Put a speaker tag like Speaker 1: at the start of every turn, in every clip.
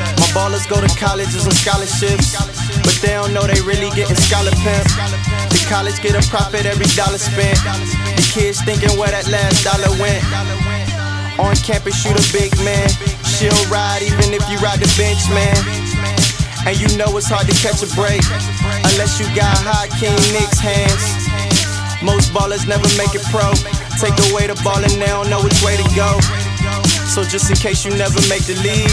Speaker 1: kids go to colleges on scholarships, but they don't know they really getting scholar pimp. The college get a profit every dollar spent. The kids thinking where that last dollar went. On campus, shoot a big man. She'll ride even if you ride the bench, man. And you know it's hard to catch a break unless you got high King Nick's hands. Most ballers never make it pro. Take away the ball and they don't know which way to go. So just in case you never make the league,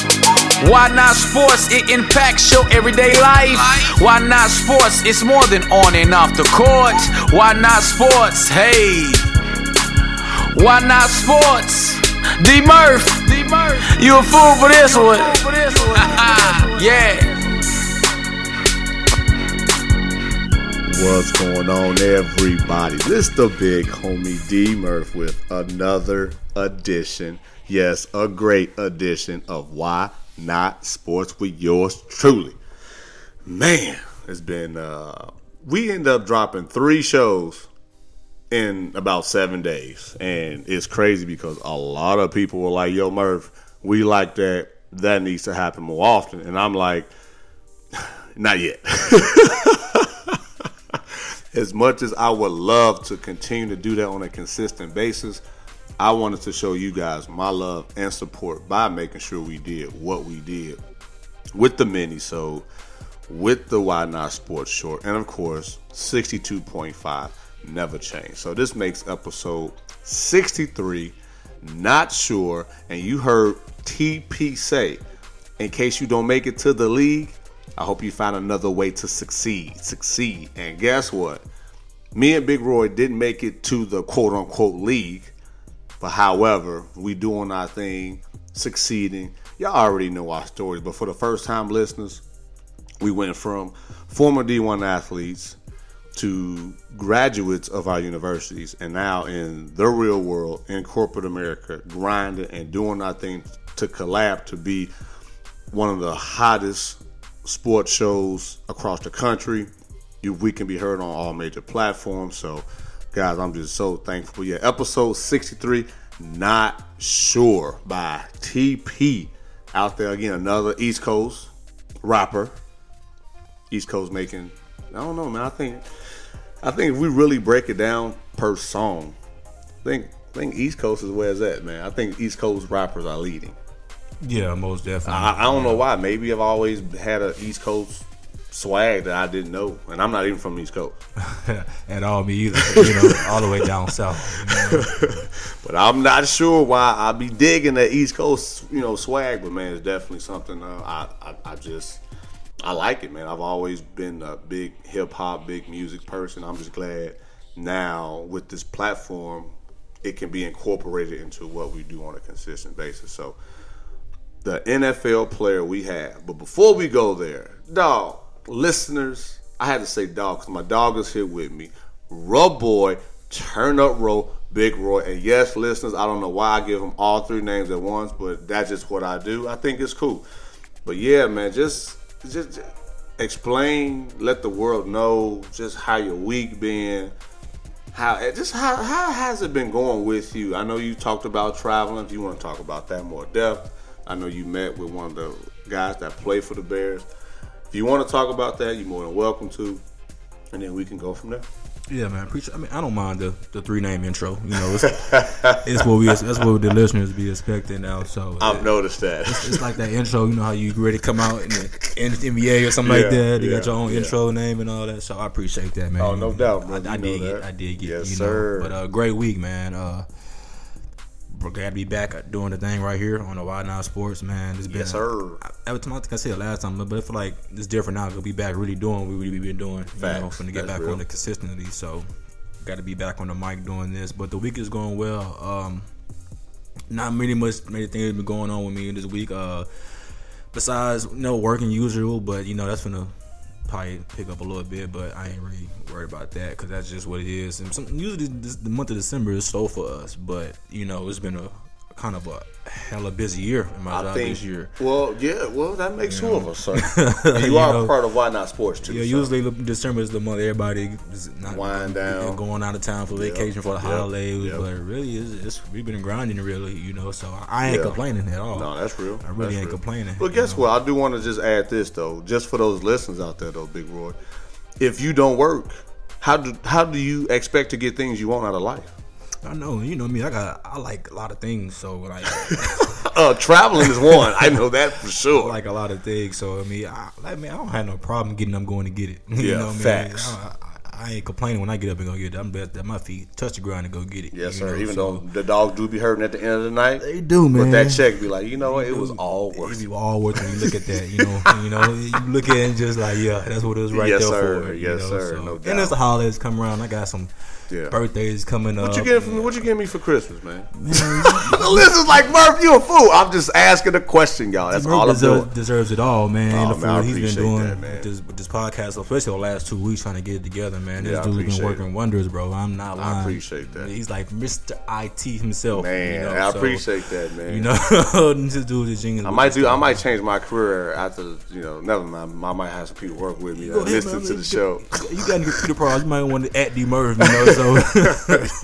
Speaker 2: Why not sports? It impacts your everyday life. Why not sports? It's more than on and off the court. Why not sports? Hey. Why not sports? D Murph. D Murph. You a fool for this one. yeah.
Speaker 3: What's going on, everybody? This the big homie D Murph with another edition. Yes, a great edition of Why Not Sports with yours truly. Man, it's been uh we end up dropping three shows in about seven days. And it's crazy because a lot of people were like, Yo, Murph, we like that. That needs to happen more often. And I'm like, not yet. as much as I would love to continue to do that on a consistent basis, I wanted to show you guys my love and support by making sure we did what we did with the mini so with the Why Not Sports Short, and of course, 62.5 never changed. So this makes episode 63, not sure. And you heard TP say, in case you don't make it to the league, I hope you find another way to succeed. Succeed. And guess what? Me and Big Roy didn't make it to the quote unquote league. But however, we doing our thing, succeeding. Y'all already know our stories, but for the first time listeners, we went from former D1 athletes to graduates of our universities and now in the real world in corporate America, grinding and doing our thing to collab to be one of the hottest sports shows across the country. You, we can be heard on all major platforms. So, guys, I'm just so thankful. Yeah, episode 63, Not Sure by TP. Out there again, another East Coast rapper. East Coast making, I don't know, man. I think, I think if we really break it down per song, I think, I think East Coast is where it's at, man. I think East Coast rappers are leading.
Speaker 4: Yeah, most definitely.
Speaker 3: I, I don't know why. Maybe I've always had a East Coast swag that I didn't know, and I'm not even from the East Coast.
Speaker 4: At all, me either. You know, all the way down south.
Speaker 3: But I'm not sure why I be digging that East Coast, you know, swag. But man, it's definitely something uh, I, I I just I like it, man. I've always been a big hip hop, big music person. I'm just glad now with this platform, it can be incorporated into what we do on a consistent basis. So the NFL player we have. But before we go there, dog, listeners, I had to say dog because my dog is here with me. Rub boy, turn up row, big Roy. And yes, listeners, I don't know why I give them all three names at once, but that's just what I do. I think it's cool. But yeah, man, just just, just explain, let the world know just how your week been. How eh, just how, how has it been going with you? I know you talked about traveling. If you want to talk about that more depth, I know you met with one of the guys that play for the Bears. If you want to talk about that, you're more than welcome to, and then we can go from there.
Speaker 4: Yeah, man. Appreciate, I mean, I don't mind the, the three name intro. You know, it's, it's what we that's what the listeners be expecting now. So
Speaker 3: I've
Speaker 4: it-
Speaker 3: noticed that.
Speaker 4: it's like that intro. You know how you ready to come out in the, in the NBA or something like
Speaker 3: Yeah,
Speaker 4: that. You
Speaker 3: yeah,
Speaker 4: got your own
Speaker 3: yeah.
Speaker 4: intro name and all that. So I appreciate that, man.
Speaker 3: Oh, no doubt, bro.
Speaker 4: I, I
Speaker 3: You know
Speaker 4: did get.
Speaker 3: that.
Speaker 4: I did get.
Speaker 3: Yes,
Speaker 4: you
Speaker 3: sir.
Speaker 4: Know. But uh, great week, man. Uh, we're glad to be back doing the thing right here on the Why Now Sports, man. It's been
Speaker 3: Yes, sir.
Speaker 4: I- Every time I think I said it last time, but I feel like it's different now because we back really doing what we've been doing. You know,
Speaker 3: Facts.
Speaker 4: from to get
Speaker 3: That's
Speaker 4: back
Speaker 3: real.
Speaker 4: on the consistency. So got to be back on the mic doing this. But the week is going well. Um, not many much many things been going on with me this week. Uh, besides you know working usual, but you know that's gonna probably pick up a little bit. But I ain't really worried about that because that's just what it is. And some, usually this, the month of December is slow for us, but you know it's been a kind of a hella busy year in my job this year.
Speaker 3: Well, yeah. Well, that makes two of us, sir. And you,
Speaker 4: You
Speaker 3: are
Speaker 4: know.
Speaker 3: part of Why Not Sports too.
Speaker 4: Yeah,
Speaker 3: so.
Speaker 4: usually the- December is the month everybody is not
Speaker 3: Wind down.
Speaker 4: going out of town for vacation for the
Speaker 3: Yep.
Speaker 4: holidays.
Speaker 3: Yep.
Speaker 4: But really, it's, it's we've been grinding really, you know. So I, I ain't
Speaker 3: Yeah.
Speaker 4: complaining at all.
Speaker 3: No, that's real.
Speaker 4: Oh, I really
Speaker 3: That's
Speaker 4: ain't
Speaker 3: real.
Speaker 4: complaining.
Speaker 3: But
Speaker 4: you
Speaker 3: guess
Speaker 4: know.
Speaker 3: what? I do want to just add this though, just for those listeners out there though, Big Roy. If you don't work, how do how do you expect to get things you want out of life?
Speaker 4: I know, you know me. I got, I like a lot of things. So like,
Speaker 3: Uh, traveling is one. I know that for
Speaker 4: I
Speaker 3: sure.
Speaker 4: like a lot of things. So I mean, I, like man, I don't have no problem getting up going to get it.
Speaker 3: Yeah,
Speaker 4: you know what
Speaker 3: facts.
Speaker 4: I, mean? I, I, I ain't complaining when I get up and go get it. I'm best at my feet touch the ground and go get it.
Speaker 3: yes,
Speaker 4: you
Speaker 3: sir.
Speaker 4: know,
Speaker 3: Even
Speaker 4: so-
Speaker 3: though the dog do be hurting at the end of the night,
Speaker 4: They do, man.
Speaker 3: But that check be like, you know what? It was
Speaker 4: Dude,
Speaker 3: all
Speaker 4: It
Speaker 3: worth.
Speaker 4: be
Speaker 3: it.
Speaker 4: all worth when you look at that, you know, you know, you look at it and just like, yeah, that's what it was right
Speaker 3: Yes,
Speaker 4: there
Speaker 3: sir.
Speaker 4: for. you
Speaker 3: Yes,
Speaker 4: know,
Speaker 3: sir.
Speaker 4: so.
Speaker 3: No doubt.
Speaker 4: And as the holidays come around, I got some
Speaker 3: Yeah.
Speaker 4: birthdays coming up.
Speaker 3: What you getting for me? What you getting me for Christmas, man?
Speaker 4: Man,
Speaker 3: this is like Murph, you a fool. I'm just asking a question, y'all. That's
Speaker 4: Merk
Speaker 3: all I'm
Speaker 4: deserves,
Speaker 3: doing.
Speaker 4: deserves it all, man.
Speaker 3: Oh,
Speaker 4: and the
Speaker 3: man, I
Speaker 4: fool he's
Speaker 3: appreciate
Speaker 4: been doing
Speaker 3: that, man.
Speaker 4: With, this, with this podcast, especially the last two weeks, trying to get it together, man. This
Speaker 3: Yeah, I
Speaker 4: dude's
Speaker 3: appreciate
Speaker 4: been working
Speaker 3: it.
Speaker 4: wonders, bro. I'm not lying.
Speaker 3: appreciate that.
Speaker 4: He's like Mr. IT himself,
Speaker 3: Man,
Speaker 4: You know?
Speaker 3: I
Speaker 4: so,
Speaker 3: appreciate that, man.
Speaker 4: You know, this dude is a genius.
Speaker 3: I might do. I might change my career after you know. Never mind. I might have some people work with me that
Speaker 4: ahead,
Speaker 3: listen
Speaker 4: man.
Speaker 3: to the show.
Speaker 4: You got any computer problems? You might want to at D Merv, you know. So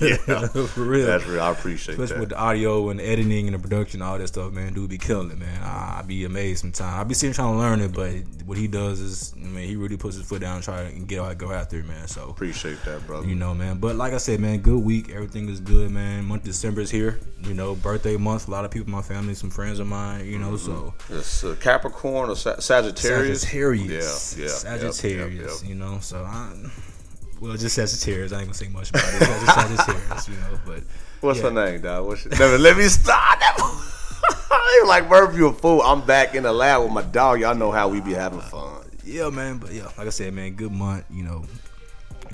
Speaker 3: Yeah.
Speaker 4: for real.
Speaker 3: That's real. I appreciate
Speaker 4: Especially
Speaker 3: that.
Speaker 4: with the audio and the editing and the production, all that stuff, man, dude be killing it, man. I, I be amazed sometimes. I be sitting trying to learn it, but what he does is, I mean, he really puts his foot down and try and get out, go after it, man. So
Speaker 3: appreciate that, brother.
Speaker 4: you know, man. But like I said, man, good week. Everything is good, man. Month of December is here. You know, birthday month. A lot of people, in my family, some friends of mine. You know, so
Speaker 3: It's uh, Capricorn or Sa- Sagittarius.
Speaker 4: Sagittarius.
Speaker 3: Yeah, yeah.
Speaker 4: Sagittarius.
Speaker 3: Yep, yep, yep.
Speaker 4: You know, so I. Well, just Sagittarius. I ain't gonna say much about it. Just Sagittarius, you know. But
Speaker 3: What's
Speaker 4: Yeah.
Speaker 3: her name, dog? What's your, never let me stop. They were like Murphy, you a fool. I'm back in the lab with my dog. Y'all know how we be having fun.
Speaker 4: yeah, man. But yeah, like I said, man, good month. You know,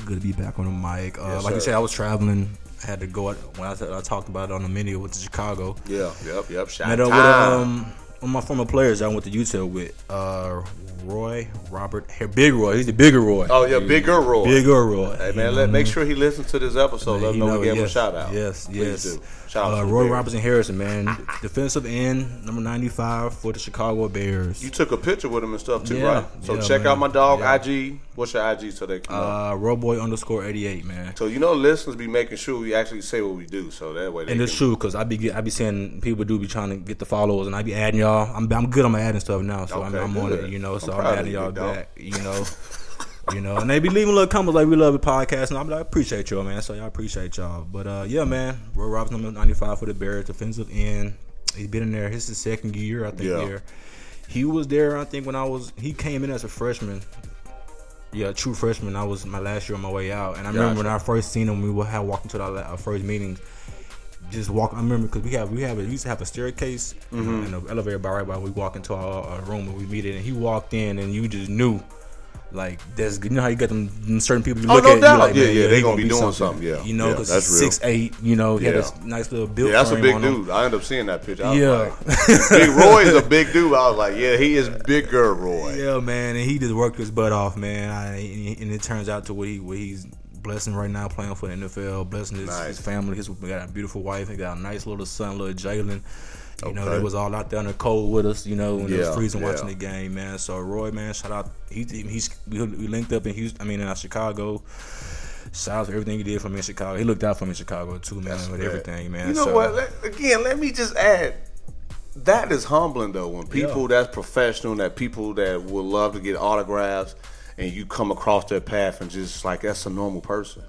Speaker 4: good to be back on the mic. Uh,
Speaker 3: Yes,
Speaker 4: like I
Speaker 3: sir.
Speaker 4: said, I was traveling. I had to go out when I, I talked about it on the menu. Went to Chicago.
Speaker 3: Yeah, yep, yep. Shout
Speaker 4: Met up with
Speaker 3: time.
Speaker 4: um one of my former players that I went to Utah with, uh, Roy Robert, hey, Big Roy. He's the bigger Roy.
Speaker 3: Oh yeah, bigger roar.
Speaker 4: bigger Roy.
Speaker 3: Hey
Speaker 4: you
Speaker 3: man,
Speaker 4: know
Speaker 3: let,
Speaker 4: what I
Speaker 3: make
Speaker 4: mean?
Speaker 3: sure he listens to this episode. Let him
Speaker 4: he
Speaker 3: know
Speaker 4: know,
Speaker 3: we gave him a
Speaker 4: yes,
Speaker 3: shout out.
Speaker 4: Yes, yes.
Speaker 3: Please do. Shout out
Speaker 4: uh,
Speaker 3: to
Speaker 4: Roy
Speaker 3: Roy Robinson.
Speaker 4: Robinson Harrison, man, defensive end, number ninety-five for the Chicago Bears.
Speaker 3: You took a picture with him and stuff too,
Speaker 4: Yeah,
Speaker 3: right? So
Speaker 4: yeah,
Speaker 3: check
Speaker 4: man.
Speaker 3: out my dog
Speaker 4: Yeah.
Speaker 3: IG. What's your IG so they can know?
Speaker 4: uh, Roboy underscore eighty-eight, man.
Speaker 3: So you know, listeners be making sure we actually say what we do, so that way. They
Speaker 4: And it's
Speaker 3: can-
Speaker 4: true because I be get, I be seeing people do be trying to get the followers, and I be adding y'all. I'm I'm good on my adding stuff now, so
Speaker 3: Okay,
Speaker 4: I'm, I'm on
Speaker 3: good.
Speaker 4: it, you know. So
Speaker 3: I'm
Speaker 4: I'm,
Speaker 3: proud of
Speaker 4: adding
Speaker 3: you,
Speaker 4: y'all
Speaker 3: big dog.
Speaker 4: back, you know. You know, and they be leaving little comments like we love the podcast, and I'm like, I appreciate y'all, man. So y'all appreciate y'all, but uh, yeah, man, Roy Robinson, number 95 for the Bears, defensive end. He's been in there. This is his second year, I think.
Speaker 3: Yeah.
Speaker 4: There, he was there. I think when I was, he came in as a freshman. Yeah, true freshman. I was my last year on my way out, and I remember when I first seen him, we were had walked into our, la- our first meetings just walk. I remember because we have we have a, we used to have a staircase
Speaker 3: Mm-hmm.
Speaker 4: and an elevator by right by. We walk into our, our room and we meet it, and he walked in, and you just knew. Like that's you know how you got them, them certain people you
Speaker 3: Oh,
Speaker 4: look
Speaker 3: no
Speaker 4: at
Speaker 3: doubt.
Speaker 4: you like
Speaker 3: Yeah,
Speaker 4: man,
Speaker 3: yeah, they
Speaker 4: he
Speaker 3: gonna be
Speaker 4: be
Speaker 3: doing something, yeah.
Speaker 4: you know
Speaker 3: Yeah,
Speaker 4: because
Speaker 3: that's real.
Speaker 4: six eight you know he
Speaker 3: Yeah.
Speaker 4: had this nice little build
Speaker 3: Yeah, that's a
Speaker 4: frame
Speaker 3: big
Speaker 4: on him.
Speaker 3: dude. I end up seeing that picture. I was
Speaker 4: Yeah.
Speaker 3: like, big Roy is a big dude. I was like, yeah, he is bigger Roy.
Speaker 4: Yeah, man, and he just worked his butt off, man. I, and it turns out to what he what he's blessing right now, playing for the NFL, blessing his,
Speaker 3: Nice.
Speaker 4: his family. His we got a beautiful wife. He got a nice little son, little Jalen. You know,
Speaker 3: Okay.
Speaker 4: they was all out there in the cold with us. You know, when it
Speaker 3: Yeah,
Speaker 4: was freezing
Speaker 3: yeah.
Speaker 4: watching the game, man. So Roy, man, shout out. He he's we linked up in Houston. I mean, in uh, Chicago. Shout out to everything he did for me in Chicago. He looked out for me in Chicago too, man, with
Speaker 3: Right.
Speaker 4: everything, man.
Speaker 3: You know
Speaker 4: so,
Speaker 3: what? Let, again, let me just add. That is humbling though when people
Speaker 4: Yeah.
Speaker 3: that's professional, that people that would love to get autographs, and you come across their path and just like that's a normal person.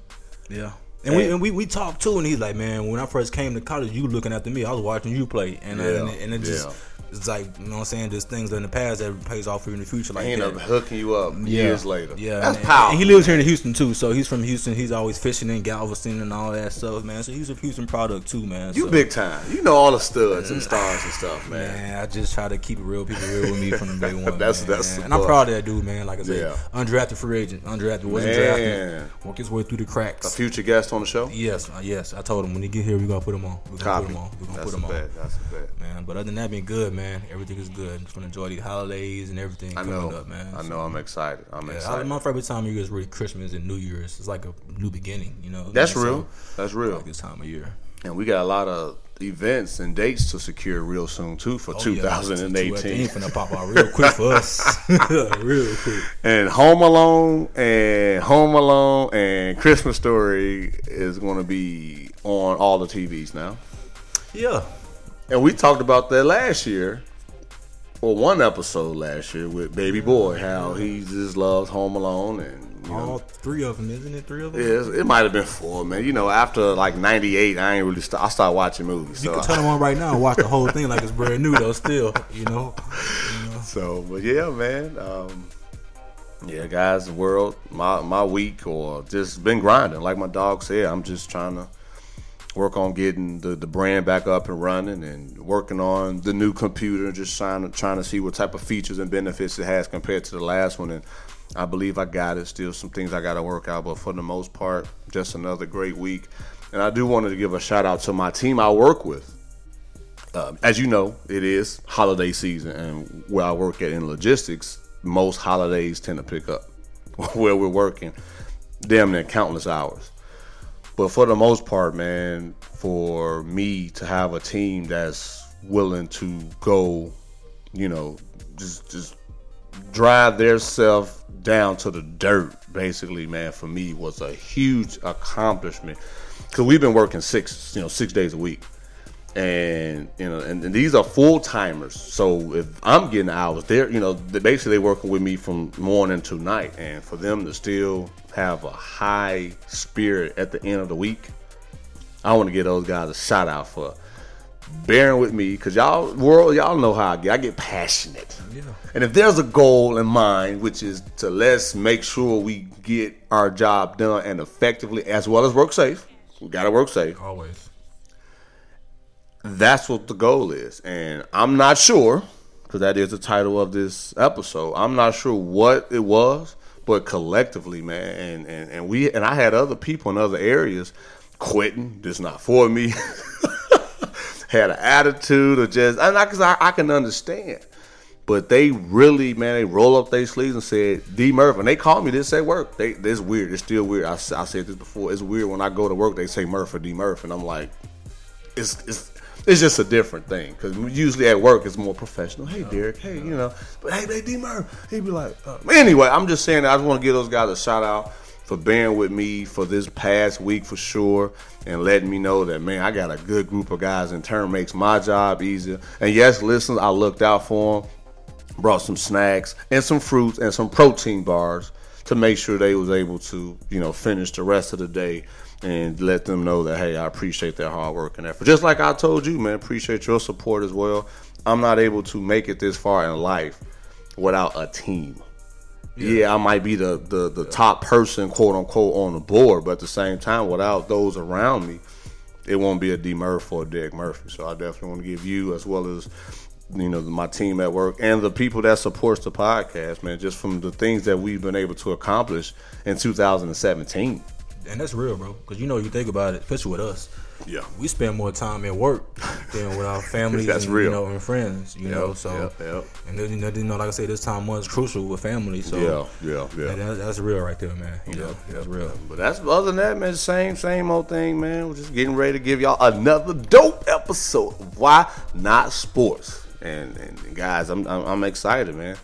Speaker 4: Yeah. And we, and we we talked too, and he's like, man, when I first came to college, you looking after me. I was watching you play, and
Speaker 3: Yeah,
Speaker 4: and, and it just
Speaker 3: yeah.
Speaker 4: it's like you know what I'm saying. There's things in the past that pays off for you in the future, like
Speaker 3: They end
Speaker 4: that.
Speaker 3: up hooking you up years later.
Speaker 4: Yeah,
Speaker 3: that's
Speaker 4: and-
Speaker 3: powerful.
Speaker 4: and he lives here in Houston too, so he's from Houston. He's always fishing in Galveston and all that stuff, man. So he's a Houston product too, man.
Speaker 3: You
Speaker 4: so,
Speaker 3: big time. You know all the studs and stars and stuff, man.
Speaker 4: Man, I just try to keep it real people real with me from the day one.
Speaker 3: That's-
Speaker 4: man.
Speaker 3: that's the
Speaker 4: and I'm
Speaker 3: book.
Speaker 4: proud of that dude, man. Like I said,
Speaker 3: Yeah.
Speaker 4: undrafted free agent, undrafted, wasn't
Speaker 3: Man.
Speaker 4: drafted, worked his way through the cracks.
Speaker 3: A future guest on the show.
Speaker 4: Yes, uh, yes. I told him when he get here, we gonna put him on. We gonna
Speaker 3: Copy.
Speaker 4: put him on. We gonna
Speaker 3: That's
Speaker 4: put
Speaker 3: a
Speaker 4: him on,
Speaker 3: bet. That's a bet.
Speaker 4: man. But other than that, being good, man. Everything is good. Just gonna enjoy these holidays and everything
Speaker 3: I know.
Speaker 4: coming up, man.
Speaker 3: I know. I'm excited. I'm
Speaker 4: Yeah, I-
Speaker 3: excited.
Speaker 4: my favorite time of year is really Christmas and New Year's. It's like a new beginning, you know.
Speaker 3: That's
Speaker 4: So,
Speaker 3: real. That's
Speaker 4: I
Speaker 3: real.
Speaker 4: Like this time of year.
Speaker 3: And we got a lot of events and dates to secure real soon too for
Speaker 4: Oh, yeah, it's- it's-
Speaker 3: 2018.
Speaker 4: it's gonna pop out real quick for us. real quick.
Speaker 3: And Home Alone and Home Alone and Christmas Story is going to be on all the TVs now.
Speaker 4: Yeah.
Speaker 3: And we talked about that last year, or one episode last year with Baby Boy, how he just loves Home Alone and you know,
Speaker 4: All three of them, isn't it? Three of them.
Speaker 3: Yeah, it's- it might have been four, man. You know, after like '98, I ain't really. St- I started watching movies.
Speaker 4: You
Speaker 3: so,
Speaker 4: can turn them on right now and watch the whole thing like it's brand new though. Still, you know.
Speaker 3: so, but yeah, man. Um, yeah, guys, the world, my my week, or just been grinding. Like my dog said, I'm just trying to work on getting the, the brand back up and running, and working on the new computer, and just trying to trying to see what type of features and benefits it has compared to the last one. And I believe I got it. Still, some things I got to work out, but for the most part, just another great week. And I do wanted to give a shout out to my team I work with. Um, as you know, it is holiday season, and where I work at in logistics, most holidays tend to pick up where we're working damn near countless hours. But for the most part, man, for me to have a team that's willing to go, you know, just just drive theirself down to the dirt, basically, man, for me was a huge accomplishment. Cause we've been working six, you know, six days a week and you know, and, and these are full timers. So if I'm getting hours, they're you know, they basically working with me from morning to night, and for them to still have a high spirit at the end of the week, I want to give those guys a shout out for bearing with me, cause y'all world, y'all know how I get. I get passionate,
Speaker 4: Yeah.
Speaker 3: and if there's a goal in mind, which is to let's make sure we get our job done and effectively, as well as work safe. We gotta work safe
Speaker 4: Always.
Speaker 3: that's what the goal is. And I'm not sure, because that is the title of this episode. I'm not sure what it was, but collectively, man, and, and, and we and I had other people in other areas quitting, this not for me. had an attitude or just and I, cause I, I can understand. But they really, man, they roll up their sleeves and said, D Murph. And they called me this say work. They this weird. It's still weird. I, s- I said this before. It's weird when I go to work, they say Murph or D Murph. And I'm like, it's it's it's just a different thing because usually at work it's more professional. Hey, Derek. Hey, you know. But hey, they D Murph. He'd be like. Uh, anyway, I'm just saying. That I just want to give those guys a shout out for bearing with me for this past week for sure, and letting me know that man, I got a good group of guys in turn makes my job easier. And yes, listen, I looked out for them brought some snacks and some fruits and some protein bars to make sure they was able to you know finish the rest of the day and let them know that hey i appreciate their hard work and effort just like i told you man appreciate your support as well i'm not able to make it this far in life without a team yeah, i might be the, the the top person quote unquote on the board but at the same time without those around me it won't be a D Murph or a Derek Murphy. So I definitely want to give you as well as you know my team at work and the people that supports the podcast, man. Just from the things that we've been able to accomplish in 2017.
Speaker 4: And that's real, bro. Because you know, you think about it, especially with us,
Speaker 3: Yeah,
Speaker 4: we spend more time at work than with our families
Speaker 3: That's
Speaker 4: and,
Speaker 3: real.
Speaker 4: you know, and friends, you know. So,
Speaker 3: yep, yep.
Speaker 4: and then, you know, then, you know, like I said, this time was crucial with family. So,
Speaker 3: yeah, yeah, yeah.
Speaker 4: man, that- that's real right there, man. You know, that's real.
Speaker 3: But that's other than that, man. Same, same old thing, man. We're just getting ready to give y'all another dope episode. of Why not sports? And and guys, I'm I'm, I'm excited, man.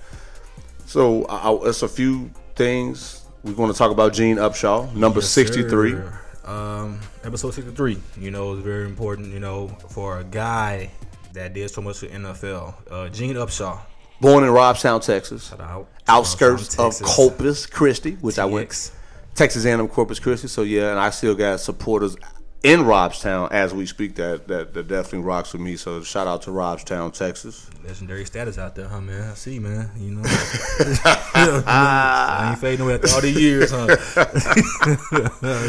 Speaker 3: So I, I, it's a few things we're going to talk about. Gene Upshaw, number
Speaker 4: Yes,
Speaker 3: 63.
Speaker 4: sir. Um, episode 63, you know, is very important, you know, for a guy that did so much for NFL. Uh, Gene Upshaw.
Speaker 3: Born in Robstown, Texas.
Speaker 4: Out.
Speaker 3: Outskirts
Speaker 4: From
Speaker 3: of
Speaker 4: Texas.
Speaker 3: Corpus Christi, which I
Speaker 4: TX.
Speaker 3: went Texas A&M Corpus Christi. So yeah, and I still got supporters in Robstown as we speak. That that, that definitely rocks with me. So shout out to Robstown, Texas.
Speaker 4: Legendary status out there, huh, man? I see, man. You know, I ain't fading away after all the years, huh?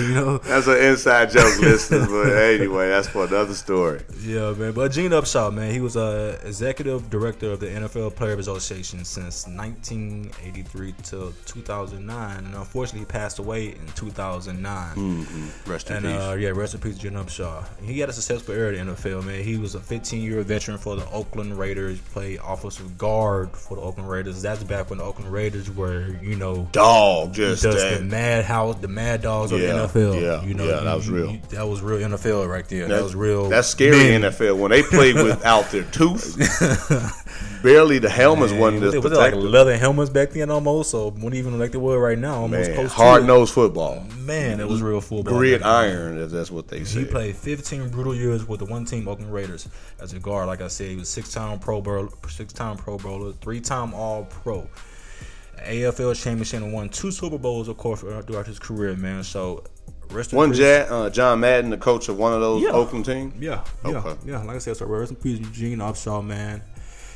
Speaker 4: you know,
Speaker 3: That's an inside joke, listeners. But anyway, that's for another story.
Speaker 4: yeah, man. But Gene Upshaw, man, he was uh, executive director of the NFL Players Association since 1983 till 2009, and unfortunately, he passed away in 2009.
Speaker 3: Mm, Rest in
Speaker 4: And
Speaker 3: peace.
Speaker 4: uh, yeah, rest in peace, Jen Upshaw. He had a successful era in the NFL, man. He was a 15-year veteran for the Oakland Raiders, played offensive guard for the Oakland Raiders. That's back when the Oakland Raiders were, you know,
Speaker 3: Dog, just
Speaker 4: just
Speaker 3: that.
Speaker 4: the madhouse, the mad dogs
Speaker 3: Yeah,
Speaker 4: of the NFL.
Speaker 3: yeah,
Speaker 4: you know,
Speaker 3: yeah,
Speaker 4: you-
Speaker 3: that was
Speaker 4: you-
Speaker 3: real.
Speaker 4: you- that was real NFL right there. That, was real.
Speaker 3: That's scary NFL when they play without their tooth. Barely the helmets
Speaker 4: Man,
Speaker 3: wasn't
Speaker 4: was
Speaker 3: this
Speaker 4: it, was it like
Speaker 3: protective.
Speaker 4: leather helmets back then almost? So not even like they were right now. Almost
Speaker 3: Man,
Speaker 4: close to
Speaker 3: hard
Speaker 4: it.
Speaker 3: nosed football,
Speaker 4: Man, it was real football.
Speaker 3: grid
Speaker 4: back then.
Speaker 3: iron. if That's what they
Speaker 4: He
Speaker 3: say.
Speaker 4: played 15 brutal years with the one team Oakland Raiders as a guard. Like I said, he was six-time Pro Bowl, six-time Pro Bowler, three-time All-Pro, AFL champion, and won two Super Bowls, of course, throughout his career, man. So, rest in
Speaker 3: One
Speaker 4: peace.
Speaker 3: Jack, uh, John Madden, the coach of one of those
Speaker 4: Yeah.
Speaker 3: Oakland teams.
Speaker 4: Yeah, yeah,
Speaker 3: Okay.
Speaker 4: yeah. Like I said, so rest in peace, Eugene Upshaw, man.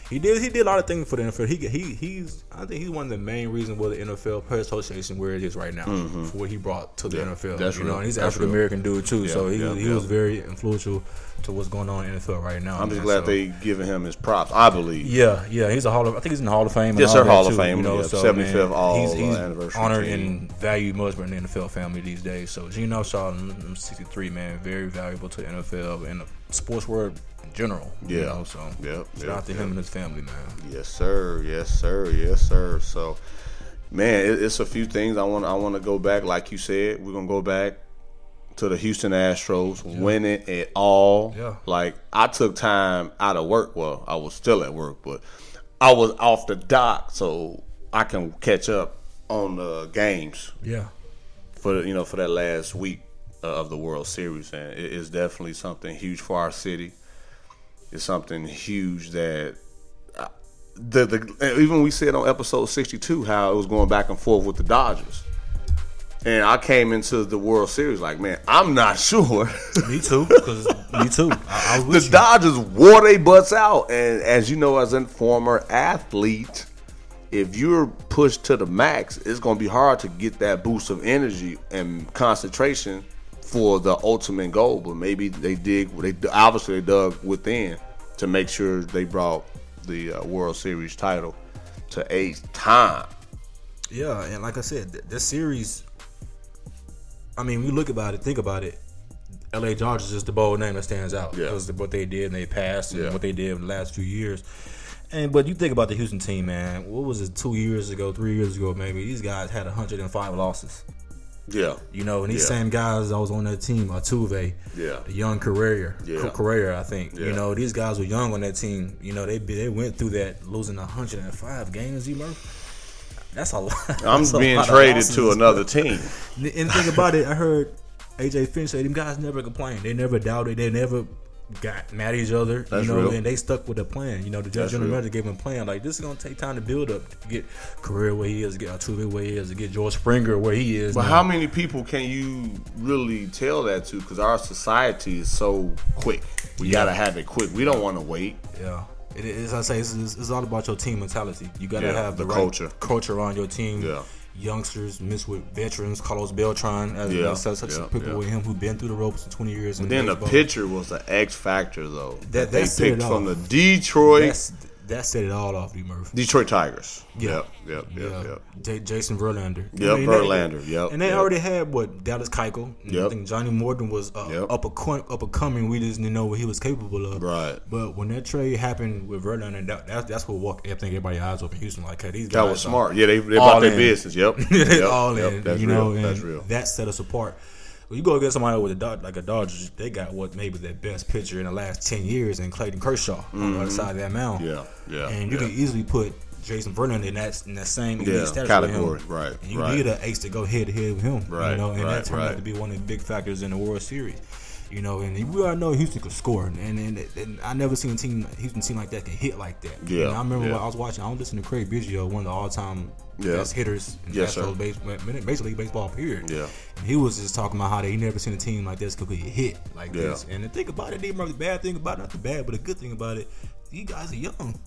Speaker 4: He did he did a lot of things for the NFL. He he he's I think he's one of the main reasons why the NFL Players Association where it is right now for what he brought to the NFL.
Speaker 3: Mm-hmm. that's
Speaker 4: you
Speaker 3: real.
Speaker 4: know, and he's an
Speaker 3: That's
Speaker 4: African American dude too, so he
Speaker 3: yeah,
Speaker 4: was, he
Speaker 3: yeah.
Speaker 4: was very influential to what's going on in the NFL right now.
Speaker 3: I'm just
Speaker 4: man.
Speaker 3: glad
Speaker 4: So-
Speaker 3: they giving him his props. I believe.
Speaker 4: yeah, yeah, he's a hall of. I think he's in the Hall of Fame. and
Speaker 3: Yes,
Speaker 4: all
Speaker 3: sir,
Speaker 4: that,
Speaker 3: Hall of
Speaker 4: too,
Speaker 3: Fame,
Speaker 4: You know,
Speaker 3: yeah,
Speaker 4: so,
Speaker 3: 75th
Speaker 4: man,
Speaker 3: all,
Speaker 4: he's, he's
Speaker 3: uh, anniversary
Speaker 4: honored
Speaker 3: team.
Speaker 4: and valued much in the NFL family these days. So Gene Upshaw, I'm- I'm 63, man, very valuable to the NFL and the sports world in general. you
Speaker 3: Yeah.
Speaker 4: know, so
Speaker 3: Yep,
Speaker 4: shout
Speaker 3: yep,
Speaker 4: out to him and his family, man.
Speaker 3: Yes, sir. Yes, sir. Yes, sir. So, man, it, it's a few things I want. I want to go back. Like you said, we're gonna go back to the Houston Astros winning it all.
Speaker 4: Yeah.
Speaker 3: Like I took time out of work. Well, I was still at work, but I was off the dock, so I can catch up on the games
Speaker 4: Yeah,
Speaker 3: for you know for that last week uh, of the World Series, and it is definitely something huge for our city. It's something huge that uh, the the even we said on episode sixty two how it was going back and forth with the Dodgers, and I came into the World Series like, man, I'm not sure.
Speaker 4: me too. Because me too. I, I
Speaker 3: the
Speaker 4: was with you.
Speaker 3: Dodgers wore their butts out, and as you know, as a former athlete, if you're pushed to the max, it's going to be hard to get that boost of energy and concentration for the ultimate goal. But maybe they dig. They obviously they dug within to make sure they brought the uh, World Series title to eight time.
Speaker 4: Yeah, and like I said, th- this series. I mean, we look about it, think about it. L.A. Dodgers is the bold name that stands out
Speaker 3: Yeah.
Speaker 4: because of what they did and they passed and
Speaker 3: Yeah.
Speaker 4: what they did in the last few years. And but you think about the Houston team, man. What was it? Two years ago, three years ago, maybe these guys had 105 losses.
Speaker 3: Yeah,
Speaker 4: You know, and these
Speaker 3: Yeah.
Speaker 4: same guys that was on that team, Altuve,
Speaker 3: Yeah.
Speaker 4: the young Correa,
Speaker 3: Yeah.
Speaker 4: Correa, I think. You
Speaker 3: Yeah.
Speaker 4: know, these guys were young on that team. You know, they they went through that losing 105 games. You Murph, that's a lot.
Speaker 3: I'm
Speaker 4: That's a
Speaker 3: being
Speaker 4: lot of
Speaker 3: traded
Speaker 4: losses.
Speaker 3: to another team.
Speaker 4: And the thing about it, I heard AJ Finch say, "Them guys never complained. They never doubted. They never got mad at each other.
Speaker 3: That's
Speaker 4: you know,
Speaker 3: real.
Speaker 4: and they stuck with a plan. You know, the judge
Speaker 3: That's
Speaker 4: general
Speaker 3: real.
Speaker 4: manager gave him a plan. Like this is gonna take time to build up, to get career where he is, to get Altuve where he is, to get George Springer where he is.
Speaker 3: But
Speaker 4: now.
Speaker 3: how many people can you really tell that to? Because our society is so quick. We gotta have it quick. We don't want to wait.
Speaker 4: Yeah. It is, as I say, it's, it's, it's all about your team mentality. You got to
Speaker 3: Yeah,
Speaker 4: have the,
Speaker 3: the
Speaker 4: right
Speaker 3: culture.
Speaker 4: culture on your team.
Speaker 3: Yeah.
Speaker 4: Youngsters mixed with veterans. Carlos Beltran, as
Speaker 3: Yeah,
Speaker 4: as such, such
Speaker 3: yeah,
Speaker 4: people
Speaker 3: yeah.
Speaker 4: with him who've been through the ropes for 20 years. in
Speaker 3: Then the
Speaker 4: baseball.
Speaker 3: pitcher was the X factor though. That,
Speaker 4: That-
Speaker 3: they
Speaker 4: that set it
Speaker 3: picked
Speaker 4: off.
Speaker 3: from the Detroit
Speaker 4: That's, that set it all off, D. Murph.
Speaker 3: Detroit Tigers.
Speaker 4: Yeah.
Speaker 3: Yep. Yep. Yep. Yep.
Speaker 4: J- Jason Verlander.
Speaker 3: Yep,
Speaker 4: they-
Speaker 3: Verlander, yep,
Speaker 4: And they
Speaker 3: yep.
Speaker 4: already had what Dallas Keuchel. and
Speaker 3: Yep.
Speaker 4: I think Johnny Morton was uh,
Speaker 3: Yep.
Speaker 4: up a co- up a coming. We just didn't know what he was capable of.
Speaker 3: Right.
Speaker 4: But when that trade happened with Verlander, that, that's that's what walked. I think everybody eyes open Houston. Like, hey, these
Speaker 3: That
Speaker 4: guys
Speaker 3: was
Speaker 4: are-
Speaker 3: smart. Yeah, they they
Speaker 4: all
Speaker 3: bought their
Speaker 4: in.
Speaker 3: business. Yep.
Speaker 4: It's
Speaker 3: Yep,
Speaker 4: all
Speaker 3: yep,
Speaker 4: in.
Speaker 3: That's
Speaker 4: you
Speaker 3: real.
Speaker 4: know, and
Speaker 3: that's real.
Speaker 4: That set us apart. When you go against somebody with a Dod- like a Dodgers, they got what maybe their best pitcher in the last ten years, and Clayton Kershaw on the other side of that mound.
Speaker 3: Mm-hmm. Yeah, yeah,
Speaker 4: And you
Speaker 3: yeah.
Speaker 4: can easily put Jason Vernon in that in that same elite
Speaker 3: Yeah,
Speaker 4: status
Speaker 3: category,
Speaker 4: with him.
Speaker 3: right,
Speaker 4: And you
Speaker 3: right.
Speaker 4: need an ace to go head to head with him.
Speaker 3: Right,
Speaker 4: You know, and
Speaker 3: right,
Speaker 4: that turned
Speaker 3: right.
Speaker 4: out to be one of the big factors in the World Series. You know, and we all know Houston could score, and and, and I never seen a team Houston team like that can hit like that.
Speaker 3: Yeah,
Speaker 4: and I remember
Speaker 3: yeah.
Speaker 4: when I was watching. I was listening to Craig Biggio, one of the all time
Speaker 3: Yeah.
Speaker 4: best hitters in
Speaker 3: Yes,
Speaker 4: Astros
Speaker 3: sir.
Speaker 4: base- min- Major League Baseball period.
Speaker 3: Yeah.
Speaker 4: And he was just talking about how they he never seen a team like this could be hit like
Speaker 3: Yeah.
Speaker 4: this. And the thing about it, D. Murphy, the bad thing about it, not the bad, but the good thing about it, you guys are young.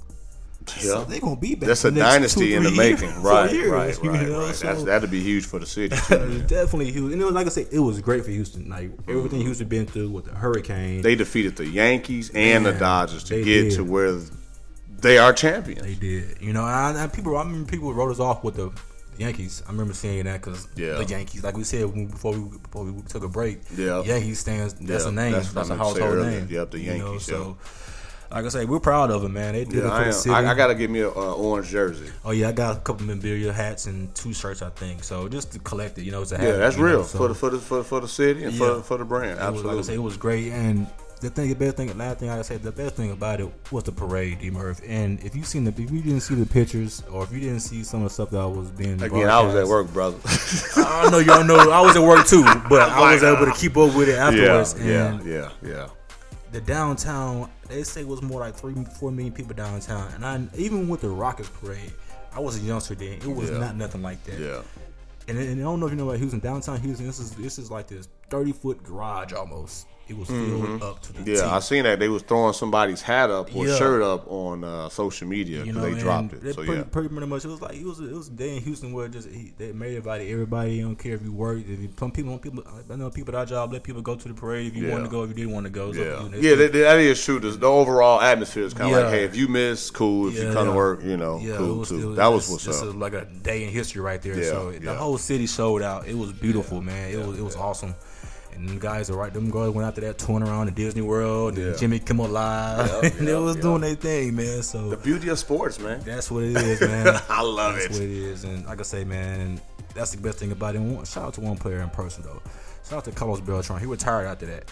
Speaker 4: So
Speaker 3: Yeah.
Speaker 4: they gonna be back.
Speaker 3: That's
Speaker 4: for
Speaker 3: a
Speaker 4: the next
Speaker 3: dynasty
Speaker 4: two,
Speaker 3: in the
Speaker 4: three
Speaker 3: making.
Speaker 4: years, four
Speaker 3: right,
Speaker 4: years,
Speaker 3: right,
Speaker 4: you
Speaker 3: right,
Speaker 4: know?
Speaker 3: right.
Speaker 4: So
Speaker 3: That's, that'd be huge for the city.
Speaker 4: it was
Speaker 3: too.
Speaker 4: definitely huge. And it was like I said, it was great for Houston. Like everything Houston been through with the hurricane.
Speaker 3: they defeated the Yankees and the
Speaker 4: Man,
Speaker 3: Dodgers to
Speaker 4: they
Speaker 3: get
Speaker 4: did.
Speaker 3: to where they are champions.
Speaker 4: They did. You know, and, I- and people. I remember people wrote us off with the Yankees. I remember saying that because
Speaker 3: Yeah.
Speaker 4: the Yankees, like we said when- before we before we took a break,
Speaker 3: Yeah.
Speaker 4: Yankees stands. That's
Speaker 3: Yeah,
Speaker 4: a name.
Speaker 3: that's
Speaker 4: That's,
Speaker 3: what
Speaker 4: a
Speaker 3: I meant to say
Speaker 4: household
Speaker 3: earlier.
Speaker 4: name.
Speaker 3: Yep, the
Speaker 4: you know,
Speaker 3: Yankees, yeah.
Speaker 4: so, like I say, we're proud of them, man. They did
Speaker 3: Yeah,
Speaker 4: it for
Speaker 3: I,
Speaker 4: the
Speaker 3: am.
Speaker 4: city.
Speaker 3: I, I gotta get me an uh, orange jersey.
Speaker 4: oh yeah, I got a couple memorabilia hats and two shirts, I think. So just to collect it, you know, it's a
Speaker 3: Yeah, that's
Speaker 4: you know,
Speaker 3: real
Speaker 4: so-
Speaker 3: for the for the for, for the city and for
Speaker 4: Yeah.
Speaker 3: for the brand.
Speaker 4: It was, like I said,
Speaker 3: Absolutely.
Speaker 4: it was great. And the thing, the best thing, the last thing I said, the best thing about it was the parade, D Murph. And if you seen the, if you didn't see the pictures, or if you didn't see some of the stuff that was being
Speaker 3: Again, I was at
Speaker 4: broadcast-
Speaker 3: work, brother.
Speaker 4: I know y'all know I was at work too, but I was able to keep up with it
Speaker 3: yeah,
Speaker 4: afterwards.
Speaker 3: yeah,
Speaker 4: and
Speaker 3: yeah, yeah.
Speaker 4: the downtown, they say was more like three, four million people downtown. And I even with the Rockets parade, I was a youngster then. It was
Speaker 3: Yeah.
Speaker 4: not nothing like that.
Speaker 3: Yeah,
Speaker 4: And, and I don't know if you know about Houston. Downtown Houston, this is this is like this thirty foot garage almost. It was filled up to the
Speaker 3: Mm-hmm. yeah. I
Speaker 4: teeth.
Speaker 3: seen that they was throwing somebody's hat up or
Speaker 4: Yeah.
Speaker 3: shirt up on uh, social media because they
Speaker 4: and
Speaker 3: dropped it.
Speaker 4: they
Speaker 3: So
Speaker 4: pretty,
Speaker 3: yeah,
Speaker 4: pretty, pretty much it was like it was it was a day in Houston where just he, they made everybody everybody they don't care if you work. If you, some people, people I know people at our job let people go to the parade if you
Speaker 3: Yeah.
Speaker 4: want to go if you didn't want to go. It's up to
Speaker 3: yeah,
Speaker 4: you. They
Speaker 3: yeah.
Speaker 4: said-
Speaker 3: That, that is true. The, the overall atmosphere is kind of
Speaker 4: Yeah.
Speaker 3: like, hey, if you miss, cool. If you
Speaker 4: Yeah,
Speaker 3: come to
Speaker 4: yeah.
Speaker 3: work, you know,
Speaker 4: yeah,
Speaker 3: cool
Speaker 4: it was,
Speaker 3: too.
Speaker 4: it was
Speaker 3: that was
Speaker 4: just-
Speaker 3: what's
Speaker 4: just
Speaker 3: up.
Speaker 4: a- like a day in history right there.
Speaker 3: Yeah,
Speaker 4: so
Speaker 3: yeah.
Speaker 4: the whole city sold out. It was beautiful, man. It was it was awesome. And them guys are right. Them girls went out to that touring around the Disney World. And
Speaker 3: Yeah.
Speaker 4: Jimmy Kimmel Live. and they
Speaker 3: yeah,
Speaker 4: was
Speaker 3: yeah.
Speaker 4: doing their thing, man. So
Speaker 3: the beauty of sports, man.
Speaker 4: that's what it is, man.
Speaker 3: I love
Speaker 4: That's
Speaker 3: it.
Speaker 4: what it is, and like I say, man, and that's the best thing about it. And one- shout out to one player in person though. Shout out to Carlos Beltran. He retired after that.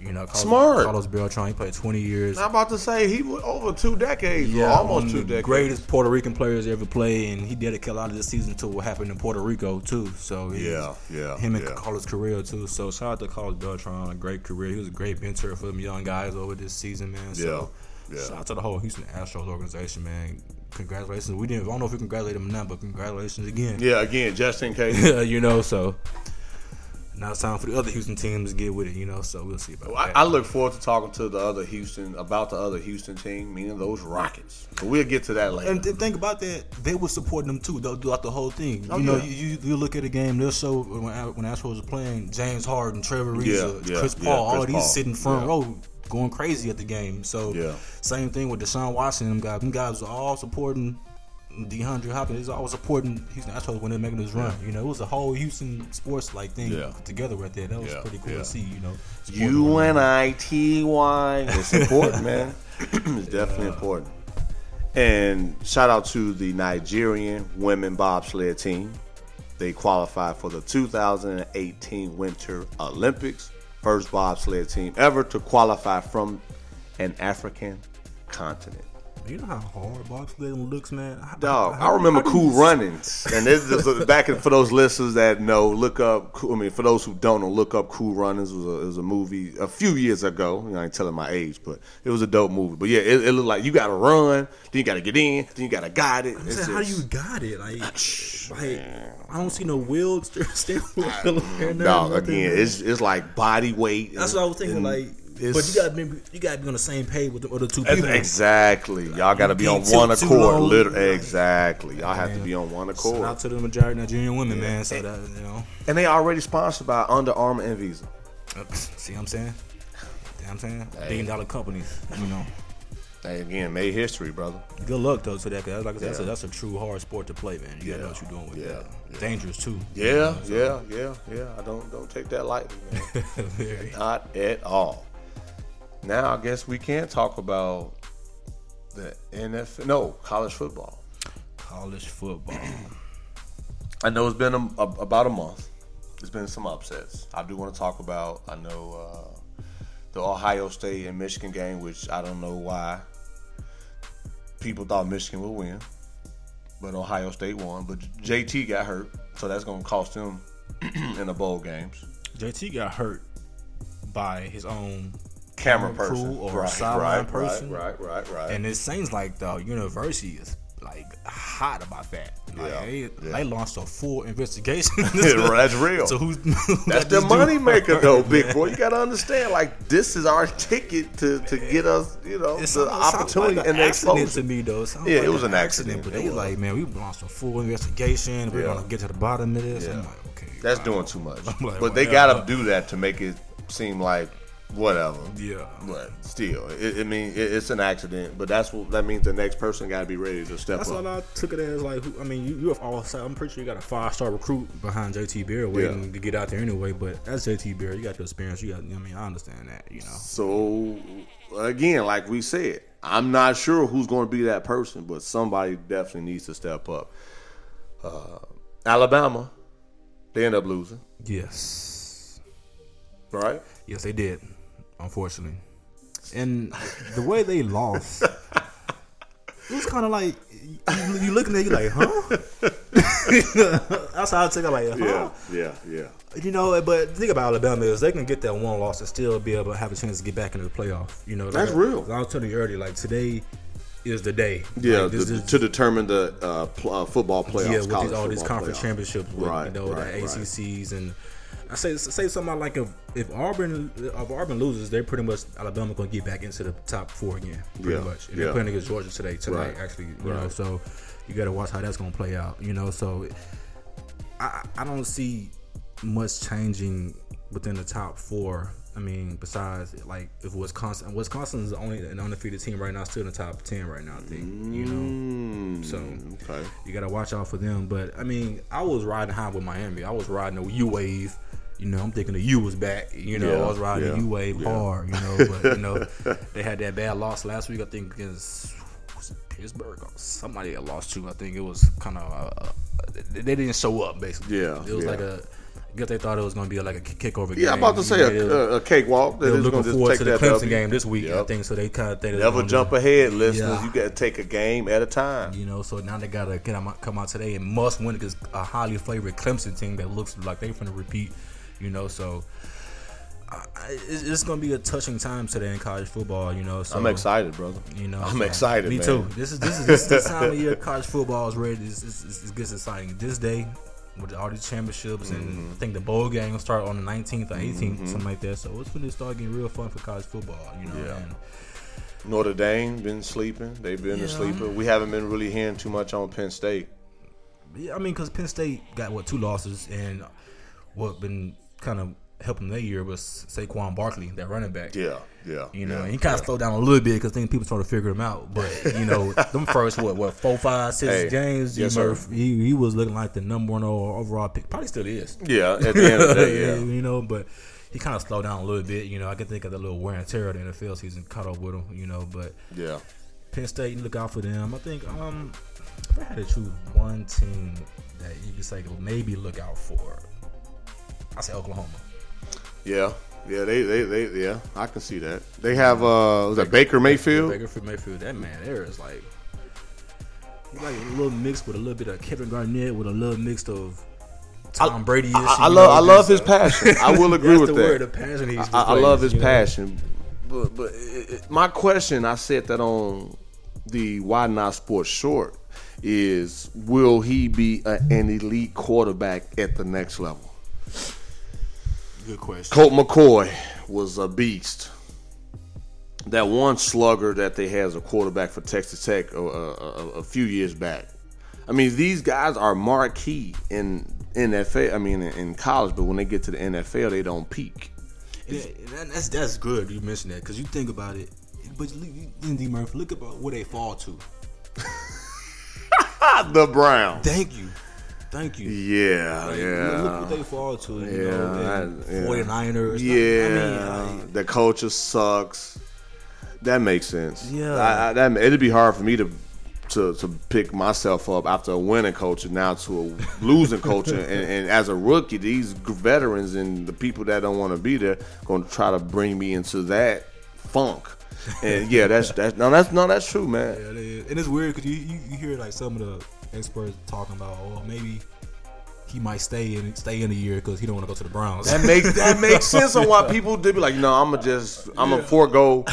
Speaker 4: You know, Carlos,
Speaker 3: Smart.
Speaker 4: Carlos Beltran. He played 20 years.
Speaker 3: I'm about to say he was over two decades, yeah,
Speaker 4: one
Speaker 3: almost
Speaker 4: of
Speaker 3: two
Speaker 4: the
Speaker 3: decades.
Speaker 4: Greatest Puerto Rican players ever played, and he dedicated a lot of this season to what happened in Puerto Rico too. So he's-
Speaker 3: Yeah, yeah,
Speaker 4: him and
Speaker 3: yeah.
Speaker 4: Carlos Carrillo too. So shout out to Carlos Beltran, a great career. He was a great mentor for them young guys over this season, man. So
Speaker 3: Yeah, yeah.
Speaker 4: shout out to the whole Houston Astros organization, man. Congratulations. We didn't. I don't know if we congratulate him or not, but congratulations again.
Speaker 3: Yeah, again, just in case.
Speaker 4: you know, so now it's time for the other Houston teams to get with it, you know. So we'll see about
Speaker 3: I,
Speaker 4: that.
Speaker 3: I look forward to talking to the other Houston about the other Houston team, meaning those Rockets. But we'll get to that later.
Speaker 4: and the thing about that, they were supporting them too though, throughout the whole thing.
Speaker 3: Oh,
Speaker 4: you know,
Speaker 3: yeah.
Speaker 4: you, you you look at a game, they'll show when Al- when Astros was playing, James Harden, Trevor Reza,
Speaker 3: Yeah, yeah,
Speaker 4: Chris
Speaker 3: yeah,
Speaker 4: Paul, all
Speaker 3: Chris
Speaker 4: these
Speaker 3: Paul.
Speaker 4: sitting front
Speaker 3: Yeah.
Speaker 4: row going crazy at the game. So
Speaker 3: Yeah.
Speaker 4: same thing with Deshaun Watson, them guys, them guys were all supporting DeAndre Hopkins. They always supporting Houston Astros when they're making this run. You know, it was a whole Houston sports like thing
Speaker 3: Yeah.
Speaker 4: put together right there. That was
Speaker 3: Yeah,
Speaker 4: pretty cool
Speaker 3: yeah.
Speaker 4: to see. You know, supporting one
Speaker 3: U
Speaker 4: another.
Speaker 3: N I T Y. It's important, man. it's definitely important. And shout out to the Nigerian women bobsled team. They qualified for the 2018 Winter Olympics, first bobsled team ever to qualify from an African continent.
Speaker 4: You know how hard bobsledding looks, man. How-
Speaker 3: Dog,
Speaker 4: how-
Speaker 3: I remember
Speaker 4: how do
Speaker 3: Cool
Speaker 4: you-
Speaker 3: Runnings, and this is just back in, for those listeners that know. Look up, Cool- I mean, for those who don't know, look up Cool Runnings. It was a, it was a movie a few years ago. You know, I ain't telling my age, but it was a dope movie. But yeah, it, it looked like you got to run, then you got to get in, then you got to guide it.
Speaker 4: I
Speaker 3: It's
Speaker 4: said, how do
Speaker 3: just- Ah,
Speaker 4: you got it? Like, like I don't see no wheels, steering wheel, or
Speaker 3: dog
Speaker 4: nothing.
Speaker 3: again? It's it's like body weight.
Speaker 4: that's
Speaker 3: and-
Speaker 4: what I was thinking.
Speaker 3: and
Speaker 4: Like,
Speaker 3: it's-
Speaker 4: but you gotta remember, you gotta be on the same page with the other two
Speaker 3: Ex-
Speaker 4: people.
Speaker 3: Exactly, y'all got to be
Speaker 4: You
Speaker 3: on
Speaker 4: can't
Speaker 3: one
Speaker 4: tilt too
Speaker 3: accord.
Speaker 4: long.
Speaker 3: Liter- exactly, y'all have to
Speaker 4: Man.
Speaker 3: be on one
Speaker 4: Shout
Speaker 3: accord.
Speaker 4: out to the majority Nigerian women, man. So that you know, uh,
Speaker 3: And they already sponsored by Under Armour and Visa.
Speaker 4: see what I'm saying? See what I'm saying billion dollar companies. You know,
Speaker 3: They again made history, brother.
Speaker 4: good luck though to that. 'cause like I said, that's, a,
Speaker 3: Yeah.
Speaker 4: that's a true hard sport to play, man. You gotta
Speaker 3: Yeah.
Speaker 4: know what you're doing with
Speaker 3: Yeah.
Speaker 4: that.
Speaker 3: Yeah.
Speaker 4: Dangerous too.
Speaker 3: Yeah, yeah, yeah, yeah. I don't don't take that lightly, man.
Speaker 4: Very.
Speaker 3: Not at all. Now I guess we can talk about the NFL. No, college football.
Speaker 4: College football.
Speaker 3: I know it's been a, a- about a month. There's been some upsets. I do want to talk about. I know uh, the Ohio State and Michigan game, which I don't know why people thought Michigan would win, but Ohio State won. But JT got hurt, so that's going to cost them in the bowl games.
Speaker 4: JT got hurt by his own,
Speaker 3: camera
Speaker 4: camera
Speaker 3: person
Speaker 4: crew or sideline person.
Speaker 3: Right, right, right.
Speaker 4: and it seems like the university is like hot about that. Like,
Speaker 3: Yeah,
Speaker 4: they,
Speaker 3: yeah.
Speaker 4: they launched a full investigation.
Speaker 3: That's real.
Speaker 4: So who's who
Speaker 3: That's
Speaker 4: got
Speaker 3: the
Speaker 4: this dude
Speaker 3: money maker,
Speaker 4: hurt,
Speaker 3: though, big
Speaker 4: man.
Speaker 3: boy. You gotta understand, like this is our ticket to to get us, you know,
Speaker 4: It
Speaker 3: the
Speaker 4: sounds- it sounds
Speaker 3: opportunity
Speaker 4: like an
Speaker 3: and the
Speaker 4: accident
Speaker 3: exposure.
Speaker 4: to me though. It sounds
Speaker 3: Yeah,
Speaker 4: like
Speaker 3: it was an accident.
Speaker 4: But
Speaker 3: It
Speaker 4: they
Speaker 3: was.
Speaker 4: like, man, we launched a full investigation. We're
Speaker 3: Yeah.
Speaker 4: gonna get to the bottom of this. I'm
Speaker 3: Yeah.
Speaker 4: like, okay,
Speaker 3: That's
Speaker 4: wow.
Speaker 3: doing too much.
Speaker 4: I'm like,
Speaker 3: but they
Speaker 4: wow.
Speaker 3: gotta do that to make it seem like whatever.
Speaker 4: Yeah.
Speaker 3: But still, it, I mean, it, it's an accident. But that's what that means. The next person got to be ready to step
Speaker 4: That's
Speaker 3: up.
Speaker 4: all I took it as. Like, who, I mean, you, you have all. I'm pretty sure you got a five star recruit behind JT Bear waiting
Speaker 3: Yeah.
Speaker 4: to get out there anyway. But that's JT Bear. You got your experience. You got. I mean, I understand that. You know.
Speaker 3: So again, like we said, I'm not sure who's going to be that person, but somebody definitely needs to step up. Uh, Alabama, they end up losing,
Speaker 4: Yes.
Speaker 3: right?
Speaker 4: Yes, they did. Unfortunately, and the way they lost. It was kind of like you, you looking at it, you like, huh? That's how I took it. Like, huh?
Speaker 3: Yeah, yeah, yeah.
Speaker 4: You know, but the thing about Alabama is they can get that one loss and still be able to have a chance to get back into the playoff. You know, like
Speaker 3: That's real.
Speaker 4: I was telling you earlier, like today is the day.
Speaker 3: Yeah,
Speaker 4: Like, this
Speaker 3: to-
Speaker 4: is-
Speaker 3: to determine the uh, pl- uh, football playoffs,
Speaker 4: yeah, with
Speaker 3: college
Speaker 4: these, all these
Speaker 3: football
Speaker 4: conference
Speaker 3: playoffs.
Speaker 4: championships, with,
Speaker 3: Right,
Speaker 4: you know,
Speaker 3: right,
Speaker 4: the
Speaker 3: right.
Speaker 4: ACCs and. I say say something like if if Auburn if Auburn loses, they're pretty much Alabama gonna get back into the top four again, pretty
Speaker 3: Yeah,
Speaker 4: much. And
Speaker 3: yeah.
Speaker 4: they're playing against Georgia today, tonight
Speaker 3: Right,
Speaker 4: actually. You know, so you gotta watch how that's gonna play out. You know, so I I don't see much changing within the top four. I mean, besides like if Wisconsin, Wisconsin is the only an undefeated team right now, still in the top ten right now. I think you know, so
Speaker 3: Mm, Hmm, Okay.
Speaker 4: you gotta watch out for them. But I mean, I was riding high with Miami. I was riding the U wave. You know, I'm thinking the U was back. You know,
Speaker 3: Yeah,
Speaker 4: I was riding
Speaker 3: yeah,
Speaker 4: the U wave hard. You know, but you know, they had that bad loss last week. I think against was it Pittsburgh or somebody that lost to. I think it was kind of uh, they they didn't show up basically.
Speaker 3: Yeah,
Speaker 4: it was
Speaker 3: yeah.
Speaker 4: like a. I guess they thought it was going to be like a kick- kickover game.
Speaker 3: Yeah, I'm about to say
Speaker 4: You know, they
Speaker 3: a, uh,
Speaker 4: were-
Speaker 3: a, a cakewalk.
Speaker 4: they
Speaker 3: They're
Speaker 4: were
Speaker 3: just
Speaker 4: looking
Speaker 3: going to
Speaker 4: forward
Speaker 3: just
Speaker 4: to
Speaker 3: take
Speaker 4: the
Speaker 3: that
Speaker 4: Clemson
Speaker 3: W.
Speaker 4: game this week. I
Speaker 3: Yep.
Speaker 4: think so. They kind of think they was
Speaker 3: Never
Speaker 4: gonna-
Speaker 3: jump ahead, listeners.
Speaker 4: Yeah.
Speaker 3: You got to take a game at a time.
Speaker 4: you know, so now they gotta get out, come out today and must win because a highly flavored Clemson team that looks like they're finna repeat, you know. So I, I- it's, it's gonna be a touching time today in college football, you know. So
Speaker 3: I'm excited, brother.
Speaker 4: You know,
Speaker 3: I'm
Speaker 4: so-
Speaker 3: excited.
Speaker 4: Me
Speaker 3: man.
Speaker 4: too. This is this is this, is the time of year college football is ready. It's, it's, it's, it gets exciting. This day with all these championships
Speaker 3: Mm-hmm.
Speaker 4: and I think the bowl game will start on the 19th or 18th, something like that. So it's gonna start getting real fun for college football, you know.
Speaker 3: Yeah.
Speaker 4: and-
Speaker 3: Notre Dame been sleeping. They've been a
Speaker 4: Yeah.
Speaker 3: sleeper. We haven't been really hearing too much on Penn State.
Speaker 4: Yeah, I mean, because Penn State got what two losses, and what been kind of helping their year was Saquon Barkley, that running back.
Speaker 3: Yeah, yeah.
Speaker 4: You know,
Speaker 3: yeah.
Speaker 4: and he kind of slowed down a little bit because then people started to figure him out. But you know, them first what what four five six
Speaker 3: Hey,
Speaker 4: games,
Speaker 3: yes,
Speaker 4: yes,
Speaker 3: sir.
Speaker 4: Murph, he, he was looking like the number one overall pick, probably still is.
Speaker 3: yeah. At the end of the day, yeah.
Speaker 4: you know, but he kind of slowed down a little bit. You know, I can think of the little wear and tear of the NFL season caught up with him. You know, but
Speaker 3: yeah.
Speaker 4: Penn State, you look out for them. I think um, if I had to choose one team that you could say to maybe look out for, I say Oklahoma.
Speaker 3: Yeah. Yeah, they, they, they, yeah, I can see that. They have, uh, was that Baker Mayfield?
Speaker 4: Baker for Mayfield, that man there is like he's like a little mix with a little bit of Kevin Garnett with a little mix of Tom Brady.
Speaker 3: I, I love, I love his passion. I will agree
Speaker 4: That's
Speaker 3: with
Speaker 4: the
Speaker 3: that.
Speaker 4: word, the passion he used to
Speaker 3: I, I
Speaker 4: play,
Speaker 3: love his
Speaker 4: you know?
Speaker 3: passion, but but it, it, my question, I said that on the Why Not Sports short, is will he be a, an elite quarterback at the next level?
Speaker 4: Good question.
Speaker 3: Colt McCoy was a beast. That one slugger that they had as a quarterback for Texas Tech a, a, a, a few years back. I mean, these guys are marquee in NFL. I mean, in, in college, but when they get to the NFL, they don't peak.
Speaker 4: Yeah, and that's that's good. You mentioned that because you think about it, but you- you- Indy Murphy, look about where they fall to.
Speaker 3: The Browns.
Speaker 4: Thank you, thank you.
Speaker 3: Yeah,
Speaker 4: Like,
Speaker 3: yeah.
Speaker 4: Look, look what they fall to. You
Speaker 3: Yeah,
Speaker 4: know, and
Speaker 3: I- yeah.
Speaker 4: 49ers.
Speaker 3: yeah,
Speaker 4: I mean, like,
Speaker 3: the culture sucks. That makes sense.
Speaker 4: Yeah.
Speaker 3: I, I, that it'd be hard for me to, to to pick myself up after a winning culture now to a losing culture, and, and as a rookie, these g- veterans and the people that don't want to be there going to try to bring me into that funk. And yeah, that's that's no, that's no, that's true, man.
Speaker 4: yeah, it is. And it's weird because you, you, you hear like some of the experts talking about, well, maybe he might stay in stay in a year because he don't want to go to the Browns.
Speaker 3: That makes that makes sense on why people did be like, no, I'm gonna just, I'm gonna forego.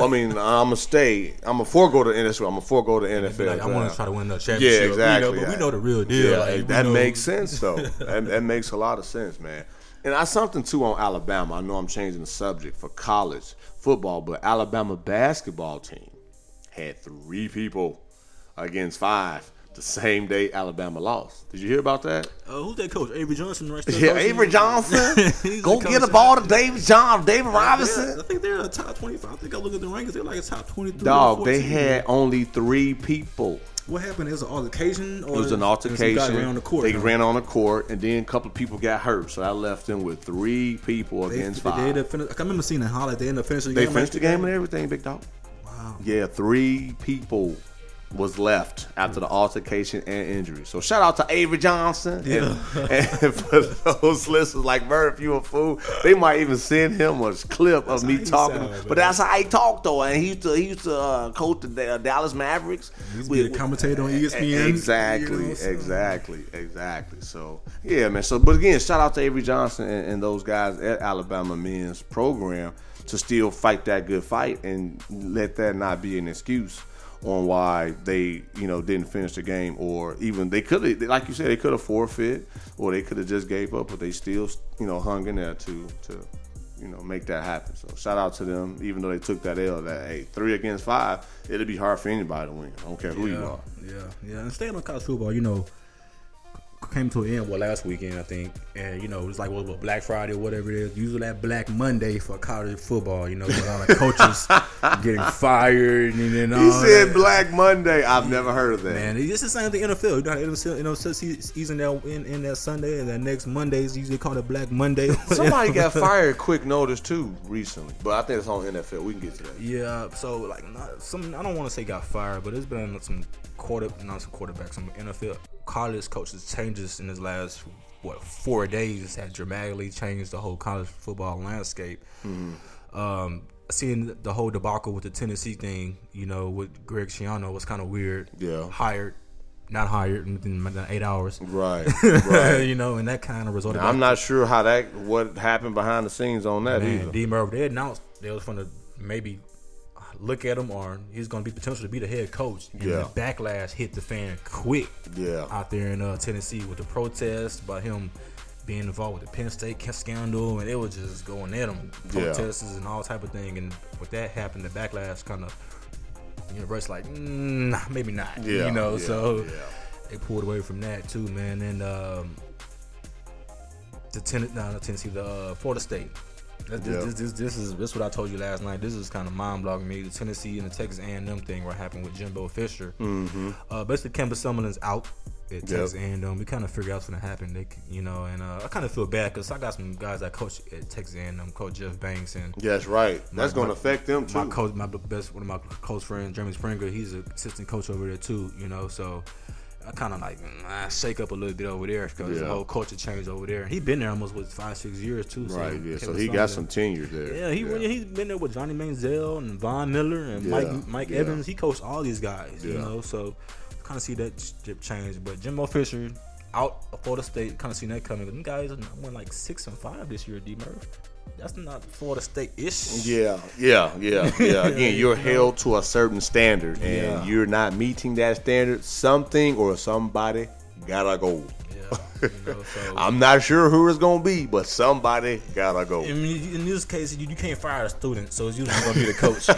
Speaker 3: I mean, I'm gonna stay. I'm gonna forego the NFL. I'm gonna forego the NFL.
Speaker 4: Be like, I want to try to win the championship.
Speaker 3: Yeah,
Speaker 4: you know,
Speaker 3: exactly.
Speaker 4: but we
Speaker 3: yeah.
Speaker 4: know the real deal.
Speaker 3: Yeah,
Speaker 4: like, we
Speaker 3: that
Speaker 4: know-
Speaker 3: makes sense though. that, that makes a lot of sense, man. And I something too on Alabama. I know I'm changing the subject for college football, but Alabama basketball team had three people against five the same day Alabama lost. Did you hear about that?
Speaker 4: Uh, who's that coach? Avery Johnson, right? Still
Speaker 3: Yeah,
Speaker 4: coaching?
Speaker 3: Avery Johnson.
Speaker 4: He's
Speaker 3: go
Speaker 4: the
Speaker 3: get a
Speaker 4: coach.
Speaker 3: ball to David John, David
Speaker 4: Yeah,
Speaker 3: Robinson.
Speaker 4: I think they're a top twenty-five. I think I look at the rankings; they're like a top twenty-three. or
Speaker 3: Dog, they
Speaker 4: 14.
Speaker 3: had only three people.
Speaker 4: What happened? It was an altercation. Or
Speaker 3: It was an
Speaker 4: some guy
Speaker 3: altercation.
Speaker 4: ran on the court.
Speaker 3: they
Speaker 4: huh?
Speaker 3: ran on the court, and then a couple of people got hurt. So I left them with three people
Speaker 4: They,
Speaker 3: against
Speaker 4: they,
Speaker 3: five.
Speaker 4: ended up finish, I remember seeing the highlight. They ended up finishing.
Speaker 3: They
Speaker 4: game
Speaker 3: finished the
Speaker 4: like-
Speaker 3: game and everything, big dog.
Speaker 4: Wow.
Speaker 3: Yeah, three people was left after the altercation and injury. So shout out to Avery Johnson. And- And, for those listeners like Murph, you a fool. They might even send him a clip of me
Speaker 4: how he
Speaker 3: talking.
Speaker 4: sound, man.
Speaker 3: but that's how he talked though. And he used to he used to uh, coach the uh, Dallas Mavericks.
Speaker 4: He used to be a commentator on E ESPN.
Speaker 3: Exactly,
Speaker 4: You know, so-
Speaker 3: exactly, exactly. So yeah, man. So but again, shout out to Avery Johnson and, and those guys at Alabama men's program to still fight that good fight and let that not be an excuse on why they you know didn't finish the game or even they could have like you said they could have forfeit or they could have just gave up but they still you know hung in there to to you know, make that happen. So shout out to them, even though they took that L. That hey, three against five, it'll be hard for anybody to win. I don't care who you
Speaker 4: Yeah,
Speaker 3: are.
Speaker 4: yeah, yeah. And staying on college football, you know, came to an end well last weekend, I think, and you know it's like what, what Black Friday or whatever it is. Usually that Black Monday for college football, you know, with all the coaches getting fired and then all
Speaker 3: He said
Speaker 4: Oh, that.
Speaker 3: Black Monday. I've never heard of that.
Speaker 4: Man, it's just the same thing in the NFL. You know, how NFL, you know, so se- season that in, in that Sunday and that next Monday is usually called a Black Monday.
Speaker 3: Somebody got fired quick notice too recently, but I think it's on NFL. We can get to that.
Speaker 4: Yeah, so like not some I don't want to say got fired, but it's been some quarter not some quarterbacks, some NFL college coaches changes in this last what four days have dramatically changed the whole college football landscape.
Speaker 3: Mm-hmm.
Speaker 4: Um, seeing the whole debacle with the Tennessee thing, you know, with Greg Schiano was kind of weird.
Speaker 3: Yeah.
Speaker 4: hired, not hired within eight hours.
Speaker 3: Right, right.
Speaker 4: you know, and that kind of resulted.
Speaker 3: I'm not sure how that what happened behind the scenes on that
Speaker 4: Man,
Speaker 3: either.
Speaker 4: D. Murph, they announced they was going to maybe look at him or he's going to be potential to be the head coach. And
Speaker 3: Yeah.
Speaker 4: the backlash hit the fan quick
Speaker 3: yeah,
Speaker 4: out there in uh, Tennessee with the protests by him being involved with the Penn State ca- scandal, and it was just going at him,
Speaker 3: Yeah.
Speaker 4: protests and all type of thing. And with that happened, the backlash kind of universe like, mm, nah, maybe not.
Speaker 3: yeah.
Speaker 4: you know,
Speaker 3: yeah,
Speaker 4: so
Speaker 3: yeah.
Speaker 4: they pulled away from that too, man. And um, the ten, no, not Tennessee, the uh, Florida State. This, this-
Speaker 3: Yeah.
Speaker 4: this, this, this is this what I told you last night. This is kind of mind blogging me. The Tennessee and the Texas A&M thing what happened with Jimbo Fisher. Mm-hmm. Uh, basically, Campbell Summerlin's out at Texas A&M. We kind of figure out what's gonna happen. They, c- you know, and uh, I kind of feel bad because I got some guys that coach at Texas A&M, Coach Jeff Banks, and
Speaker 3: Yeah, That's right. That's
Speaker 4: My-
Speaker 3: going to affect them too.
Speaker 4: my coach, my best one of my close friends, Jeremy Springer. He's an assistant coach over there too. You know, so I kind of like mm, I shake up a little bit over there because the
Speaker 3: Yeah.
Speaker 4: whole culture changed over there. He been there almost what five, six years too. so
Speaker 3: right. Yeah. So
Speaker 4: Kevin
Speaker 3: he got some
Speaker 4: Sumlin.
Speaker 3: tenure there.
Speaker 4: Yeah, he he's been there with Johnny Manziel and Von Miller and
Speaker 3: Yeah,
Speaker 4: Mike Mike
Speaker 3: yeah.
Speaker 4: Evans. He coached all these guys. You
Speaker 3: Yeah.
Speaker 4: know, so kind of see that ch- change. But Jimbo Fisher. Out of Florida State, kind of seen that coming. Them guys went like six and five this year, D Murph. That's not Florida State ish.
Speaker 3: Yeah, yeah, yeah, yeah. Again, you're held to a certain standard, and
Speaker 4: Yeah.
Speaker 3: you're not meeting that standard. Something or somebody gotta go.
Speaker 4: Yeah, you know, so.
Speaker 3: I'm not sure who it's gonna be, but somebody gotta go.
Speaker 4: I mean, in this case, you, you can't fire a student, so it's usually going to be the coach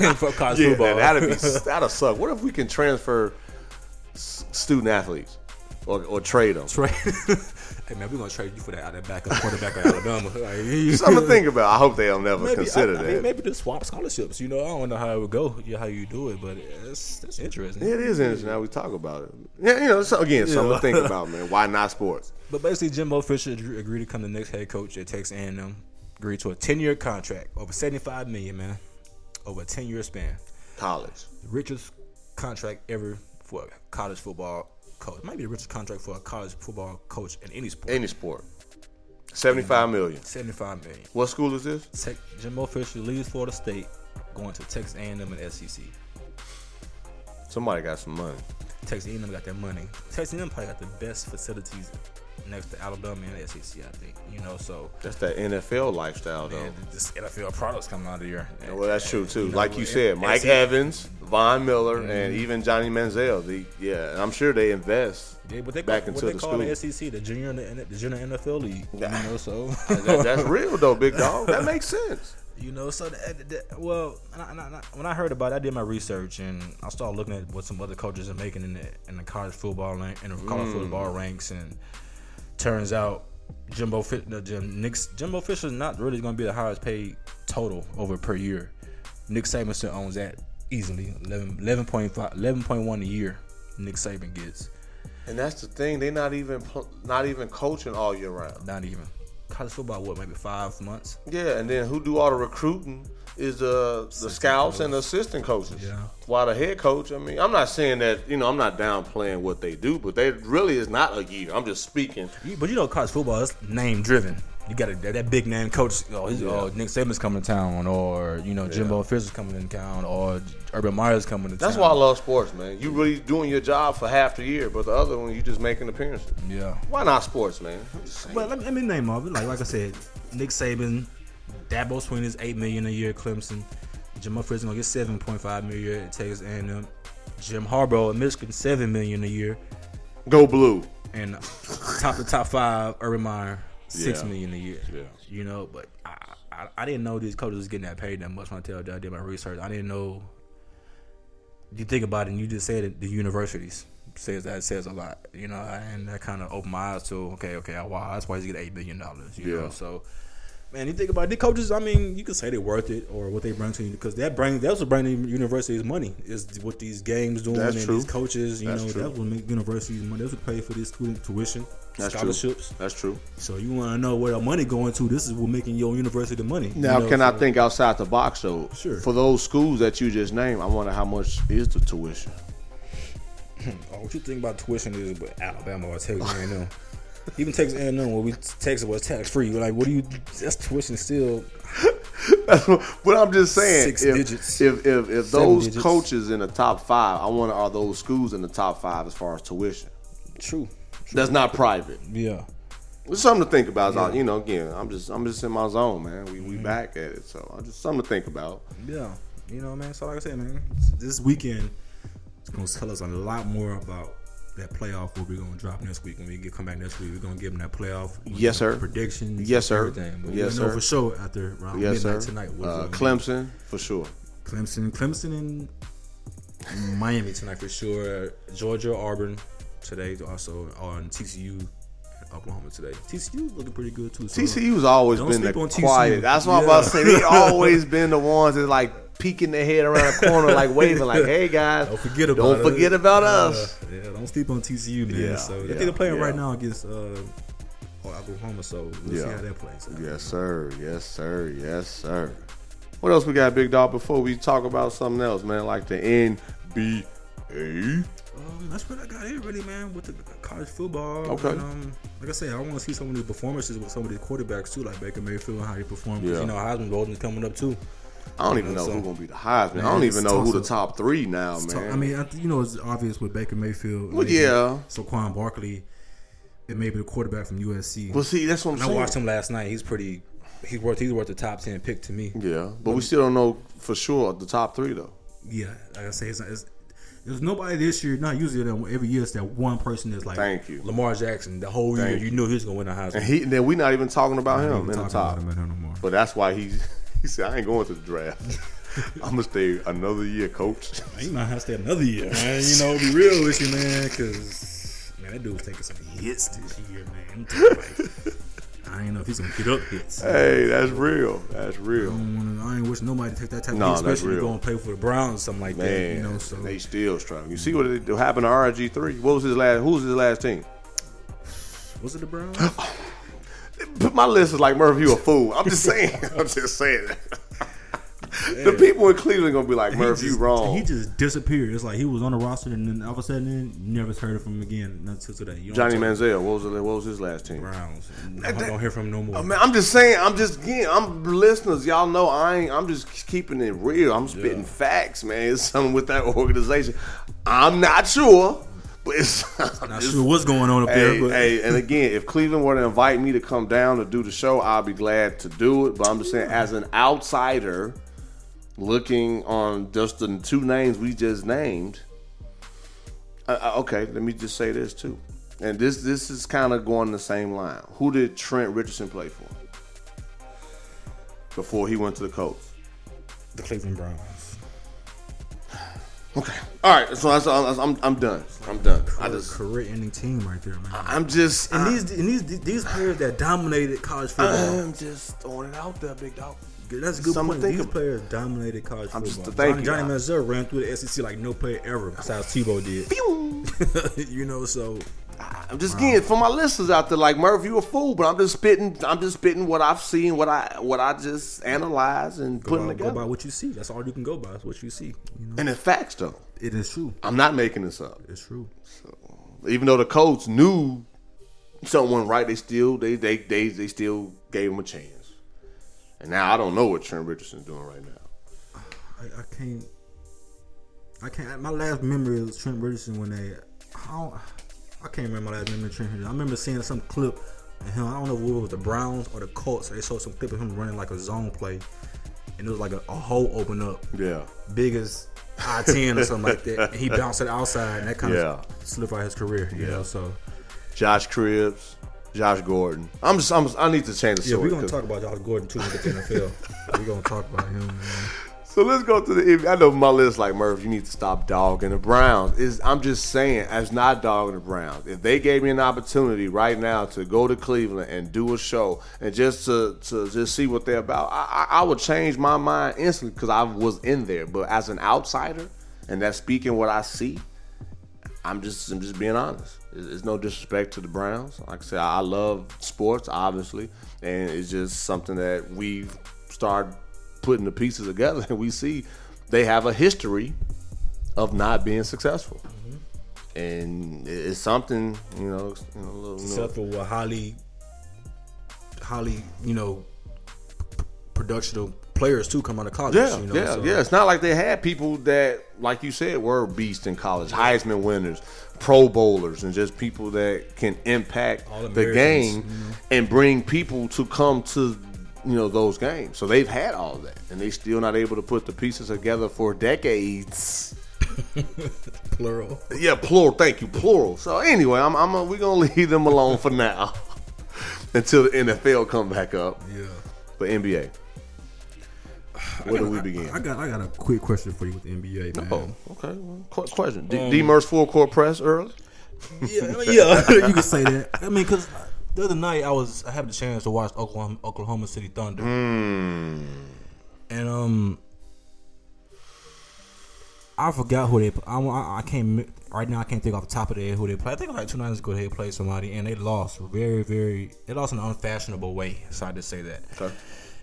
Speaker 4: in- for college
Speaker 3: Yeah,
Speaker 4: football.
Speaker 3: that'd be that'd suck. What if we can transfer s- student athletes or, or trade them?
Speaker 4: Trade. hey man, we're gonna trade you for that out of backup quarterback of Alabama. Like,
Speaker 3: Something to think about. I hope they'll never
Speaker 4: maybe,
Speaker 3: consider
Speaker 4: I, I
Speaker 3: that.
Speaker 4: mean, maybe just swap scholarships. You know, I don't know how it would go, yeah, how you do it, but it's, that's interesting.
Speaker 3: It is interesting how we talk about it. Yeah, you know, so again, something to
Speaker 4: Yeah.
Speaker 3: think about, man. Why not sports?
Speaker 4: But basically, Jimbo Fisher agreed, agreed to come the next head coach at Texas A&M. Agreed to a ten-year contract over seventy-five million, man, over a ten-year span.
Speaker 3: College.
Speaker 4: richest contract ever for a college football coach. Might be the richest contract for a college football coach in any sport.
Speaker 3: Any sport. Seventy-five million.
Speaker 4: Seventy-five million.
Speaker 3: What school is this?
Speaker 4: Tech, Jimbo Fisher leaves Florida State, going to Texas A&M and E SEC.
Speaker 3: Somebody got some money.
Speaker 4: Texas A&M got their money. Texas A&M probably got the best facilities next to Alabama and the SEC. I think you know. So
Speaker 3: That's that NFL lifestyle, though.
Speaker 4: man, this NFL products coming out of here.
Speaker 3: well, that's true too.
Speaker 4: You know, eh, E
Speaker 3: like you
Speaker 4: and-
Speaker 3: said,
Speaker 4: and
Speaker 3: Mike
Speaker 4: see-
Speaker 3: Evans, Von Miller, and
Speaker 4: Mm-hmm.
Speaker 3: even Johnny Manziel. The yeah, and I'm sure they invest
Speaker 4: They, what they
Speaker 3: back
Speaker 4: call,
Speaker 3: into
Speaker 4: what they
Speaker 3: the
Speaker 4: call
Speaker 3: school.
Speaker 4: the SEC, the junior, and the, the junior NFL league.
Speaker 3: Nah.
Speaker 4: You know, so
Speaker 3: That- that's real though, big dog. That makes sense.
Speaker 4: You know, so that, that- well, and I- and I- and I- when I heard about it, I did my research and I started looking at what some other coaches are making in the in the college football lan- in the college football ranks, and turns out Jimbo Fi- no, Jim, Nick's, Jimbo Fisher's not really going to be the highest paid total over per year. Nick Saban still owns that easily 11, 11.5 11.1 a year. Nick Saban gets
Speaker 3: And that's the thing; they're not even pl- not even coaching all year round.
Speaker 4: not even college football. What maybe five months?
Speaker 3: Yeah, and then who do all the recruiting is uh, the scouts and the assistant coaches.
Speaker 4: Yeah.
Speaker 3: While the head coach, I mean, I'm not saying that you know I'm not downplaying what they do, but they really is not a year. I'm just speaking.
Speaker 4: You- But you know, college football is name driven. You got a, that, that big name coach. Oh, his, oh, Nick Saban's coming to town, or you know, Jimbo Fisher's coming to town, or Urban Meyer's coming to
Speaker 3: That's why I
Speaker 4: town.
Speaker 3: love sports, man. You really doing your job for half the year, but the other one you just making appearances.
Speaker 4: Yeah.
Speaker 3: Why not sports, man?
Speaker 4: But let me, let me name off. Like like I said, Nick Saban, Dabo Sweeney is eight million a year. Clemson, Jimbo Fisher's gonna get seven point five million a year at Texas A&M. Jim Harbaugh at Michigan seven million a year,
Speaker 3: Go blue.
Speaker 4: and top the top five Urban Meyer six
Speaker 3: Yeah.
Speaker 4: million a year.
Speaker 3: Yeah.
Speaker 4: You know, but I, I I didn't know these coaches was getting that paid that much when I tell you I did my research. I didn't know. You think about it, and you just said it, the universities says that says a lot, you know, and that kind of opened my eyes to okay, okay, wow, that's why he's getting eight billion dollars, you
Speaker 3: Yeah.
Speaker 4: know. So, man, you think about it, the coaches. I mean, you could say they're worth it or what they bring to you because that bring that's what bring the universities money is what these games doing
Speaker 3: That's
Speaker 4: and
Speaker 3: true.
Speaker 4: these coaches, you
Speaker 3: That's
Speaker 4: know,
Speaker 3: true.
Speaker 4: that's what make universities money. That's what pay for this student tuition, scholarships.
Speaker 3: True. That's true.
Speaker 4: So you want to know where the money going to? This is what making your university the money.
Speaker 3: Now,
Speaker 4: you know,
Speaker 3: can
Speaker 4: so-
Speaker 3: I think outside the box though?
Speaker 4: Sure.
Speaker 3: For those schools that you just named, I wonder how much is the tuition.
Speaker 4: Oh, what you think about tuition is with Alabama or Texas A&M? Even Texas A&M, where we Texas was tax free. Like, what do you? That's tuition is still.
Speaker 3: but I'm just saying,
Speaker 4: Six
Speaker 3: if,
Speaker 4: digits.
Speaker 3: if if if
Speaker 4: Seven
Speaker 3: those
Speaker 4: digits.
Speaker 3: coaches in the top five, I wonder are those schools in the top five as far as tuition?
Speaker 4: True.
Speaker 3: That's not private.
Speaker 4: Yeah.
Speaker 3: It's something to think about. You know, again, I'm just I'm just in my zone, man. We
Speaker 4: Mm-hmm.
Speaker 3: we back at it, so I just something to think about.
Speaker 4: Yeah. You know, man. So like I said, man, this weekend is gonna tell us a lot more about that playoff. What we're gonna drop next week when we get come back next week. We're gonna give them that playoff.
Speaker 3: Yes, sir.
Speaker 4: Predictions.
Speaker 3: Yes, sir.
Speaker 4: Everything. But
Speaker 3: Yes,
Speaker 4: we know
Speaker 3: sir.
Speaker 4: for sure after around
Speaker 3: Yes, sir.
Speaker 4: midnight tonight. what it's
Speaker 3: Uh,
Speaker 4: gonna be.
Speaker 3: Clemson for sure.
Speaker 4: Clemson, Clemson, and Miami tonight for sure. Georgia, Auburn today also on TCU, and Oklahoma today. TCU looking pretty good too. So
Speaker 3: TCU's always
Speaker 4: Don't
Speaker 3: been
Speaker 4: sleep on
Speaker 3: the
Speaker 4: TCU.
Speaker 3: quiet. That's what I'm
Speaker 4: Yeah.
Speaker 3: about to say. They always been the ones that like peeking their head around the corner, like waving, like, "Hey guys,
Speaker 4: Don't forget about
Speaker 3: don't
Speaker 4: us.
Speaker 3: forget about
Speaker 4: Uh,
Speaker 3: us."
Speaker 4: yeah, don't sleep on TCU, man.
Speaker 3: Yeah,
Speaker 4: so
Speaker 3: yeah,
Speaker 4: I think they're playing
Speaker 3: yeah.
Speaker 4: right now against uh, Oklahoma. So we'll see
Speaker 3: Yeah.
Speaker 4: how that plays. Out.
Speaker 3: Yes, sir. Yes, sir. Yes, sir. What else we got, Big Dog? Before we talk about something else, man, like the NBA.
Speaker 4: Um, that's what I got here, really, man, with the college football.
Speaker 3: Okay.
Speaker 4: And, um, like I say, I want to see some of these performances with some of these quarterbacks too, like Baker Mayfield and how he performed. 'cause,
Speaker 3: Yeah.
Speaker 4: You know, Heisman Golden is coming up too.
Speaker 3: I don't even know
Speaker 4: So-
Speaker 3: who's gonna be the highest, man. I don't
Speaker 4: Man,
Speaker 3: even
Speaker 4: it's
Speaker 3: know who the
Speaker 4: toss-up.
Speaker 3: top three now,
Speaker 4: So,
Speaker 3: Oh, man.
Speaker 4: I mean, I th- you know, it's obvious with Baker Mayfield.
Speaker 3: Well,
Speaker 4: maybe
Speaker 3: yeah.
Speaker 4: Saquon Barkley, and maybe the quarterback from USC.
Speaker 3: well, see, that's what I'm
Speaker 4: and I
Speaker 3: saying.
Speaker 4: watched him last night. He's pretty. He's worth. He's worth the top ten pick to me.
Speaker 3: Yeah, but we still don't know for sure the top three though.
Speaker 4: Yeah, like I say, it's, it's, there's nobody this year. Not usually that every year. It's that one person that's like.
Speaker 3: Thank you.
Speaker 4: Lamar Jackson. The whole
Speaker 3: Thank
Speaker 4: year, you knew he was gonna win the Heisman.
Speaker 3: And he, and then we're not even talking about
Speaker 4: Don't
Speaker 3: him
Speaker 4: even
Speaker 3: in the
Speaker 4: talk
Speaker 3: top.
Speaker 4: about him at all no more.
Speaker 3: But that's why he he said, "I ain't going to the draft. I'm gonna stay another year, coach."
Speaker 4: He might have to stay another year, man. You know, be real with you, man, because man, that dude was taking some hits this year, man. I'm talking like, I ain't know if he's gonna get up hits.
Speaker 3: hey, that's real. That's real.
Speaker 4: I, don't wanna, I ain't wish nobody to take that type
Speaker 3: Nah,
Speaker 4: of
Speaker 3: that's
Speaker 4: hit, especially
Speaker 3: real.
Speaker 4: going to play for the Browns or something like that.
Speaker 3: Man,
Speaker 4: You know, so
Speaker 3: they still strong. You see what it- what happened to RG three? What was his last? Who was his last team?
Speaker 4: was it the Browns?
Speaker 3: But my list is like Murph, you a fool. I'm just saying. I'm just saying. the people in Cleveland gonna be like
Speaker 4: He
Speaker 3: Murph, you
Speaker 4: just-
Speaker 3: wrong.
Speaker 4: He just disappeared. It's like he was on the roster and then all of a sudden, then you never heard of him again until today. You don't
Speaker 3: Johnny
Speaker 4: talk
Speaker 3: Manziel. What was the, what was his last team?
Speaker 4: Browns. I don't hear from him no more.
Speaker 3: I mean, I'm just saying. I'm just again. I'm listeners. Y'all know I ain't. I'm just keeping it real. I'm spitting facts, man. It's something with that organization. I'm not sure, but it's I'm
Speaker 4: Not
Speaker 3: just-
Speaker 4: sure what's going on up
Speaker 3: Hey,
Speaker 4: there, but
Speaker 3: hey, and again, if Cleveland were to invite me to come down to do the show, I'll be glad to do it. But I'm just saying, as an outsider looking on just the two names we just named, I, I- okay, let me just say this too. And this this is kind of going the same line. Who did Trent Richardson play for? before he went to the Colts?
Speaker 4: The Cleveland Browns.
Speaker 3: Okay. All right. So that's all. I'm I'm done. I'm done. I just
Speaker 4: Career-ending team right there, man.
Speaker 3: I'm just
Speaker 4: and these and these these players that dominated college football.
Speaker 3: I'm just throwing it out there, big dog.
Speaker 4: That's a good
Speaker 3: Something
Speaker 4: point.
Speaker 3: to Uh-huh. think
Speaker 4: These
Speaker 3: about.
Speaker 4: players dominated college
Speaker 3: I'm just-
Speaker 4: football.
Speaker 3: thank
Speaker 4: Johnny,
Speaker 3: you.
Speaker 4: Johnny Manziel ran through the SEC like no player ever besides Tebow did. you know, so
Speaker 3: I'm just again for my listeners out there, like Murph, you a fool, but I'm just spitting. I'm just spitting what I've seen, what I what I just analyze and
Speaker 4: go
Speaker 3: putting
Speaker 4: by, go
Speaker 3: together.
Speaker 4: by what you see. That's all you can go by. Is what you see. You know,
Speaker 3: and it's facts though.
Speaker 4: it is true.
Speaker 3: I'm not making this up.
Speaker 4: It's true.
Speaker 3: Even though the Colts knew someone right, they still they they they, they still gave him a chance. And now I don't know what Trent Richardson's doing right now.
Speaker 4: I, I can't. I can't. My last memory is Trent Richardson when they. I, don't, I can't remember my last memory of Trent Richardson. I remember seeing some clip of him. I don't know if it was the Browns or the Colts. They showed some clip of him running like a zone play, and it was like a, a hole open up,
Speaker 3: Yeah.
Speaker 4: big as I ten or something like that. And he bounced it outside, and that kind
Speaker 3: Yeah.
Speaker 4: of solidified his career. You know, so
Speaker 3: Josh Cribs, Josh Gordon. I'm just I'm just, I need to change the
Speaker 4: yeah, we're
Speaker 3: story.
Speaker 4: gonna
Speaker 3: 'cause-
Speaker 4: talk about Josh Gordon too with the NFL. we're gonna talk about him. Man.
Speaker 3: So let's go to the. I know my list like Murph. You need to stop dogging the Browns. Is I'm just saying, as not dogging the Browns. If they gave me an opportunity right now to go to Cleveland and do a show and just to to just see what they're about, I, I, I would change my mind instantly because I was in there. But as an outsider and that's speaking what I see, I'm just I'm just being honest. It's, it's no disrespect to the Browns. Like I said, I love sports, obviously, and it's just something that we've started putting the pieces together, and we see they have a history of not being successful, and it- it's something you know, you know, a little- you know,
Speaker 4: except for what highly, highly, you know, p- productional players too come out of college.
Speaker 3: Yeah,
Speaker 4: you know,
Speaker 3: yeah,
Speaker 4: so
Speaker 3: yeah. It's not like they had people that, like you said, were beasts in college, Heisman winners, Pro Bowlers, and just people that can impact the
Speaker 4: All-Americans,
Speaker 3: game
Speaker 4: you
Speaker 3: and bring people to come to you know those games. So they've had all that, and they still not able to put the pieces together for decades.
Speaker 4: plural.
Speaker 3: Yeah, plural. Thank you, plural. So anyway, I'm, I'm we're gonna leave them alone for now until the NFL come back up.
Speaker 4: Yeah.
Speaker 3: But NBA, where do we begin?
Speaker 4: I got I got a quick question for you with the NBA, man.
Speaker 3: Oh, okay. Well, qu- question. D,
Speaker 4: Um,
Speaker 3: D Merce full court press early?
Speaker 4: Yeah, I mean, yeah, you can say that. I mean, because the other night I was I had the chance to watch Oklahoma Oklahoma City Thunder, and um, I forgot who they. pl- I, I, I can't mi- right now. I can't think off the top of their head who they played. I think it was like two nights ago they played somebody and they lost very very. They lost in an unfashionable way. So I just say that.
Speaker 3: Okay.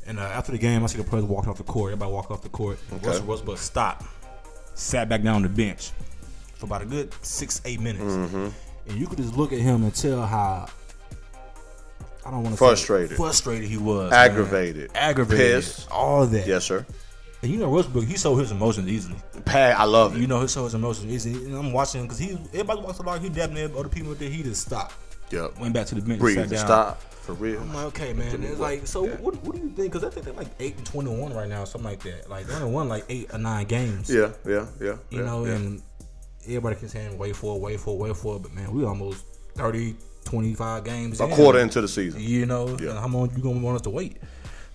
Speaker 4: And uh, after the game, I see the players walking off the court. Everybody walk off the court. Russell Westbrook stopped, sat back down on the bench for about a good six eight minutes,
Speaker 3: Mm-hmm.
Speaker 4: and you could just look at him and tell how I don't want to
Speaker 3: Frustrated.
Speaker 4: frustrated he was, man.
Speaker 3: Aggravated.
Speaker 4: aggravated,
Speaker 3: Pissed.
Speaker 4: all that.
Speaker 3: Yes, sir.
Speaker 4: And you know Westbrook, he showed his emotions easily.
Speaker 3: Pat, I love it.
Speaker 4: You know he showed his emotions easily. And I'm watching him because he everybody walks along. He dabbing at other people did. He just stopped,
Speaker 3: yep.
Speaker 4: went back to the bench,
Speaker 3: Breathe.
Speaker 4: sat down.
Speaker 3: Stop. For real.
Speaker 4: I'm like, okay, man. It's like, so what, what do you think? Because I think they're like eight and twenty-one right now, something like that. Like they only won like eight or nine games.
Speaker 3: yeah, yeah, yeah.
Speaker 4: you
Speaker 3: yeah,
Speaker 4: know,
Speaker 3: yeah.
Speaker 4: and everybody keeps saying wait for it, wait for it, wait for it, but man, we almost 30, 25 games.
Speaker 3: a
Speaker 4: in.
Speaker 3: quarter into the season.
Speaker 4: You know,
Speaker 3: Yeah.
Speaker 4: and how long you gonna want us to wait?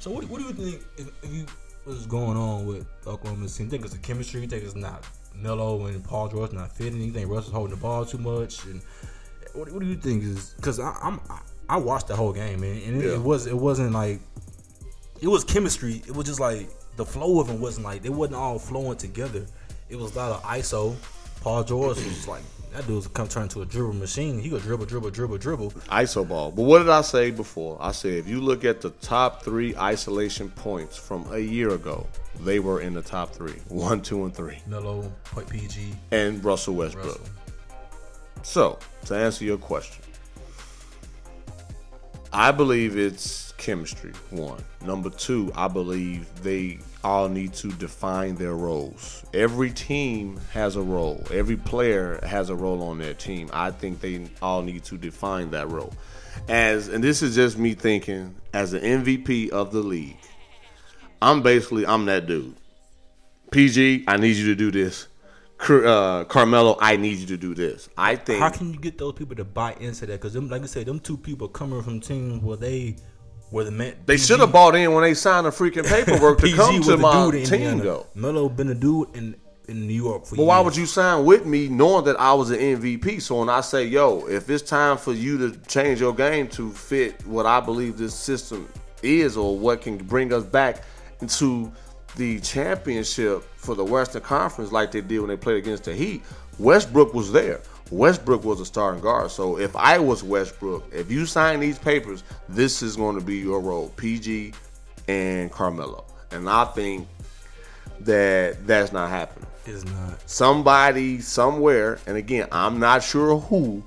Speaker 4: So what, what do you think if, if you what's going on with Oklahoma City? You think it's the chemistry? You think it's not Melo and Paul George not fitting? You think Russell's holding the ball too much? And what, what do you think is because I'm I, I watched the whole game and, and it,
Speaker 3: Yeah.
Speaker 4: it was it wasn't like it was chemistry. It was just like the flow of them wasn't like they wasn't all flowing together. It was a lot of ISO. Paul George was just like that dude's come turn into a dribble machine. He could dribble, dribble, dribble, dribble.
Speaker 3: ISO ball. But what did I say before? I said if you look at the top three isolation points from a year ago, they were in the top three. One, two, and three.
Speaker 4: Melo, PG,
Speaker 3: And Russell Westbrook.
Speaker 4: Russell.
Speaker 3: So, to answer your question, I believe it's chemistry, one. Number two, I believe they all need to define their roles. Every team has a role, every player has a role on their team. I think they all need to define that role. As and this is just me thinking as an MVP of the league. I'm basically I'm that dude. PG, I need you to do this. Car- Uh, Carmelo, I need you to do this. I think
Speaker 4: How can you get those people to buy into that? Because them, like I said, them two people coming from teams where they Where the man
Speaker 3: They
Speaker 4: PG
Speaker 3: should have bought in when they signed the freaking paperwork to
Speaker 4: PG
Speaker 3: come
Speaker 4: was
Speaker 3: to
Speaker 4: the
Speaker 3: my
Speaker 4: dude in
Speaker 3: team,
Speaker 4: Indiana.
Speaker 3: though.
Speaker 4: Melo been a dude in in New York for
Speaker 3: But why would you sign with me knowing that I was an MVP? So when I say, yo, if it's time for you to change your game to fit what I believe this system is or what can bring us back into the championship for the Western Conference like they did when they played against the Heat, Westbrook was there. Westbrook was a starting guard. So if I was Westbrook, if you sign these papers, this is going to be your role, PG and Carmelo. And I think that that's not happening
Speaker 4: Is not.
Speaker 3: somebody somewhere, and again, I'm not sure who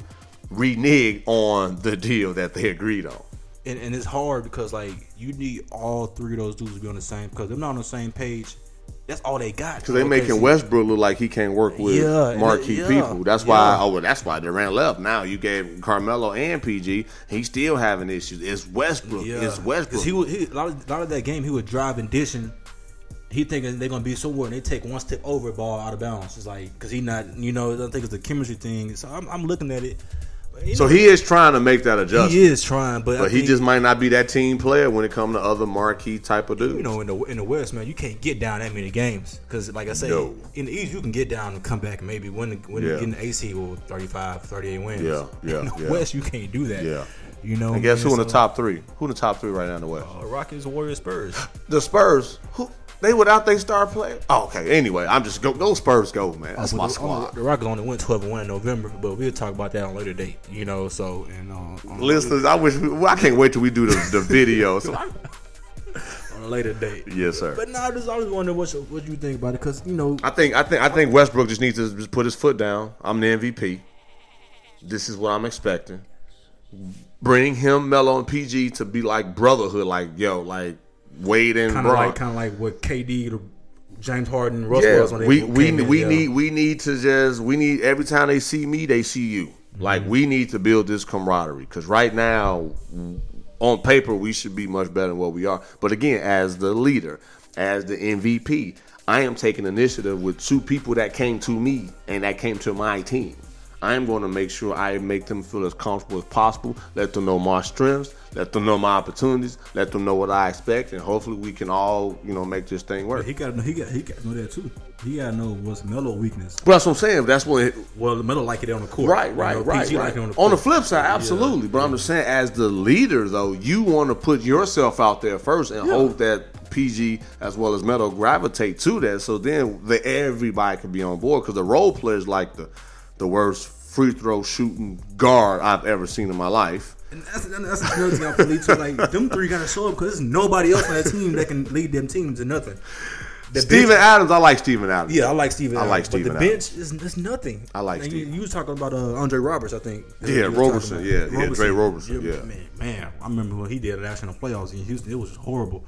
Speaker 3: reneged on the deal that they agreed on.
Speaker 4: and, and it's hard because like you need all three of those dudes to be on the same because they're not on the same page. That's all they got.
Speaker 3: Because they making Westbrook look like he can't work with
Speaker 4: Oh, Yeah, and
Speaker 3: marquee
Speaker 4: it- yeah,
Speaker 3: people. That's why.
Speaker 4: yeah.
Speaker 3: Oh, well, that's why Durant left. Now you gave Carmelo and PG. He's still having issues. It's Westbrook. It's Westbrook.
Speaker 4: Because he was he, a, lot of, a lot of that game he was driving, dishing. He thinking they're gonna be somewhere and they take one step over ball out of bounds. It's like because he not you know I don't think it's the chemistry thing. So I'm, I'm looking at it. But, you
Speaker 3: so
Speaker 4: know,
Speaker 3: he is trying to make that adjustment,
Speaker 4: he is trying, but, I
Speaker 3: but he
Speaker 4: think,
Speaker 3: just might not be that team player when it comes to other marquee type of dudes.
Speaker 4: you know in the in the West man you can't get down that many games because like I say
Speaker 3: No.
Speaker 4: in the East you can get down and come back and maybe when when
Speaker 3: Yeah.
Speaker 4: you get in the AC well 35 38 wins.
Speaker 3: Yeah, yeah,
Speaker 4: In the
Speaker 3: yeah.
Speaker 4: West you can't do that.
Speaker 3: Yeah.
Speaker 4: You know.
Speaker 3: and guess who in the
Speaker 4: so-
Speaker 3: top three? Who in the top three right now in the West?
Speaker 4: Uh, Rockets, Warriors, Spurs.
Speaker 3: the Spurs, who they without they star player. Oh, okay. Anyway, I'm just go go Spurs go man. That's
Speaker 4: But
Speaker 3: my
Speaker 4: Oh, the-
Speaker 3: squad.
Speaker 4: The Rockets uh, only went 12 and 1 in November, but we'll talk about that on a later date, you know. So, and uh, on,
Speaker 3: Listeners, I wish we, well, I can't wait till we do the, the video. So,
Speaker 4: on a later date.
Speaker 3: yes, sir.
Speaker 4: But now I just always wonder what you, what you think about it because, you know,
Speaker 3: I think I think I think Westbrook just needs to just put his foot down. I'm the MVP. This is what I'm expecting. Bring him Melo and PG to be like brotherhood, like yo, like Wade and
Speaker 4: kind of
Speaker 3: Bron.
Speaker 4: like kind of like what KD, to James Harden, Russell
Speaker 3: yeah,
Speaker 4: was when they
Speaker 3: we
Speaker 4: came
Speaker 3: we
Speaker 4: in,
Speaker 3: we
Speaker 4: yeah.
Speaker 3: need we need to just we need every time they see me, they see you.
Speaker 4: Mm-hmm.
Speaker 3: Like we need to build this camaraderie because right now, on paper, we should be much better than what we are. But again, as the leader, as the MVP, I am taking initiative with two people that came to me and that came to my team. I am going to make sure I make them feel as comfortable as possible. Let them know my strengths. Let them know my opportunities. Let them know what I expect, and hopefully we can all, you know, make this thing work.
Speaker 4: He got to he got he got to know that too. He got to know what's Melo weakness.
Speaker 3: But that's what I'm saying. That's what
Speaker 4: Well, Melo like it on the court,
Speaker 3: Right,
Speaker 4: You
Speaker 3: right,
Speaker 4: know,
Speaker 3: right.
Speaker 4: PG
Speaker 3: right.
Speaker 4: Like it
Speaker 3: on,
Speaker 4: on
Speaker 3: the
Speaker 4: the court.
Speaker 3: flip side, absolutely. But I'm just saying, as the leader, though, you want to put yourself out there first and hope that PG as well as Metal gravitate to that. So then the, everybody can be on board because the role players like the the worst free throw shooting guard I've ever seen in my life.
Speaker 4: And that's, and that's another thing I believe too. Like them three got to show up because there's nobody else on that team that can lead them teams to nothing. The
Speaker 3: Steven
Speaker 4: bench-
Speaker 3: Adams, I like Steven Adams.
Speaker 4: Yeah, I like Steven.
Speaker 3: I
Speaker 4: Adams,
Speaker 3: like
Speaker 4: But
Speaker 3: Steven
Speaker 4: the
Speaker 3: Adams.
Speaker 4: bench is, is nothing.
Speaker 3: I like
Speaker 4: And
Speaker 3: Steven.
Speaker 4: You, you was talking about uh, Andre Roberts, I think.
Speaker 3: Yeah,
Speaker 4: You was talking
Speaker 3: Roberson,
Speaker 4: about.
Speaker 3: yeah, yeah, Dre Roberson, yeah.
Speaker 4: Man, man, I remember when he did it actually in the playoffs in Houston. It was just horrible,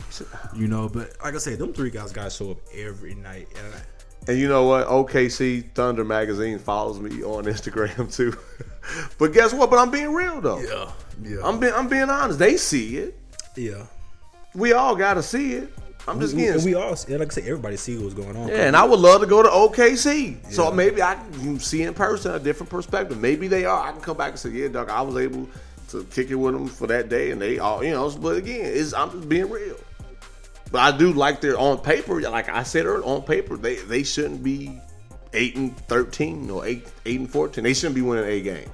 Speaker 4: you know. But like I said, them three guys got to show up every night. And I,
Speaker 3: And you know what? OKC Thunder magazine follows me on Instagram too. but guess what? But I'm being real though.
Speaker 4: yeah, yeah,
Speaker 3: I'm being I'm being honest. They see it.
Speaker 4: yeah.
Speaker 3: We all gotta see it. I'm just
Speaker 4: We,
Speaker 3: getting.
Speaker 4: and we all, yeah, like I said, everybody see what's going on.
Speaker 3: yeah, and I would love to go to OKC. So maybe I can see in person a different perspective. Maybe they are. I can come back and say, yeah, Doc, I was able to kick it with them for that day, and they all, you know. But again, it's, I'm just being real. But I do like they're on paper. Like I said earlier, on paper they they shouldn't be eight and thirteen or eight eight and fourteen. They shouldn't be winning eight games.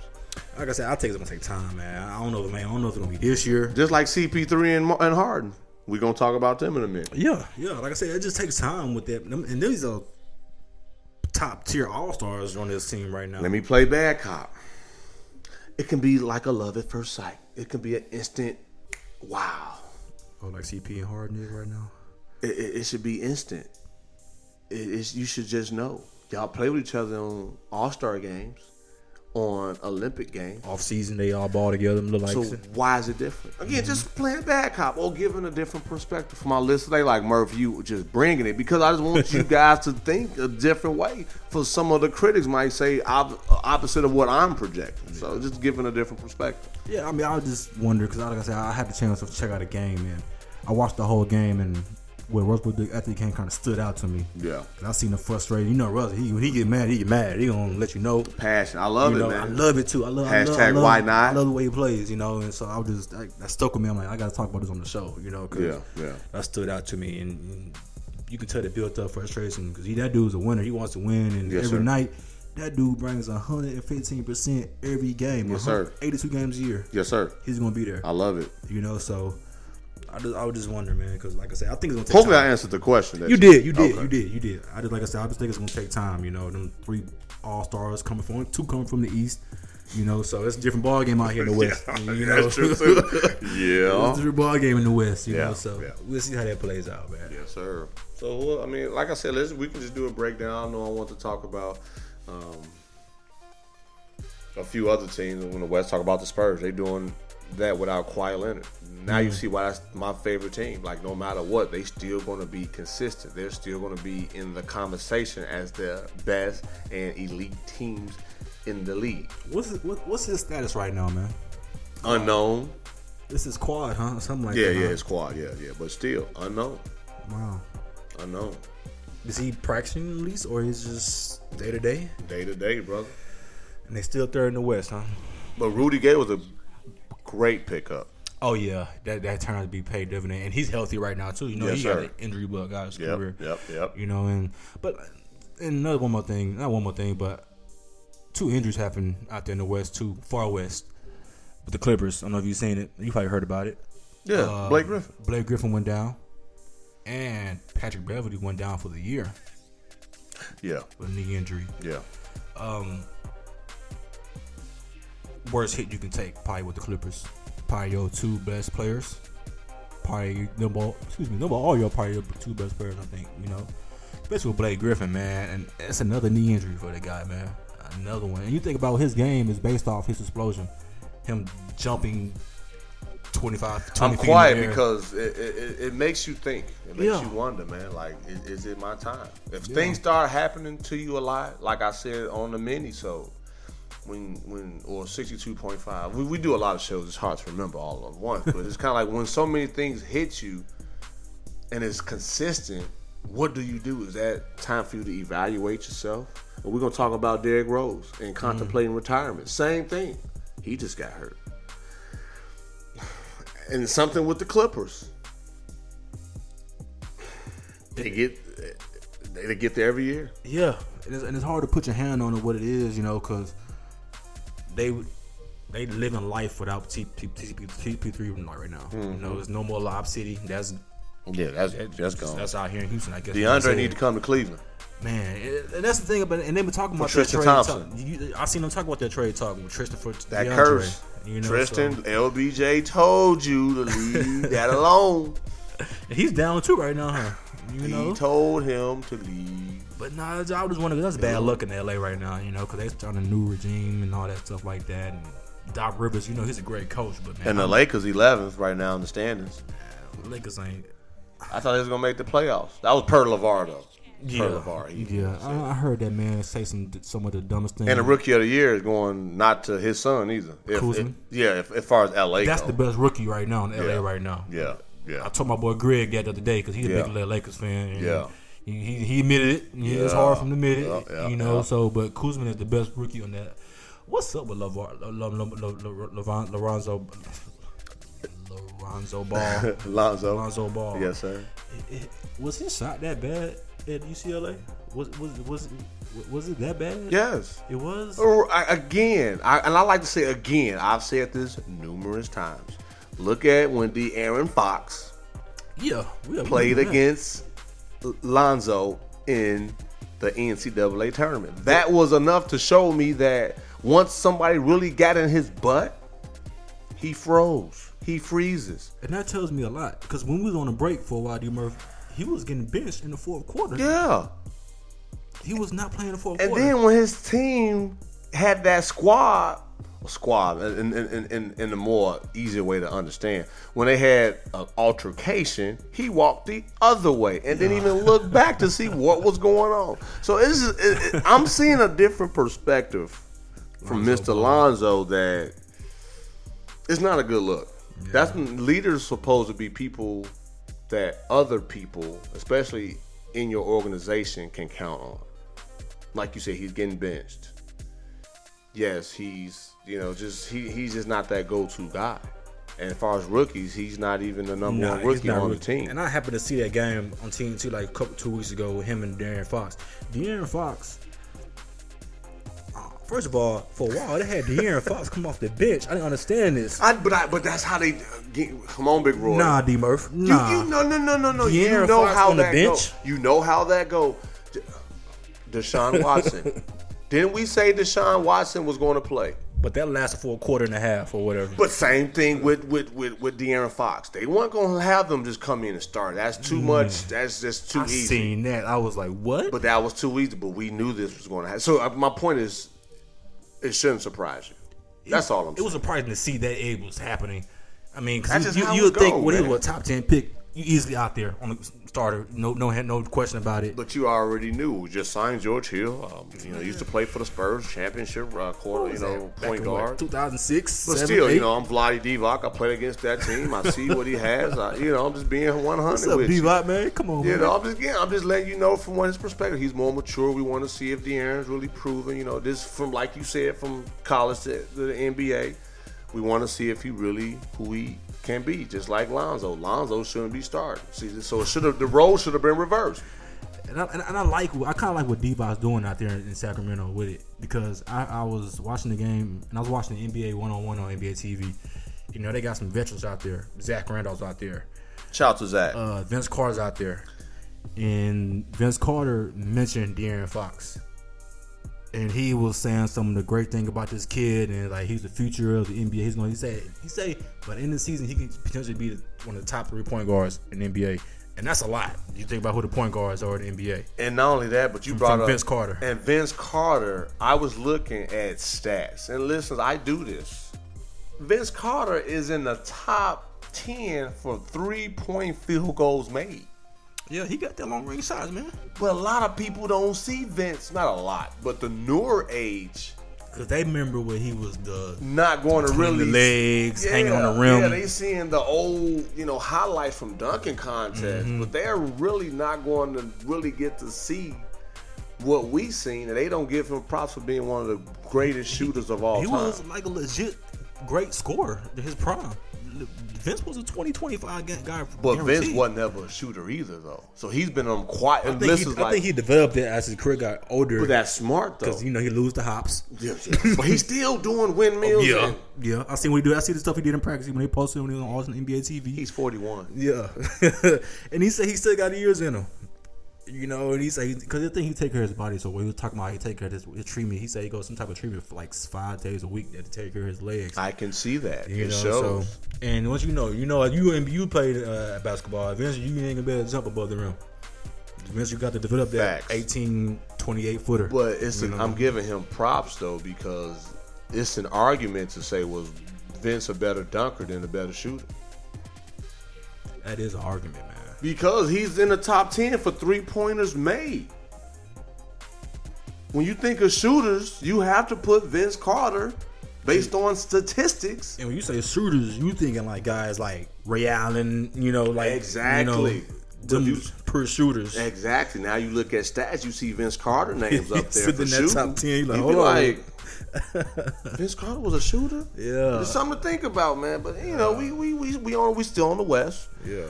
Speaker 4: Like I said, I think it's gonna take time, man. I don't know, man. I don't know if it's gonna be this year.
Speaker 3: Just like CP3 and, Mo- and Harden. We're gonna talk about them in a minute.
Speaker 4: Yeah, yeah. Like I said, it just takes time with that. Them- And these are top tier all stars on this team right now.
Speaker 3: Let me play bad cop. It can be like a love at first sight. It can be an instant wow.
Speaker 4: oh, like CP and Harden is right now.
Speaker 3: It, it, it should be instant. It, it's, you should just know. Y'all play with each other on All Star games, on Olympic games.
Speaker 4: Off season, they all ball together. and Look like
Speaker 3: So why is it different? Again, just playing bad cop or giving a different perspective for my listeners. They like Murph, you just bringing it because I just want you guys to think a different way. For some of the critics might say op- opposite of what I'm projecting. So just giving a different perspective.
Speaker 4: yeah. I mean, I just wonder because, like I said, I had the chance to check out a game and I watched the whole game and where Russell did after he came kind of stood out to me.
Speaker 3: Yeah.
Speaker 4: 'Cause I seen him frustrated. You know, Russell, he when he get mad, he get mad. He gonna let you know.
Speaker 3: Passion. I love
Speaker 4: you
Speaker 3: it,
Speaker 4: know,
Speaker 3: man.
Speaker 4: I love it too. I love I love, I
Speaker 3: Hashtag
Speaker 4: love,
Speaker 3: why not?
Speaker 4: I love the way he plays, you know. And so I was just I, that stuck with me. I'm like, I gotta talk about this on the show, you know. 'cause
Speaker 3: Yeah, yeah.
Speaker 4: That stood out to me, and, and you can tell the built up frustration because he that dude's a winner. He wants to win, and
Speaker 3: Yes,
Speaker 4: every
Speaker 3: sir.
Speaker 4: night that dude brings 115 percent every game.
Speaker 3: Yes, sir.
Speaker 4: 82 games a year.
Speaker 3: yes, sir.
Speaker 4: He's gonna be there,
Speaker 3: I love it.
Speaker 4: you know. So I just I was just wondering, man, because like I said, I think it's gonna take
Speaker 3: Hopefully,
Speaker 4: time.
Speaker 3: I answered the question. that
Speaker 4: You did, you did,
Speaker 3: Okay.
Speaker 4: you did, you did. I just like I said, I just think it's gonna take time. You know, them three all stars coming from two coming from the east. You know, so it's a different ball game out here in the west. you know,
Speaker 3: That's true, too.
Speaker 4: it's a
Speaker 3: yeah.
Speaker 4: different ball game in the west. You
Speaker 3: Yeah,
Speaker 4: know, so
Speaker 3: yeah.
Speaker 4: we'll see how that plays out, man.
Speaker 3: Yes, sir. So well, I mean, like I said, let's we can just do a breakdown. I know I want to talk about um, a few other teams in the West. Talk about the Spurs. They doing that without Kawhi Leonard. Now
Speaker 4: Mm-hmm.
Speaker 3: you see why that's my favorite team. Like no matter what, they still going to be consistent. They're still going to be in the conversation as the best and elite teams in the league.
Speaker 4: What's his, what, what's his status right now, man?
Speaker 3: Unknown.
Speaker 4: This is quad, huh? Something like
Speaker 3: Yeah,
Speaker 4: that.
Speaker 3: yeah,
Speaker 4: huh?
Speaker 3: it's quad. Yeah, yeah, but still unknown.
Speaker 4: Wow.
Speaker 3: Unknown.
Speaker 4: Is he practicing at least, or is just day to day?
Speaker 3: Day to day, brother.
Speaker 4: And they still third in the west, huh?
Speaker 3: But Rudy Gay was a great pickup.
Speaker 4: Oh yeah, that that turned out to be paid dividend, and he's healthy right now too. You know,
Speaker 3: Yes,
Speaker 4: he
Speaker 3: sir.
Speaker 4: got the injury bug out of his
Speaker 3: Yep,
Speaker 4: career.
Speaker 3: yep, yep.
Speaker 4: You know, and but and another one more thing, not one more thing, but two injuries happened out there in the West, too, far West, with the Clippers. I don't know if you've seen it. You probably heard about it.
Speaker 3: Yeah,
Speaker 4: Um,
Speaker 3: Blake Griffin.
Speaker 4: Blake Griffin went down, and Patrick Beverly went down for the year
Speaker 3: Yeah,
Speaker 4: with a knee injury.
Speaker 3: yeah,
Speaker 4: Um, worst hit you can take probably with the Clippers. Probably your two best players. Probably number excuse me, number all your probably your two best players. I think you know, especially with Blake Griffin, man, and that's another knee injury for the guy, man. Another one. And you think about his game is based off his explosion, him jumping 25, 20
Speaker 3: I'm
Speaker 4: feet in
Speaker 3: quiet
Speaker 4: the air.
Speaker 3: because it, it, it- it makes you think. It makes
Speaker 4: Yeah.
Speaker 3: you wonder, man. Like, is, is it my time? If things start happening to you a lot, like I said on the mini, so when when or 62.5, we, we do a lot of shows. It's hard to remember all of once, but it's kind of like when so many things hit you, and it's consistent, what do you do? Is that time for you to evaluate yourself? And we're gonna talk about Derrick Rose
Speaker 4: Mm-hmm.
Speaker 3: and contemplating retirement. Same thing. He just got hurt. And something with the Clippers. They get they they get there every year.
Speaker 4: Yeah, and it's, and it's hard to put your hand on it what it is, you know, because they they living life without TP, TP, TP3 right now.
Speaker 3: Mm-hmm.
Speaker 4: You know, there's no more Lob City. That's
Speaker 3: Yeah, that's
Speaker 4: That's out here in Houston, I guess. you could
Speaker 3: DeAndre
Speaker 4: say.
Speaker 3: need to come to Cleveland.
Speaker 4: man, and- and that's the thing about it. And they've been talking about
Speaker 3: Tristan
Speaker 4: that trade
Speaker 3: Thompson.
Speaker 4: Talk. You, I seen them talk about that trade talk with Tristan for
Speaker 3: That
Speaker 4: DeAndre,
Speaker 3: curse.
Speaker 4: You know,
Speaker 3: Tristan,
Speaker 4: so-
Speaker 3: LBJ told you to leave that alone.
Speaker 4: and he's down too right now, huh? You know,
Speaker 3: He told him to leave.
Speaker 4: But nah, I just wonder that's bad luck in LA right now, you know, because they're starting a new regime and all that stuff like that. And Doc Rivers, you know, he's a great coach, but man,
Speaker 3: And the Lakers 11th right now in the standings.
Speaker 4: Lakers ain't.
Speaker 3: I thought they was gonna make the playoffs. That was per Lavar though. Per Lavar. He-
Speaker 4: yeah. I, I heard that man say some some of the dumbest things.
Speaker 3: And the rookie of the year is going not to his son either. If,
Speaker 4: Kuzma?
Speaker 3: if- yeah, if, as far as LA
Speaker 4: That's
Speaker 3: go.
Speaker 4: the best rookie right now in LA
Speaker 3: Yeah.
Speaker 4: right now.
Speaker 3: Yeah,
Speaker 4: I
Speaker 3: yeah.
Speaker 4: told my boy Greg that the other day because he's
Speaker 3: Yeah.
Speaker 4: a big Lakers fan. and
Speaker 3: Yeah.
Speaker 4: He, he, he admitted it. Yeah, It's
Speaker 3: Yeah.
Speaker 4: hard for him to admit it.
Speaker 3: Yeah, yeah,
Speaker 4: you know,
Speaker 3: yeah.
Speaker 4: so, but Kuzman is the best rookie on that. What's up with Lavar, La, La, La, La, La, Lorenzo, Lorenzo Ball?
Speaker 3: Lonzo.
Speaker 4: Lonzo Ball.
Speaker 3: Yes, sir.
Speaker 4: It- Was his shot that bad at UCLA? Was was was was it that bad?
Speaker 3: Yes.
Speaker 4: it was.
Speaker 3: Or, I- Again, I, and I like to say again, I've said this numerous times. Look at when De'Aaron Fox
Speaker 4: Yeah, we are-
Speaker 3: played
Speaker 4: we are-
Speaker 3: against Lonzo in the NCAA tournament. That was enough to show me that once somebody really got in his butt, he froze. He freezes.
Speaker 4: and that tells me a lot because when we was on a break for a while, D Murph, he was getting benched in the fourth quarter.
Speaker 3: Yeah.
Speaker 4: he was not playing the fourth
Speaker 3: And
Speaker 4: quarter.
Speaker 3: then when his team had that squad, squad, in, in, in- in, in the more easier way to understand, when they had an altercation, he walked the other way and didn't even look back to see what was going on. So it's, just- it, it- I'm seeing a different perspective from Mr. Lonzo that it's not a good look. That's leaders supposed to be people that other people, especially in your organization, can count on. Like you said, he's getting benched. Yes, he's you know just he he's just not that go-to guy. And as far as rookies, he's not even the number
Speaker 4: Nah,
Speaker 3: one
Speaker 4: he's
Speaker 3: rookie
Speaker 4: not
Speaker 3: on
Speaker 4: really-
Speaker 3: the team.
Speaker 4: And I happened to see that game on team two like a couple two weeks ago with him and Darren Fox. De'Aaron Fox. uh, First of all, for a while they had De'Aaron Fox come off the bench. I didn't understand this.
Speaker 3: I, but I, but that's how they uh, get, come on, Big Roy.
Speaker 4: Nah, D Murph.
Speaker 3: You,
Speaker 4: Nah.
Speaker 3: you no no no no no.
Speaker 4: De'Aaron
Speaker 3: you know
Speaker 4: Fox
Speaker 3: how
Speaker 4: on the
Speaker 3: that
Speaker 4: bench?
Speaker 3: go. You know how that go. D- Deshaun Watson. Didn't we say Deshaun Watson was going to play?
Speaker 4: But that lasted for a quarter and a half or whatever.
Speaker 3: But same thing with with with, with De'Aaron Fox. They weren't going to have them just come in and start. That's too much. That's just too
Speaker 4: Mm. I
Speaker 3: easy.
Speaker 4: seen that. I was like, what?
Speaker 3: But that was too easy. But we knew this was going to happen. So uh, my point is, it shouldn't surprise you. That's all I'm
Speaker 4: It
Speaker 3: saying.
Speaker 4: was surprising to see that it was happening. I mean,
Speaker 3: That's
Speaker 4: because
Speaker 3: just
Speaker 4: you,
Speaker 3: how
Speaker 4: you,
Speaker 3: it
Speaker 4: would think
Speaker 3: go,
Speaker 4: when he
Speaker 3: man.
Speaker 4: was a top ten pick, you easily out there on the starter. No, no, no question about it.
Speaker 3: But you already knew. We just signed George Hill. Um, you know, used to play for the Spurs, championship uh, quarter. You know, point guard.
Speaker 4: two thousand six.
Speaker 3: But still, you know, I'm Vladi Divac. I played against that team. I see what he has. I, you know, I'm just being 100
Speaker 4: what's up,
Speaker 3: with
Speaker 4: D
Speaker 3: you.
Speaker 4: Rock man? Come on,
Speaker 3: You
Speaker 4: man.
Speaker 3: know, I'm just yeah, I'm just letting you know from his perspective. He's more mature. We want to see if De'Aaron's really proven. You know, this from like you said, from college to to the NBA. We want to see if he really who he can be. Just like Lonzo, Lonzo shouldn't be starting. See, so it should have the role should have been reversed.
Speaker 4: and I, and, and I like I kind of like what Devi's doing out there in, in Sacramento with it because I, I was watching the game and I was watching the NBA one on one on NBA TV. You know they got some veterans out there. Zach Randolph's out there.
Speaker 3: Shout to Zach.
Speaker 4: Uh, Vince Carter's out there, and Vince Carter mentioned De'Aaron Fox, and he was saying some of the great thing about this kid and like he's the future of the NBA. He's going to say he say, but in the season he could potentially be one of the top three point guards in the NBA. And that's a lot. You think about who the point guards are in the NBA.
Speaker 3: And not only that, but you brought up
Speaker 4: Vince Carter.
Speaker 3: And Vince Carter, I was looking at stats. And listen, I do this. Vince Carter is in the top 10 for three point field goals made.
Speaker 4: Yeah, he got that long range size, man.
Speaker 3: But a lot of people don't see Vince, not a lot, but the newer age
Speaker 4: Cause they remember when he was the
Speaker 3: not going to
Speaker 4: between
Speaker 3: really
Speaker 4: the legs, hanging on the rim.
Speaker 3: Yeah, they seeing the old, you know, highlights from dunking contests,
Speaker 4: Mm-hmm.
Speaker 3: but they're really not going to really get to see what we seen, and they don't give him props for being one of the greatest shooters of all
Speaker 4: he
Speaker 3: time.
Speaker 4: was like a legit great scorer. in His prime. Vince was a 20, 25 ga- guy.
Speaker 3: but Vince
Speaker 4: guaranteed.
Speaker 3: wasn't ever a shooter either, though. So he's been on quiet.
Speaker 4: I
Speaker 3: And
Speaker 4: think,
Speaker 3: this
Speaker 4: he,
Speaker 3: is
Speaker 4: I
Speaker 3: like
Speaker 4: think he developed it as his career got older.
Speaker 3: but that's smart though.
Speaker 4: Because you know he lose the hops.
Speaker 3: Yeah, yeah. but he's still doing windmills. and-
Speaker 4: yeah. I seen what he do. I see the stuff he did in practice when they posted when he was on Austin NBA TV.
Speaker 3: he's forty one.
Speaker 4: yeah, and he said he still got years in him. You know, and he said because the thing he take care of his body. So when he was talking about he take care of his, his treatment, he said he goes some type of treatment for like five days a week to take care of his legs.
Speaker 3: I can see that.
Speaker 4: You
Speaker 3: it
Speaker 4: know,
Speaker 3: shows.
Speaker 4: so and once you know, you know, you and you played uh, basketball. Eventually, you ain't gonna be able to jump above the rim. Eventually, you got to develop that
Speaker 3: Facts.
Speaker 4: 18, 28 footer.
Speaker 3: But it's
Speaker 4: You
Speaker 3: a,
Speaker 4: know?
Speaker 3: I'm giving him props though because it's an argument to say was Vince a better dunker than a better shooter
Speaker 4: that is an argument, man.
Speaker 3: because he's in the top ten for three pointers made. When you think of shooters, you have to put Vince Carter based on statistics.
Speaker 4: And when you say shooters, you thinking like guys like Ray Allen, you know, like
Speaker 3: Exactly.
Speaker 4: you know,
Speaker 3: But
Speaker 4: them
Speaker 3: you-
Speaker 4: per shooters.
Speaker 3: Exactly. Now you look at stats, you see Vince Carter names up there
Speaker 4: Sitting
Speaker 3: for
Speaker 4: in that
Speaker 3: shooting.
Speaker 4: top 10, you like,
Speaker 3: you be
Speaker 4: hold on.
Speaker 3: like, Vince Carter was a shooter.
Speaker 4: Yeah.
Speaker 3: it's something to think about, man. But you know, we we we we on we still on the West.
Speaker 4: Yeah,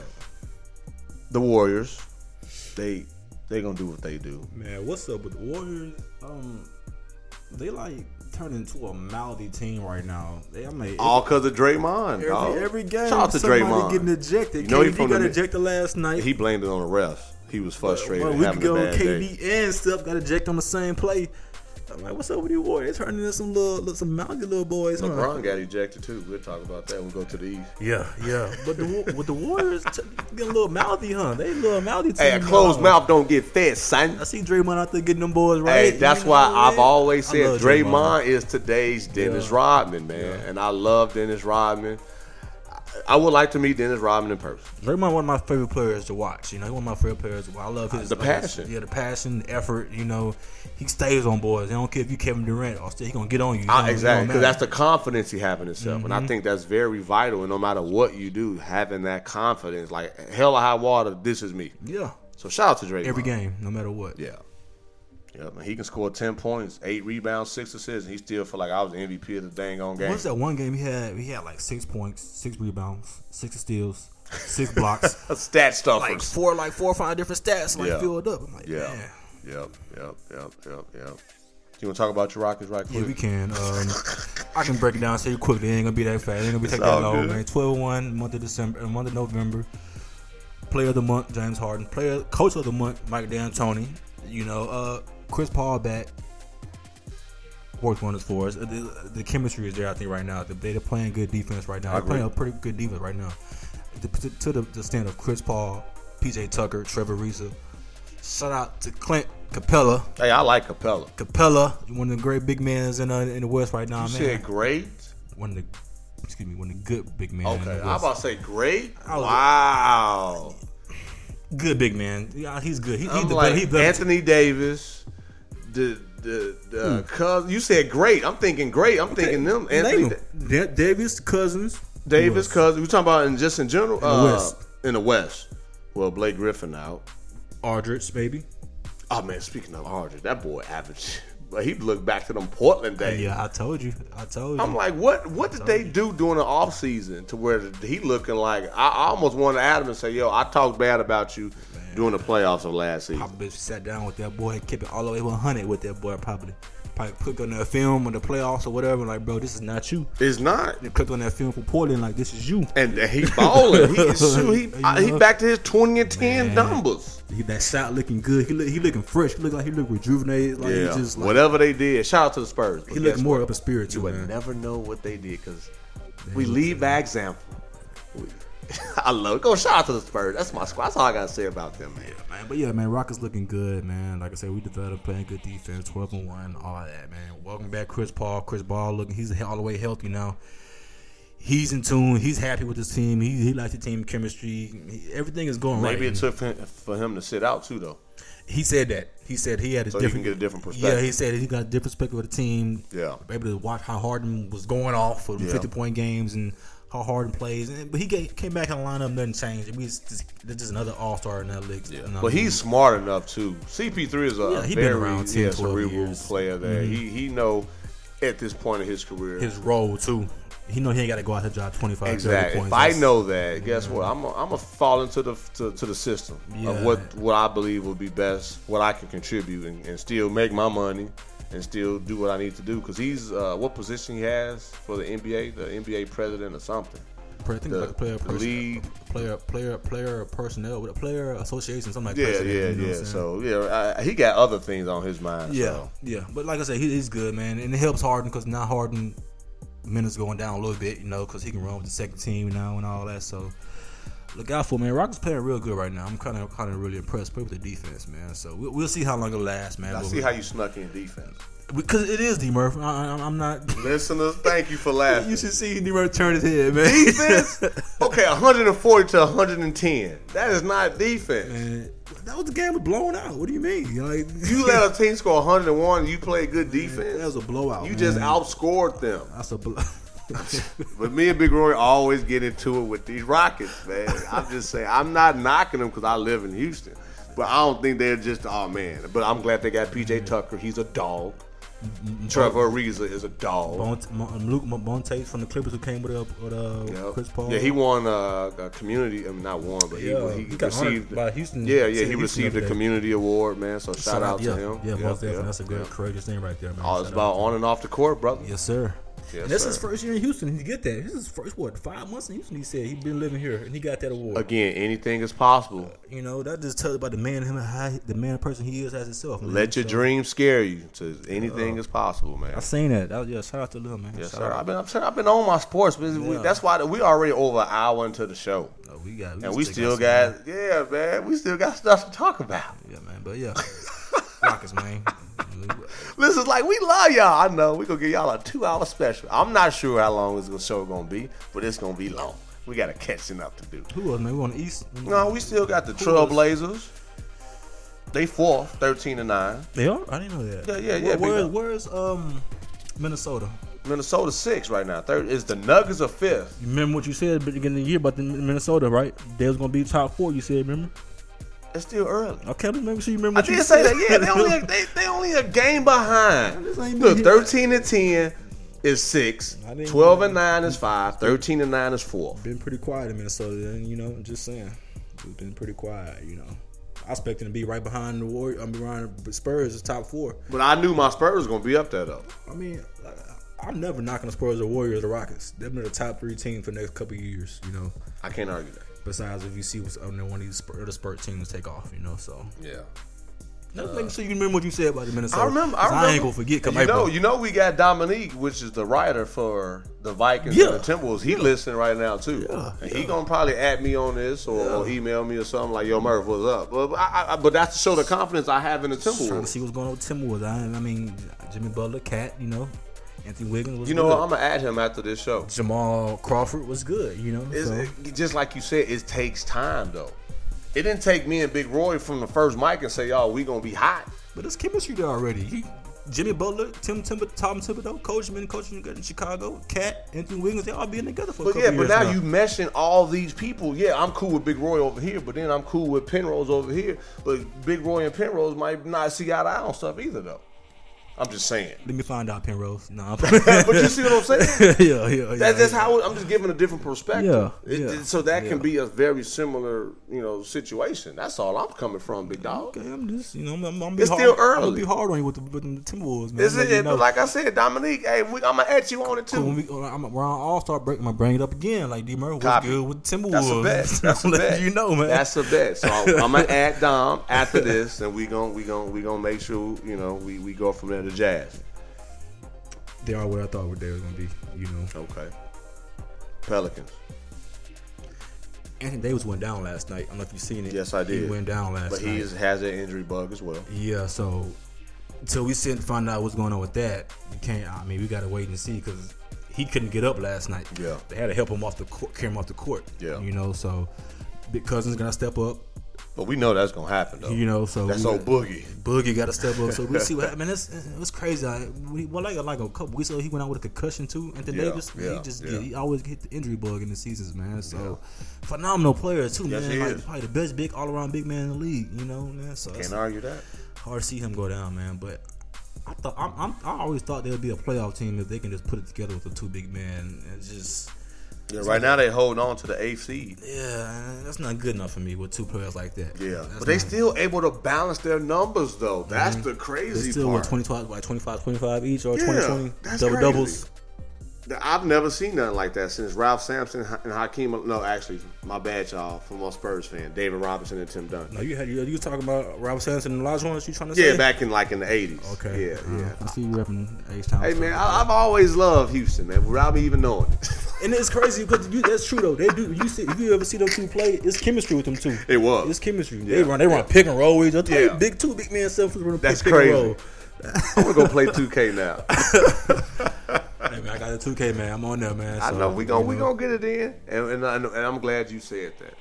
Speaker 3: the Warriors, they they gonna do what they do.
Speaker 4: man. What's up with the Warriors? Um, they like turned into a mouthy team right now. They, I mean,
Speaker 3: All because of Draymond.
Speaker 4: every,
Speaker 3: dog.
Speaker 4: every game,
Speaker 3: Oh, Shout out to
Speaker 4: somebody
Speaker 3: Draymond.
Speaker 4: getting ejected.
Speaker 3: You know he
Speaker 4: KD
Speaker 3: from the
Speaker 4: got
Speaker 3: Mi-
Speaker 4: ejected last night.
Speaker 3: he blamed it on the refs. He was frustrated.
Speaker 4: Well,
Speaker 3: and
Speaker 4: we
Speaker 3: having
Speaker 4: could
Speaker 3: a
Speaker 4: go
Speaker 3: bad
Speaker 4: KD
Speaker 3: day.
Speaker 4: and stuff got ejected on the same play. I'm like, what's up with you, Warriors? They turning into some little, little some mouthy little boys. huh?
Speaker 3: LeBron got ejected too. We'll talk about that. We'll go to the East.
Speaker 4: Yeah, yeah. But the, Wa- with the Warriors, t- getting a little mouthy, huh? They a little mouthy. Team,
Speaker 3: Hey, a closed
Speaker 4: huh?
Speaker 3: mouth don't get fed, son.
Speaker 4: I see Draymond out there getting them boys
Speaker 3: Hey,
Speaker 4: right.
Speaker 3: that's
Speaker 4: you know
Speaker 3: why
Speaker 4: what I
Speaker 3: I've
Speaker 4: mean?
Speaker 3: always
Speaker 4: I
Speaker 3: said
Speaker 4: love
Speaker 3: Draymond, is today's Dennis Rodman, man, and I love Dennis Rodman. I would like to meet Dennis Rodman in person.
Speaker 4: Draymond, one of my favorite players to watch. You know, he one of my favorite players. To watch. I love his
Speaker 3: The passion.
Speaker 4: yeah, the passion, the effort. You know, he stays on boards. They don't care if you Kevin Durant or still, he gonna get on you. It don't-
Speaker 3: I,
Speaker 4: it
Speaker 3: Ah, exactly,
Speaker 4: don't
Speaker 3: because that's
Speaker 4: matter. Mm-hmm.
Speaker 3: the confidence he have in himself, and I think that's very vital. And no matter what you do, having that confidence, like hell or high water, this is me.
Speaker 4: yeah.
Speaker 3: So shout out to Drake.
Speaker 4: Every game, no matter what.
Speaker 3: Yeah. Yep, and he can score ten points, eight rebounds, six assists, and he still feel like I was the MVP of the dang on game.
Speaker 4: What's that one game he had? He had like six points, six rebounds, six steals, six blocks,
Speaker 3: A stat stuffer.
Speaker 4: like four, like four or five different stats, like
Speaker 3: Yeah.
Speaker 4: filled up. I'm like,
Speaker 3: Yeah.
Speaker 4: man.
Speaker 3: Yep, yep, yep, yep, yep. You want to talk about your Rockets right
Speaker 4: Yeah,
Speaker 3: quick?
Speaker 4: we can. Um, I can break it down so you quickly. It ain't gonna be that fast. It ain't gonna be take that
Speaker 3: all
Speaker 4: long,
Speaker 3: good.
Speaker 4: man. 12-1, month of December, uh, month of November. Player of the month, James Harden. Player, coach of the month, Mike D'Antoni. You know, uh, Chris Paul back. Worked wonders for us. Uh, The, the chemistry is there, I think, right now. The- They're playing good defense right now. They're
Speaker 3: agree.
Speaker 4: playing a pretty good defense right now. To, to, to the, the stand of Chris Paul, PJ Tucker, Trevor Reza. Shout out to Clint Capella.
Speaker 3: hey, I like Capella.
Speaker 4: Capella, one of the great big men in uh, in the West right now,
Speaker 3: You
Speaker 4: man.
Speaker 3: said great.
Speaker 4: One of the excuse me, one of the good big men. in
Speaker 3: Okay,
Speaker 4: the
Speaker 3: I'm
Speaker 4: West.
Speaker 3: about to say great.
Speaker 4: I was-
Speaker 3: Wow.
Speaker 4: good big man. Yeah, he's good. He, he
Speaker 3: I'm
Speaker 4: the,
Speaker 3: like
Speaker 4: he the,
Speaker 3: Anthony Davis. The the the Cous- You said great. I'm thinking great. I'm thinking them. Anthony
Speaker 4: Hmm. name him. Da- Davis Cousins.
Speaker 3: Da- Davis,
Speaker 4: Cousins.
Speaker 3: Cousins. We talking about in just in general in
Speaker 4: the West.
Speaker 3: In the West. Well, Blake Griffin out.
Speaker 4: Aldrich, baby.
Speaker 3: Oh man, speaking of Aldridge, that boy average. But he looked back to them Portland days.
Speaker 4: Yeah, I told you. I told you.
Speaker 3: I'm like, what? What did they do during the off season to where he looking like? I, I almost wanted to add him and say, "Yo, I talked bad about you during the playoffs of last season."
Speaker 4: Probably sat down with that boy, kept it all the way 100 with that boy. Probably, probably clicked on that film or the playoffs or whatever. Like, bro, this is not you.
Speaker 3: It's not,
Speaker 4: They clicked on that film for Portland. Like, this is you.
Speaker 3: and, and he balling. He, shoot, he,
Speaker 4: You
Speaker 3: I- he
Speaker 4: know?
Speaker 3: back to his twenty and ten
Speaker 4: Man.
Speaker 3: numbers.
Speaker 4: He, that shot looking good. He look, he looking fresh. He look like he look rejuvenated. Like,
Speaker 3: Yeah,
Speaker 4: he just like,
Speaker 3: whatever they did. Shout out to the Spurs.
Speaker 4: He looked more up a spirit
Speaker 3: You
Speaker 4: too,
Speaker 3: would
Speaker 4: man.
Speaker 3: never know what they did because we lead by example. We- I love it. Go shout out to the Spurs. That's my squad. That's all I gotta say about them, man.
Speaker 4: man. But yeah, man, Rockets looking good, man. Like I said, we developed playing good defense, twelve and one, all of that, man. Welcome back, Chris Paul. Chris Ball looking, he's all the way healthy now. He's in tune. He's happy with his team. He, he likes the team chemistry. He- everything is going
Speaker 3: Maybe
Speaker 4: right.
Speaker 3: it took him, for him to sit out too, though.
Speaker 4: he said that. He said he had a
Speaker 3: So you
Speaker 4: different,
Speaker 3: can get a different
Speaker 4: Yeah,
Speaker 3: perspective.
Speaker 4: he said he got a different perspective of the team.
Speaker 3: Yeah.
Speaker 4: able to watch how Harden was going off for the
Speaker 3: Yeah.
Speaker 4: fifty point games and how Harden plays. And, but he get, came back in the lineup, nothing changed. We just, just, there's just another All Star in that league. in that
Speaker 3: But
Speaker 4: league.
Speaker 3: he's smart enough too. CP3 is a
Speaker 4: Yeah, he been
Speaker 3: very
Speaker 4: around 10,
Speaker 3: yeah,
Speaker 4: 12
Speaker 3: cerebral
Speaker 4: years. Mm-hmm.
Speaker 3: player. There, he he know at this point of his career
Speaker 4: his uh, role too. He know he ain't got to go out to drive 25, 30
Speaker 3: exactly.
Speaker 4: points.
Speaker 3: If I
Speaker 4: That's-
Speaker 3: know that, guess what? I'm a, I'm a fall into the to, to the system of
Speaker 4: Yeah.
Speaker 3: what what I believe will be best, what I can contribute, and, and still make my money, and still do what I need to do. Because he's uh, what position he has for the NBA, the NBA president or something.
Speaker 4: I think
Speaker 3: the-
Speaker 4: it's like a player,
Speaker 3: the
Speaker 4: person,
Speaker 3: league.
Speaker 4: player, player, player personnel with a player association, something like
Speaker 3: Yeah,
Speaker 4: personnel,
Speaker 3: yeah,
Speaker 4: you know what
Speaker 3: yeah.
Speaker 4: I'm saying?
Speaker 3: So yeah, I, he got other things on his mind.
Speaker 4: yeah,
Speaker 3: so.
Speaker 4: yeah. But like I said, he, he's good, man, and it helps Harden because now Harden minutes going down a little bit, you know, because he can run with the second team now and all that. So look out for it, man. Rockets playing real good right now. I'm kind of kind of really impressed, particularly with the defense, man. So we'll, we'll see how long it lasts, man.
Speaker 3: I see how you snuck in defense.
Speaker 4: because it is D Murph. I, I, I'm not.
Speaker 3: Listeners, thank you for laughing.
Speaker 4: you should see D Murph turn his head, man.
Speaker 3: defense? Okay, 140 to 110. That is not defense.
Speaker 4: Man, that was the game was blown out. What do you mean? Like
Speaker 3: You let a team score 101, you play good defense.
Speaker 4: that was a blowout.
Speaker 3: you just
Speaker 4: man.
Speaker 3: outscored them.
Speaker 4: That's a blow.
Speaker 3: But me and Big Roy always get into it with these Rockets, man. I'm just saying, I'm not knocking them because I live in Houston. But I don't think they're just, oh man. But I'm glad they got PJ Tucker. He's a dog. Trevor Ariza is a dog.
Speaker 4: Bonte, Mon- Luke Mon- Montes from the Clippers who came with uh, with uh,
Speaker 3: Yep.
Speaker 4: Chris Paul.
Speaker 3: Yeah, he won uh, a community. I mean, not won, but he,
Speaker 4: Yeah,
Speaker 3: he,
Speaker 4: he got
Speaker 3: received
Speaker 4: honored by Houston-
Speaker 3: Yeah, yeah,
Speaker 4: City
Speaker 3: he
Speaker 4: Houston
Speaker 3: received
Speaker 4: the
Speaker 3: a
Speaker 4: other day.
Speaker 3: community award, man. So shout, out
Speaker 4: yeah,
Speaker 3: to him.
Speaker 4: Yeah,
Speaker 3: Yep,
Speaker 4: most definitely.
Speaker 3: yep,
Speaker 4: That's a good
Speaker 3: yep.
Speaker 4: courageous thing right there, man.
Speaker 3: Oh, it's
Speaker 4: Shout
Speaker 3: about
Speaker 4: out.
Speaker 3: on and off the court, brother.
Speaker 4: Yes, sir.
Speaker 3: Yes,
Speaker 4: and that's
Speaker 3: sir.
Speaker 4: his first year in Houston. He get that. This is his first what five months in Houston. He said he been living here and he got that award.
Speaker 3: Again, anything is possible.
Speaker 4: You know that just tells about the man him how he- the man person he is as himself. Man.
Speaker 3: Let your
Speaker 4: So,
Speaker 3: dreams scare you. To anything is possible, man.
Speaker 4: I seen that. that was, yeah, shout out to Lil man.
Speaker 3: Yes,
Speaker 4: Shout
Speaker 3: sir.
Speaker 4: out.
Speaker 3: I've been, I'm sure I've been on my sports, but we,
Speaker 4: Yeah.
Speaker 3: that's why we already over an hour into the show,
Speaker 4: No, we got
Speaker 3: and
Speaker 4: just
Speaker 3: we
Speaker 4: take
Speaker 3: still
Speaker 4: us, man.
Speaker 3: got, yeah, man, we still got stuff to talk about.
Speaker 4: Yeah, man. But yeah, Rockets, man.
Speaker 3: This is like we love y'all. I know we gonna give y'all a two hour special. I'm not sure how long this show gonna be, but it's gonna be long. We got a catching up to do.
Speaker 4: Who was man? We on the East.
Speaker 3: No, we still got the Trailblazers. They fourth, thirteen to nine.
Speaker 4: They are. I didn't know that.
Speaker 3: Yeah, yeah, yeah,
Speaker 4: Where-
Speaker 3: big
Speaker 4: Where,
Speaker 3: dog.
Speaker 4: where's um Minnesota?
Speaker 3: Minnesota six right now. Third is the Nuggets are fifth.
Speaker 4: You remember what you said at the beginning of the year about the Minnesota, right? They was gonna be top four. You said, remember?
Speaker 3: It's still early.
Speaker 4: Okay, I'm just making sure you remember.
Speaker 3: I
Speaker 4: What you
Speaker 3: did say
Speaker 4: said.
Speaker 3: that. Yeah, they only a, they, they only a game behind.
Speaker 4: This ain't
Speaker 3: Look,
Speaker 4: been-
Speaker 3: 13 and 10 is 6.
Speaker 4: I didn't-
Speaker 3: 12 and 9 is 5. 13 and 9 is 4.
Speaker 4: been pretty quiet in Minnesota. Then you know, just saying, it's been pretty quiet. You know, I expect them to be right behind the Warriors. I'm behind the Spurs, the top four.
Speaker 3: But I knew my Spurs was going to be up there, though.
Speaker 4: I mean, I, I'm never knocking the Spurs, the Warriors, the Rockets. They've been the top three team for the next couple of years. You know,
Speaker 3: I can't argue that.
Speaker 4: besides if you see what's under one of these Spurs, the Spurs teams take off. You know, so
Speaker 3: Yeah.
Speaker 4: just making sure you remember what you said about the Minnesota.
Speaker 3: I remember.
Speaker 4: 'cause
Speaker 3: I, remember.
Speaker 4: ain't gonna forget. Come
Speaker 3: you know,
Speaker 4: April.
Speaker 3: you know, we got Dominique, which is the writer for the Vikings
Speaker 4: Yeah.
Speaker 3: and the Timberwolves. He listening right now too.
Speaker 4: Yeah,
Speaker 3: And He gonna probably add me on this or, or email me or something like, "Yo, Murph, what's up?" But, I, I, but that's to show the confidence I have in the
Speaker 4: trying to
Speaker 3: Timberwolves.
Speaker 4: see what's going on with Timberwolves. I, I mean, Jimmy Butler, Cat. You know, Anthony Wiggins was.
Speaker 3: You know,
Speaker 4: good.
Speaker 3: what? I'm gonna add him after this show.
Speaker 4: Jamal Crawford was good. You know,
Speaker 3: It's,
Speaker 4: so.
Speaker 3: it- just like you said, it takes time though. It didn't take me and Big Roy from the first mic and say, "Y'all, we gonna be hot."
Speaker 4: But it's chemistry there already. He, Jimmy Butler, Tim Timber, Tom Thibodeau, coach been coaching together in Chicago. Cat, Anthony Wiggins, they all been together for. a
Speaker 3: But
Speaker 4: couple
Speaker 3: yeah, but
Speaker 4: years
Speaker 3: now you meshing all these people. Yeah, I'm cool with Big Roy over here, but then I'm cool with Penrose over here. But Big Roy and Penrose might not see eye to eye on stuff either, though. I'm just saying.
Speaker 4: Let me find out, Penrose. Nah, I'm
Speaker 3: But you see what I'm saying?
Speaker 4: yeah, yeah, yeah.
Speaker 3: That's, that's how I'm just giving a different perspective.
Speaker 4: Yeah,
Speaker 3: It-
Speaker 4: yeah.
Speaker 3: it- so that can be a very similar, you know, situation. That's all I'm coming from, big dog.
Speaker 4: Okay, I'm just, you know, I'm, I'm gonna be
Speaker 3: It's
Speaker 4: hard,
Speaker 3: still
Speaker 4: I'm gonna
Speaker 3: early.
Speaker 4: be hard on you with the, with the Timberwolves, man.
Speaker 3: This
Speaker 4: I'm
Speaker 3: is
Speaker 4: letting you
Speaker 3: it.
Speaker 4: know.
Speaker 3: But like I said, Dominique, hey, we, I'm gonna at you on it too.
Speaker 4: when we, when I'm around All Star break, I'm gonna bring it up again. Like D. Murray was
Speaker 3: Copy.
Speaker 4: good with the Timberwolves.
Speaker 3: That's a bet. That's a
Speaker 4: I'm letting
Speaker 3: bet.
Speaker 4: You know, man.
Speaker 3: That's a bet. So I'm gonna add Dom after this, and we gon' we gon' we gonna make sure you know we, we go from there to Jazz.
Speaker 4: they are what I thought they were gonna be. You know,
Speaker 3: Okay. Pelicans.
Speaker 4: Anthony Davis went down last night. I don't know if you seen it.
Speaker 3: Yes, I did.
Speaker 4: He went down last
Speaker 3: but
Speaker 4: night.
Speaker 3: he is, has an injury bug as well.
Speaker 4: Yeah, so till we sit and find out what's going on with that, you can't. I mean, we gotta wait and see because he couldn't get up last night.
Speaker 3: Yeah.
Speaker 4: they had to help him off the court, carry him off the court.
Speaker 3: Yeah.
Speaker 4: you know, so Big Cousin's gonna step up.
Speaker 3: But we know that's gonna happen though.
Speaker 4: You know, so
Speaker 3: that's
Speaker 4: we-
Speaker 3: old Boogie.
Speaker 4: Boogie got to step up. So we see what happened. It's, it's crazy. I, we, well, like like a couple weeks ago, he went out with a concussion too. Anthony
Speaker 3: Yeah,
Speaker 4: Davis,
Speaker 3: yeah,
Speaker 4: he just
Speaker 3: yeah.
Speaker 4: get, he always get the injury bug in the seasons, man. So phenomenal player too,
Speaker 3: Yes,
Speaker 4: man.
Speaker 3: he
Speaker 4: like
Speaker 3: is.
Speaker 4: probably the best big all around big man in the league. You know, man. So it's-
Speaker 3: Can't argue that.
Speaker 4: hard to see him go down, man. But I thought I'm, I'm, I always thought they'd be a playoff team if they can just put it together with the two big men. It's just
Speaker 3: Yeah, right now they holding on to the eighth seed.
Speaker 4: yeah, that's not good enough for me with two players like that.
Speaker 3: Yeah,
Speaker 4: That's
Speaker 3: but they
Speaker 4: not-
Speaker 3: still able to balance their numbers though. That's the crazy
Speaker 4: they still
Speaker 3: part.
Speaker 4: with 25, like 25, 25 each or
Speaker 3: Yeah,
Speaker 4: 20, 20
Speaker 3: that's
Speaker 4: double
Speaker 3: crazy.
Speaker 4: doubles.
Speaker 3: Th- I've never seen nothing like that since Ralph Sampson and Hakeem. No, actually, my bad, y'all. From a Spurs fan, David Robinson and Tim Duncan.
Speaker 4: No, you had you, you was talking about Robert Sanson and Elijah Horns. You trying to
Speaker 3: Yeah,
Speaker 4: say?
Speaker 3: back in like in the eighties.
Speaker 4: Okay.
Speaker 3: Yeah,
Speaker 4: Uh,
Speaker 3: yeah.
Speaker 4: I see you repping H Town.
Speaker 3: Hey man, I, I've always loved Houston, man, without me even knowing it.
Speaker 4: and it's crazy because you, that's true though. They do. You see, if you ever see them two play, it's chemistry with them two.
Speaker 3: It was.
Speaker 4: It's chemistry.
Speaker 3: Yeah.
Speaker 4: They run. They run pick and roll with each other.
Speaker 3: Yeah.
Speaker 4: Big two big man self run pick,
Speaker 3: That's
Speaker 4: pick
Speaker 3: crazy.
Speaker 4: and roll.
Speaker 3: I'm gonna go play 2K now.
Speaker 4: Hey, man, I got a 2K man. I'm on there, man.
Speaker 3: I
Speaker 4: So,
Speaker 3: know we gonna
Speaker 4: you
Speaker 3: we
Speaker 4: know.
Speaker 3: gonna get it in, and and, I, and I'm glad you said that.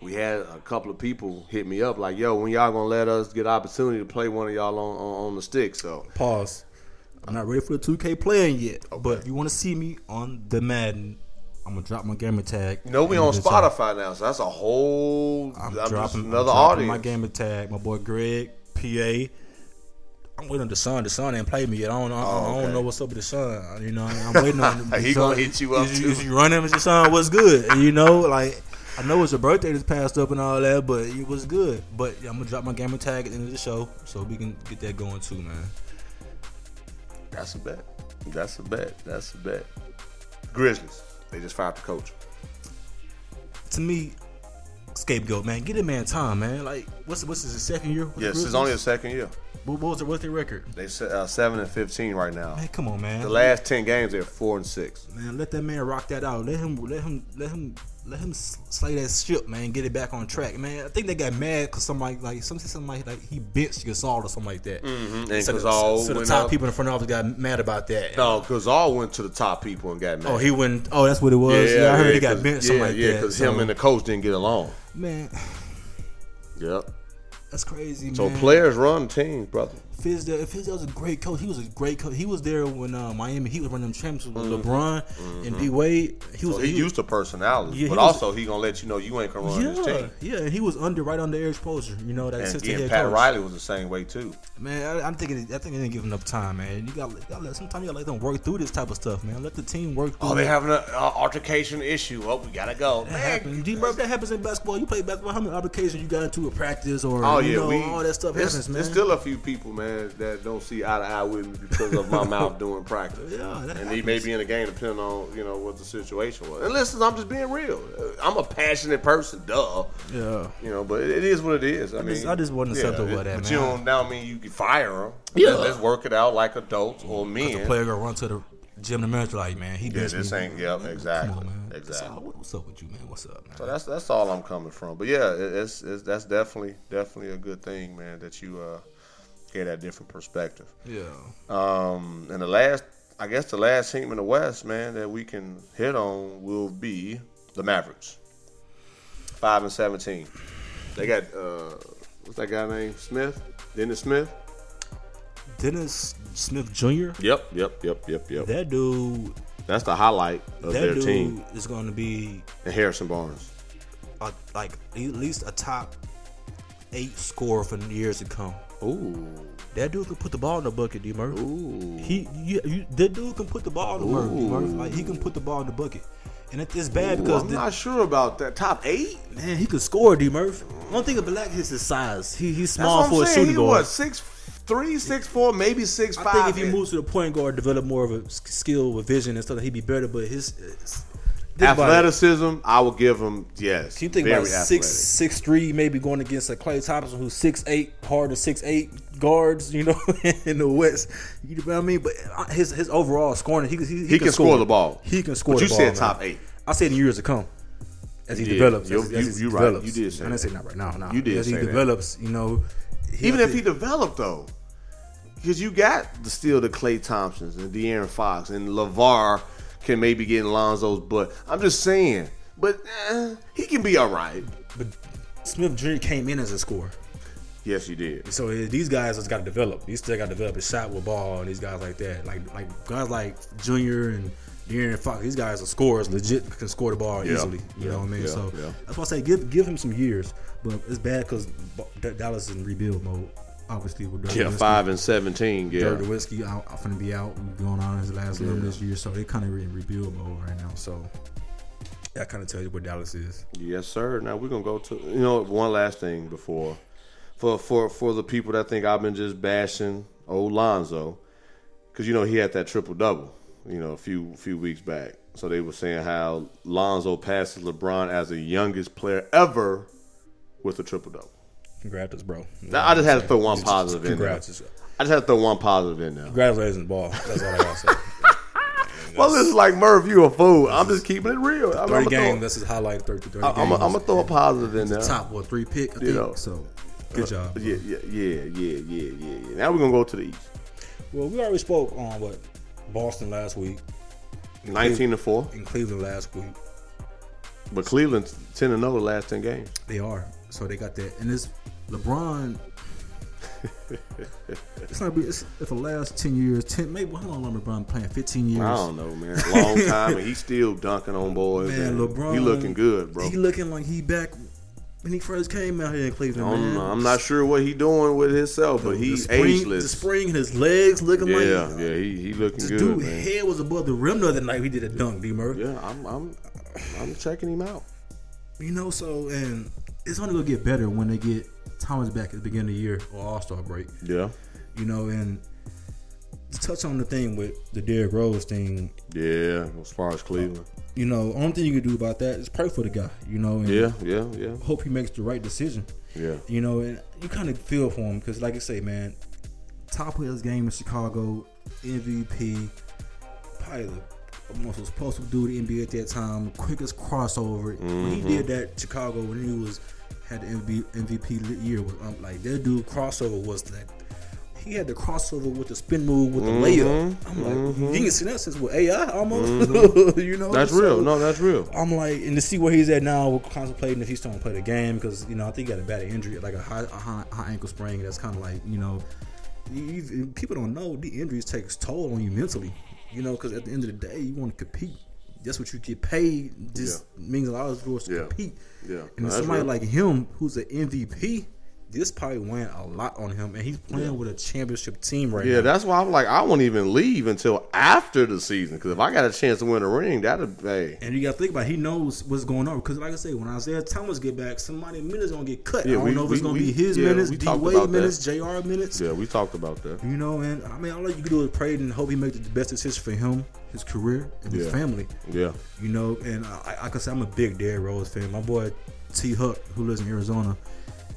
Speaker 3: We had a couple of people hit me up like, "Yo, when y'all gonna let us get opportunity to play one of y'all on on, on the stick?" So
Speaker 4: pause. I'm not ready for the 2K playing yet, but if you want to see me on the Madden, I'm gonna drop my gamer tag.
Speaker 3: you know we
Speaker 4: And
Speaker 3: on
Speaker 4: just, uh,
Speaker 3: Spotify now, so that's a whole
Speaker 4: I'm,
Speaker 3: that's
Speaker 4: dropping
Speaker 3: another
Speaker 4: I'm dropping
Speaker 3: audience.
Speaker 4: My gamer tag, my boy Greg, PA. I'm waiting on the son. The son ain't played me yet. I don't know. I, I
Speaker 3: Oh, okay.
Speaker 4: don't know what's up with the son. You know, I'm waiting on. The,
Speaker 3: He
Speaker 4: the
Speaker 3: gonna
Speaker 4: son.
Speaker 3: hit you up,
Speaker 4: Is
Speaker 3: too.
Speaker 4: Is you running, Mr. Son? What's good? And you know, like I know it's your birthday that's passed up and all that, but it was good. But I'm gonna drop my gamer tag at the end of the show so we can get that going too, man.
Speaker 3: That's a bet. That's a bet. That's a bet. Grizzlies. They just fired the coach.
Speaker 4: To me, scapegoat man, get a man time, man. Like what's what's his second year? with the
Speaker 3: Yes, it's
Speaker 4: Grizzlies?
Speaker 3: only his second year.
Speaker 4: what, what was the what's their record?
Speaker 3: They se- uh, seven and fifteen right now.
Speaker 4: Man, come on, man.
Speaker 3: The last ten games, they're four and six.
Speaker 4: Man, let that man rock that out. Let him, let him, let him let him s- slay that ship, man. Get it back on track, man. I think they got mad because somebody like some said somebody like he benched Gasol or something like that.
Speaker 3: Mm-hmm. And
Speaker 4: So, the,
Speaker 3: Gasol
Speaker 4: so the
Speaker 3: went
Speaker 4: top
Speaker 3: up. Oh.
Speaker 4: people in the front office got mad about that.
Speaker 3: No, Gasol went to the top people and got mad.
Speaker 4: Oh, he went. Oh, that's what it was. Yeah, I heard he got
Speaker 3: 'cause-
Speaker 4: benched, something
Speaker 3: yeah,
Speaker 4: like
Speaker 3: yeah,
Speaker 4: that.
Speaker 3: because
Speaker 4: So,
Speaker 3: him and the coach didn't get along.
Speaker 4: man,
Speaker 3: Yep.
Speaker 4: that's crazy.
Speaker 3: So
Speaker 4: man.
Speaker 3: players run teams, brother.
Speaker 4: Fizdale, if Fizdale was a great coach, he was a great coach. He was there when uh, Miami Heat was running them championships with LeBron and D Wade. He
Speaker 3: Mm-hmm.
Speaker 4: was
Speaker 3: So he
Speaker 4: he-
Speaker 3: used to personality,
Speaker 4: Yeah, he
Speaker 3: but
Speaker 4: was-
Speaker 3: also he gonna let you know you ain't gonna run this
Speaker 4: yeah,
Speaker 3: team.
Speaker 4: yeah, and he was under right under Eric Spoelstra. You know that
Speaker 3: And
Speaker 4: assistant
Speaker 3: again,
Speaker 4: head
Speaker 3: Pat
Speaker 4: coach.
Speaker 3: Riley was the same way too.
Speaker 4: Man, I, I'm thinking. I think they didn't give him enough time, man. You got, you got let sometimes you got to let them work through this type of stuff, man. Let the team work. through
Speaker 3: Oh, they
Speaker 4: it.
Speaker 3: having an uh, altercation issue. Oh, we gotta go.
Speaker 4: That happens. Do you remember that happens in basketball? You play basketball. How many obligations you got into a practice or
Speaker 3: Oh
Speaker 4: you
Speaker 3: yeah,
Speaker 4: know,
Speaker 3: we
Speaker 4: all that stuff
Speaker 3: there's-
Speaker 4: happens, man.
Speaker 3: There's still a few people, man, that don't see eye to eye with me because of my mouth doing practice.
Speaker 4: Yeah,
Speaker 3: and
Speaker 4: that
Speaker 3: he may be in the game depending on you know what the situation was. And listen, I'm just being real. Uh, I'm a passionate person, duh.
Speaker 4: yeah.
Speaker 3: You know, but it, it is what it is. I, mean,
Speaker 4: just- I just wasn't acceptable
Speaker 3: it-
Speaker 4: with that,
Speaker 3: But
Speaker 4: man.
Speaker 3: you don't now mean you can fire him.
Speaker 4: Yeah.
Speaker 3: Let- let's work it out like adults or men.
Speaker 4: Player gonna run to the gym and manager like, man, he
Speaker 3: Yeah,
Speaker 4: benched
Speaker 3: this
Speaker 4: me.
Speaker 3: ain't. Yep, exactly,
Speaker 4: Come on, man. That's
Speaker 3: exactly.
Speaker 4: all. What- What's up with you, man? What's up, man?
Speaker 3: So that's that's all I'm coming from. But yeah, it- it's, it's that's definitely definitely a good thing, man, that you uh get that different perspective.
Speaker 4: yeah.
Speaker 3: Um, and the last, I guess, the last team in the West, man, that we can hit on will be the Mavericks, five and seventeen. They got uh, what's that guy named Smith? Dennis Smith.
Speaker 4: Dennis Smith Jr.
Speaker 3: Yep, yep, yep, yep, yep.
Speaker 4: That dude,
Speaker 3: That's the highlight of
Speaker 4: that
Speaker 3: their
Speaker 4: dude
Speaker 3: team.
Speaker 4: is going to be
Speaker 3: And Harrison Barnes.
Speaker 4: a, like at least a top eight scorer for years to come.
Speaker 3: Ooh,
Speaker 4: That dude can put the ball in the bucket, D Murph. He, you, you, that dude can put the ball in the bucket, D Murph. Like he can put the ball in the bucket, and it, it's bad because
Speaker 3: I'm
Speaker 4: the-
Speaker 3: not sure about that. Top eight.
Speaker 4: man, he could score, D Murph. One thing about Black is his size. He he's
Speaker 3: That's
Speaker 4: small
Speaker 3: what I'm
Speaker 4: for a
Speaker 3: saying.
Speaker 4: shooting
Speaker 3: he
Speaker 4: guard.
Speaker 3: was six three, six four, maybe six
Speaker 4: I
Speaker 3: five.
Speaker 4: think if he moves to the point guard, develop more of a s- skill with vision and stuff, he'd be better. But his his- think about it.
Speaker 3: athleticism, I will give him yes.
Speaker 4: Can you think
Speaker 3: very
Speaker 4: about six six three maybe going against a Clay Thompson who's six eight hard to six eight guards you know in the West you know what I mean but uh, his his overall scoring he, he, he,
Speaker 3: He can score the ball.
Speaker 4: he can score
Speaker 3: But
Speaker 4: the
Speaker 3: you
Speaker 4: ball,
Speaker 3: said
Speaker 4: man.
Speaker 3: top eight.
Speaker 4: I said in years to come as he
Speaker 3: You did.
Speaker 4: develops
Speaker 3: You-
Speaker 4: as, as
Speaker 3: you-
Speaker 4: he
Speaker 3: you right.
Speaker 4: develops.
Speaker 3: You did say
Speaker 4: I didn't
Speaker 3: that.
Speaker 4: say not right now no
Speaker 3: You did
Speaker 4: as he
Speaker 3: say that.
Speaker 4: develops you know he-
Speaker 3: Even
Speaker 4: I
Speaker 3: if he
Speaker 4: think-
Speaker 3: developed though, because you got the still the Clay Thompsons and De'Aaron Fox and Lavar can maybe get in Lonzo's butt. I'm just saying, but eh, he can be all right.
Speaker 4: Smith Jr came in as a scorer
Speaker 3: Yes, he did.
Speaker 4: So eh, these guys has got to develop. These still got to develop a shot with ball and these guys like that. Like like guys like Junior and De'Aaron Fox. These guys are scorers, legit can score the ball
Speaker 3: Yeah,
Speaker 4: easily. You know what I mean?
Speaker 3: yeah,
Speaker 4: so
Speaker 3: yeah.
Speaker 4: that's why I say give give him some years. But it's bad because Dallas is in rebuild mode. Obviously with Dirk
Speaker 3: Yeah,
Speaker 4: Nowitzki.
Speaker 3: five and seventeen.
Speaker 4: Dirk
Speaker 3: Yeah,
Speaker 4: Nowitzki out, out finna be out going on his last game this year. So they kind of in rebuild mode right now. So that kind of tells you what Dallas is.
Speaker 3: yes, sir. Now we're gonna go to you know one last thing before for for for the people that think I've been just bashing old Lonzo because you know he had that triple double, you know, a few few weeks back. So they were saying how Lonzo passes LeBron as the youngest player ever with a triple double.
Speaker 4: Congrats, bro.
Speaker 3: Now, I just had to throw one
Speaker 4: Just-
Speaker 3: positive in there. I
Speaker 4: Congrats.
Speaker 3: just had to throw one positive in there.
Speaker 4: Congratulations, ball. That's all I gotta say.
Speaker 3: Well, this is like Merv, you a fool. I'm just keeping it real. I'm
Speaker 4: Three
Speaker 3: gonna
Speaker 4: games.
Speaker 3: throw,
Speaker 4: That's his highlight. Thirty three games.
Speaker 3: I'm gonna throw a positive in there.
Speaker 4: top what three pick. I think.
Speaker 3: know. Uh,
Speaker 4: so good job.
Speaker 3: Yeah, yeah, yeah, yeah, yeah, yeah, yeah. Now we're gonna go to the East.
Speaker 4: Well, we already spoke on what Boston last week
Speaker 3: Nineteen to four,
Speaker 4: and Cleveland last week.
Speaker 3: but Cleveland ten and zero the last ten games.
Speaker 4: They are so they got that, and it's LeBron. it's not. It's, if the last ten years, ten maybe how long long LeBron playing? Fifteen years.
Speaker 3: I don't know, man. Long time, and he's still dunking on boys.
Speaker 4: Man,
Speaker 3: and
Speaker 4: LeBron.
Speaker 3: he looking good, bro.
Speaker 4: He looking like he back when he first came out here in Cleveland.
Speaker 3: I'm,
Speaker 4: man.
Speaker 3: I'm not sure what he doing with himself, but
Speaker 4: The
Speaker 3: he's
Speaker 4: spring, The
Speaker 3: ageless.
Speaker 4: spring and his legs looking
Speaker 3: yeah,
Speaker 4: like
Speaker 3: yeah, he he looking
Speaker 4: This
Speaker 3: good,
Speaker 4: dude
Speaker 3: man.
Speaker 4: head was above the rim the other night. He did a dunk, D Murray.
Speaker 3: Yeah, I'm I'm I'm checking him out.
Speaker 4: You know, so and it's only gonna get better when they get Thomas back at the beginning of the year or All Star break.
Speaker 3: Yeah,
Speaker 4: You know, and to touch on the thing with the Derrick Rose thing,
Speaker 3: yeah. As far as Cleveland,
Speaker 4: you know, only thing you can do about that is pray for the guy. You know, and
Speaker 3: yeah, yeah, yeah,
Speaker 4: hope he makes the right decision.
Speaker 3: yeah.
Speaker 4: You know, and you kind of feel for him because, like I say, man, top of his game in Chicago, MVP, probably the most explosive dude in the NBA at that time, quickest crossover. When
Speaker 3: Mm-hmm.
Speaker 4: he did that, Chicago when he was had the MV, MVP lit year was um, like that dude crossover was like he had the crossover with the spin move with the layup.
Speaker 3: Mm-hmm.
Speaker 4: I'm like, you didn't see that since with AI almost, you know?
Speaker 3: That's
Speaker 4: So,
Speaker 3: real. No, that's real.
Speaker 4: I'm like, and to see where he's at now, we're contemplating if he's still gonna play the game because you know I think he got a bad injury, like a high, a high, high ankle sprain. That's kind of like you know, you, you- people don't know the injuries takes toll on you mentally, you know, because at the end of the day, you want to compete. That's what you get paid. Just means a lot of girls to
Speaker 3: Yeah.
Speaker 4: compete.
Speaker 3: Yeah.
Speaker 4: and
Speaker 3: No, that's
Speaker 4: somebody
Speaker 3: real.
Speaker 4: like him who's an MVP, this probably weighing a lot on him, and he's playing with a championship team right
Speaker 3: Yeah,
Speaker 4: now.
Speaker 3: that's why I'm like, I won't even leave until after the season. Because if I got a chance to win a ring, that'd hey,
Speaker 4: And you gotta think about it, he knows what's going on because, like I say, when Isaiah Thomas get back, somebody minutes gonna get cut.
Speaker 3: Yeah,
Speaker 4: I don't
Speaker 3: we-
Speaker 4: know if
Speaker 3: we-
Speaker 4: it's gonna
Speaker 3: we-
Speaker 4: be his
Speaker 3: yeah,
Speaker 4: minutes,
Speaker 3: we
Speaker 4: D
Speaker 3: talked
Speaker 4: Wade
Speaker 3: about
Speaker 4: minutes, Jr. minutes.
Speaker 3: yeah, we talked about that.
Speaker 4: You know, and I mean, all you can do is pray and hope he make the best decision for him, his career, and his
Speaker 3: Yeah.
Speaker 4: family.
Speaker 3: Yeah,
Speaker 4: You know, and I, I, I can say I'm a big Derrick Rose fan. My boy T Huck, who lives in Arizona,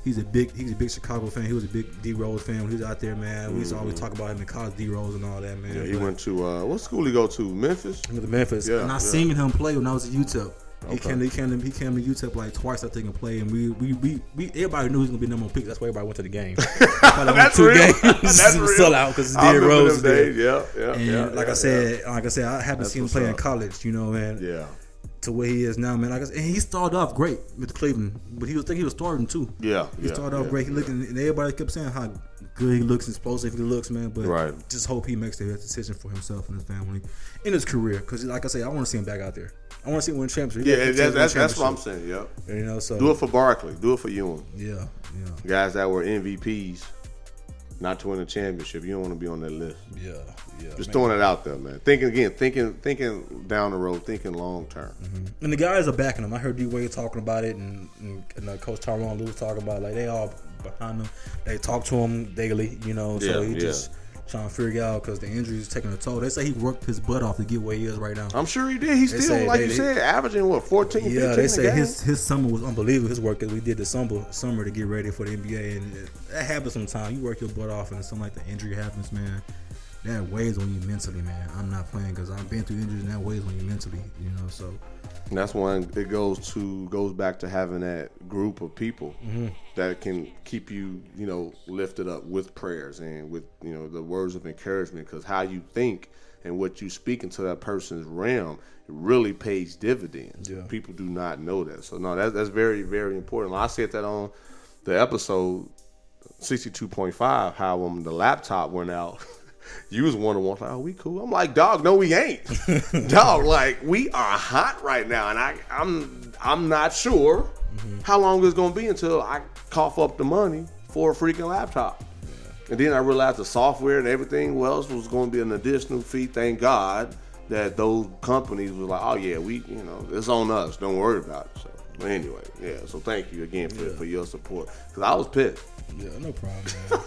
Speaker 4: he's a big he's a big Chicago fan. He was a big D Rose fan when he was out there, man. We used to always talk about him in college, D Rose and all that, man.
Speaker 3: Mm-hmm. yeah. He
Speaker 4: But-
Speaker 3: went to uh, what school he go to? Memphis.
Speaker 4: with the Memphis.
Speaker 3: Yeah,
Speaker 4: and I
Speaker 3: yeah.
Speaker 4: seen him play when I was at UTEP. He
Speaker 3: Okay.
Speaker 4: came, he came, he came to UTEP like twice, I think, and played. And we, we, we, we everybody knew he was gonna be number one pick. That's why everybody went to the game. That's two
Speaker 3: real.
Speaker 4: games.
Speaker 3: That's
Speaker 4: It was
Speaker 3: real.
Speaker 4: sell out because
Speaker 3: I
Speaker 4: Derrick
Speaker 3: remember
Speaker 4: Rose.
Speaker 3: them
Speaker 4: was there.
Speaker 3: days. Yeah, yeah,
Speaker 4: And
Speaker 3: yeah.
Speaker 4: like
Speaker 3: yeah,
Speaker 4: I said, like I said, I haven't seen him
Speaker 3: what's
Speaker 4: play in
Speaker 3: up.
Speaker 4: college. You know, man.
Speaker 3: yeah.
Speaker 4: To where he is now, man. Like I said, and he started off great with Cleveland, but he was think he was starting too.
Speaker 3: Yeah,
Speaker 4: He
Speaker 3: yeah,
Speaker 4: started off
Speaker 3: yeah,
Speaker 4: great. He looked, and everybody kept saying how good he looks, and explosive he looks, man. But
Speaker 3: Right.
Speaker 4: just hope he makes the best decision for himself and his family, in his career. Because, like I say, I want to see him back out there. I want to see him win championships. He
Speaker 3: yeah.
Speaker 4: got
Speaker 3: yeah
Speaker 4: the
Speaker 3: that's, that's, that's what I'm
Speaker 4: championship,
Speaker 3: saying. Yeah,
Speaker 4: You know, so
Speaker 3: do it for Barkley. Do it for Ewing.
Speaker 4: yeah, yeah,
Speaker 3: Guys that were MVPs, not to win a championship. You don't want to be on that list.
Speaker 4: yeah, yeah.
Speaker 3: Just throwing it out there, man. Thinking again, thinking, thinking down the road, thinking long term.
Speaker 4: And the guys are backing him. I heard D Wade talking about it, and, and, and uh, Coach Tyron Lewis talking about it. like they all behind him. They talk to him daily, you know. So
Speaker 3: Yeah,
Speaker 4: he
Speaker 3: yeah.
Speaker 4: just trying to figure out because the injury is taking a toll. They say he worked his butt off to get where he is right now.
Speaker 3: I'm sure he did. He's
Speaker 4: They
Speaker 3: still,
Speaker 4: say
Speaker 3: like
Speaker 4: they-
Speaker 3: you
Speaker 4: they-
Speaker 3: said, averaging what 14, 15
Speaker 4: Yeah,
Speaker 3: a
Speaker 4: they say
Speaker 3: game?
Speaker 4: his his summer was unbelievable. His work that we did the summer summer to get ready for the NBA, and it- that happens sometimes. You work your butt off, and something like the injury happens, man. That weighs on you mentally, man. I'm not playing because I've been through injuries, and that weighs on you mentally, you know. So
Speaker 3: And that's when it goes to goes back to having that group of people
Speaker 4: Mm-hmm.
Speaker 3: that can keep you, you know, lifted up with prayers and with you know the words of encouragement. Because how you think and what you speak into that person's realm really pays dividends.
Speaker 4: Yeah.
Speaker 3: People do not know that, so no, that's that's very very important. I said that on the episode sixty-two point five. How when the laptop went out, you was one of one. Like, oh, we cool. I'm like, dog, no, we ain't, dog. Like, we are hot right now, and I, I'm, I'm not sure how long it's gonna be until I cough up the money for a freaking laptop. And then I realized the software and everything else was going to be an additional fee. Thank God that those companies was like, oh yeah, we, you know, it's on us. Don't worry about it. So, but anyway, yeah. So thank you again for, for your support because I was pissed.
Speaker 4: yeah, no problem. Man.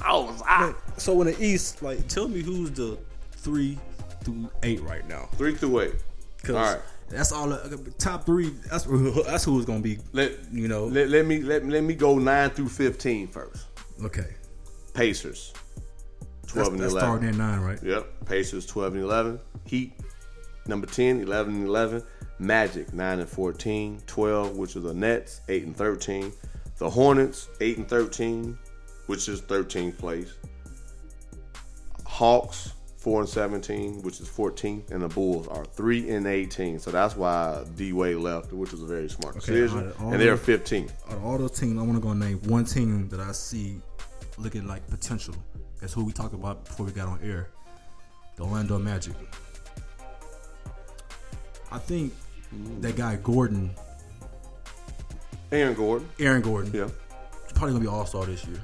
Speaker 3: I was ah.
Speaker 4: so in the East, like, tell me who's the three through eight right now?
Speaker 3: three through eight. All
Speaker 4: Because
Speaker 3: right.
Speaker 4: that's all. The, top three. That's who- that's who's gonna be.
Speaker 3: Let-
Speaker 4: you know.
Speaker 3: Let, let me let, let me go nine through 15 first.
Speaker 4: okay.
Speaker 3: Pacers,
Speaker 4: That's,
Speaker 3: twelve and
Speaker 4: that's
Speaker 3: eleven.
Speaker 4: starting at nine, right?
Speaker 3: Yep. Pacers 12 and 11. Heat number 10, 11 and 11. Magic 9 and 14. 12, which are the Nets, 8 and 13. The Hornets 8 and 13, which is 13th place. Hawks 4 and 17, which is 14th, and the Bulls are 3 and 18. So that's why D Wade left, which was a very smart
Speaker 4: all
Speaker 3: decision.
Speaker 4: right, all
Speaker 3: and they're
Speaker 4: right.
Speaker 3: 15th.
Speaker 4: out of all those teams, I want to go name one team that I see looking like potential. That's who we talked about before we got on air. The Orlando Magic. I think
Speaker 3: Mm.
Speaker 4: that guy Gordon,
Speaker 3: Aaron Gordon.
Speaker 4: Aaron Gordon,
Speaker 3: Yeah.
Speaker 4: is probably gonna be All Star this year.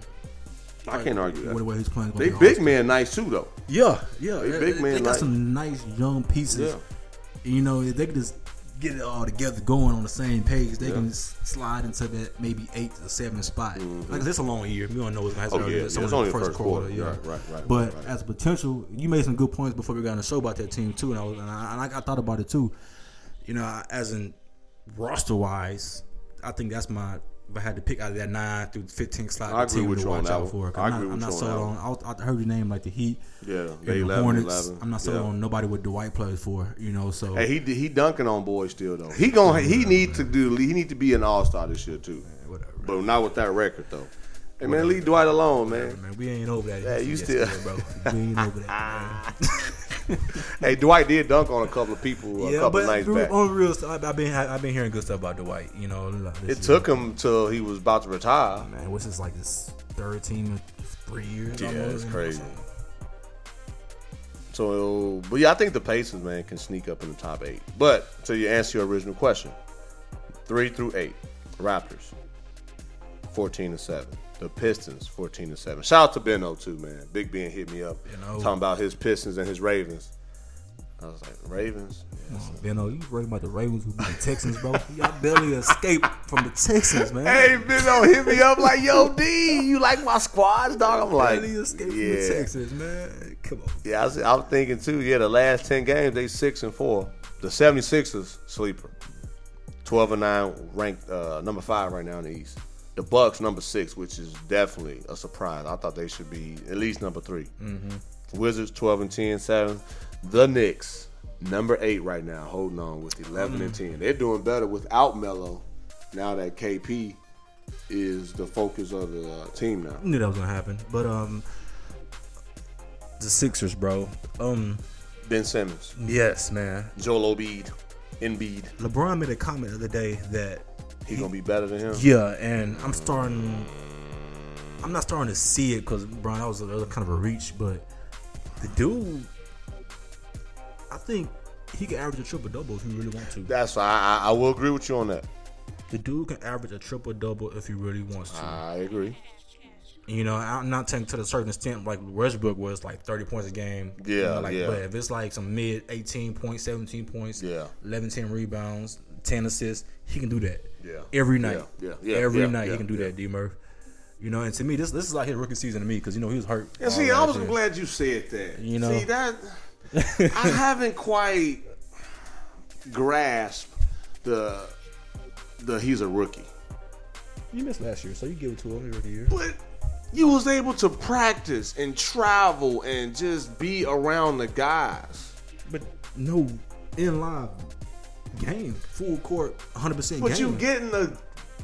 Speaker 3: I can't argue
Speaker 4: With the
Speaker 3: that.
Speaker 4: way he's playing,
Speaker 3: They big man nice too though.
Speaker 4: Yeah, yeah.
Speaker 3: They big
Speaker 4: They
Speaker 3: man
Speaker 4: got
Speaker 3: like-
Speaker 4: some nice young pieces.
Speaker 3: Yeah.
Speaker 4: You know, if they can just get it all together, going on the same page, they can s- slide into that maybe eight or seven spot. Like it's a long year. We don't know what's gonna happen.
Speaker 3: Mm-hmm. Oh, yeah, yeah.
Speaker 4: It's only the first, quarter. yeah.
Speaker 3: Right, right, right,
Speaker 4: But
Speaker 3: right.
Speaker 4: as a potential, you made some good points before we got on the show about that team too, and I was, and I, and I, I thought about it too. You know, I- as in roster wise, I think that's my if I had to pick out of that nine through fifteen slot,
Speaker 3: I
Speaker 4: I
Speaker 3: agree
Speaker 4: team
Speaker 3: with
Speaker 4: to
Speaker 3: you on
Speaker 4: watch
Speaker 3: that
Speaker 4: out
Speaker 3: one.
Speaker 4: for. 'Cause
Speaker 3: I
Speaker 4: I'm not,
Speaker 3: agree with
Speaker 4: I'm not
Speaker 3: you on
Speaker 4: sold
Speaker 3: that
Speaker 4: on. I, was- I heard your name like the Heat.
Speaker 3: Yeah,
Speaker 4: and
Speaker 3: they
Speaker 4: the
Speaker 3: 11,
Speaker 4: Hornets.
Speaker 3: 11.
Speaker 4: I'm not sold
Speaker 3: Yeah.
Speaker 4: on nobody with Dwight plays for. You know, so
Speaker 3: Hey, he he dunking on boys still though. He going to he need to do he need to be an all star this year too.
Speaker 4: whatever.
Speaker 3: But not with that record though. Hey man, leave Dwight alone, man.
Speaker 4: Man, we ain't over that.
Speaker 3: Yeah, you
Speaker 4: Yes,
Speaker 3: still-
Speaker 4: yeah, bro. We ain't over that. man.
Speaker 3: Hey, Dwight did dunk on a couple of people a
Speaker 4: yeah,
Speaker 3: couple
Speaker 4: but
Speaker 3: nights
Speaker 4: through-
Speaker 3: back.
Speaker 4: on real, stuff, I've been I've been hearing good stuff about Dwight. You know, like this
Speaker 3: It
Speaker 4: year.
Speaker 3: took him till he was about to retire.
Speaker 4: man. What's this like this third team in three years?
Speaker 3: Yeah,
Speaker 4: almost,
Speaker 3: it's
Speaker 4: you know,
Speaker 3: crazy.
Speaker 4: so-
Speaker 3: So, but yeah, I think the Pacers, man, can sneak up in the top eight. But to you answer your original question, three through eight, Raptors, fourteen and seven. The Pistons, fourteen and seven. Shout out to Benno too, man. Big Ben hit me up
Speaker 4: You know.
Speaker 3: talking about his Pistons and his Ravens. I was like, Ravens. Yeah.
Speaker 4: Beno, oh, you worried about the Ravens who beat the Texans, bro? Y'all barely escaped from the Texans, man.
Speaker 3: Hey, Benno hit me up like, Yo, D, you like my squads, dog? I'm like,
Speaker 4: barely escaped from the
Speaker 3: yeah,
Speaker 4: Texans, man. Come on.
Speaker 3: yeah. I was, I was thinking too. Yeah, the last ten games, they six and four. The 76ers sleeper. 12 and 9 ranked uh, number 5 right now in the east the bucks number 6 which is definitely a surprise i thought they should be at least number 3 wizards 12 and 10 7 the knicks number 8 right now holding on with 11 and 10 they're doing better without Melo now that kp is the focus of the uh, team now
Speaker 4: knew that was gonna happen. But um the Sixers, bro. Um
Speaker 3: ben simmons
Speaker 4: yes, man.
Speaker 3: joel Embiid, Embiid,
Speaker 4: LeBron made a comment the other day that
Speaker 3: he gonna be better than him
Speaker 4: yeah, and I'm starting I'm not starting to see it because Brian, that was, a, that was kind of a reach, but the dude I think he can average a triple double if he really want to.
Speaker 3: that's why I, I, I will agree with you on that
Speaker 4: The dude can average a triple double if he really wants to.
Speaker 3: i agree
Speaker 4: You know, I'm not saying to the certain extent like Westbrook was like 30 points a game. you
Speaker 3: Yeah,
Speaker 4: know, like,
Speaker 3: yeah.
Speaker 4: But if it's like some mid 18 points, 17 points,
Speaker 3: Yeah.
Speaker 4: 11, 10 rebounds, 10 assists, he can do that.
Speaker 3: Yeah.
Speaker 4: Every night.
Speaker 3: Yeah, yeah, yeah,
Speaker 4: Every
Speaker 3: yeah,
Speaker 4: night
Speaker 3: yeah,
Speaker 4: he can do
Speaker 3: yeah.
Speaker 4: that, D Murph. You know, and to me, this this is like his rookie season to me because you know he was hurt.
Speaker 5: And see,
Speaker 4: all
Speaker 5: I
Speaker 4: last
Speaker 5: was
Speaker 4: year.
Speaker 5: glad you said that.
Speaker 4: You know?
Speaker 5: see that I haven't quite grasped the
Speaker 3: the, he's a rookie
Speaker 4: You missed last year, so you give it to him every year.
Speaker 5: but you was able to practice and travel and just be around the guys.
Speaker 4: But no, in live game, full court, 100 percent game.
Speaker 5: But you getting a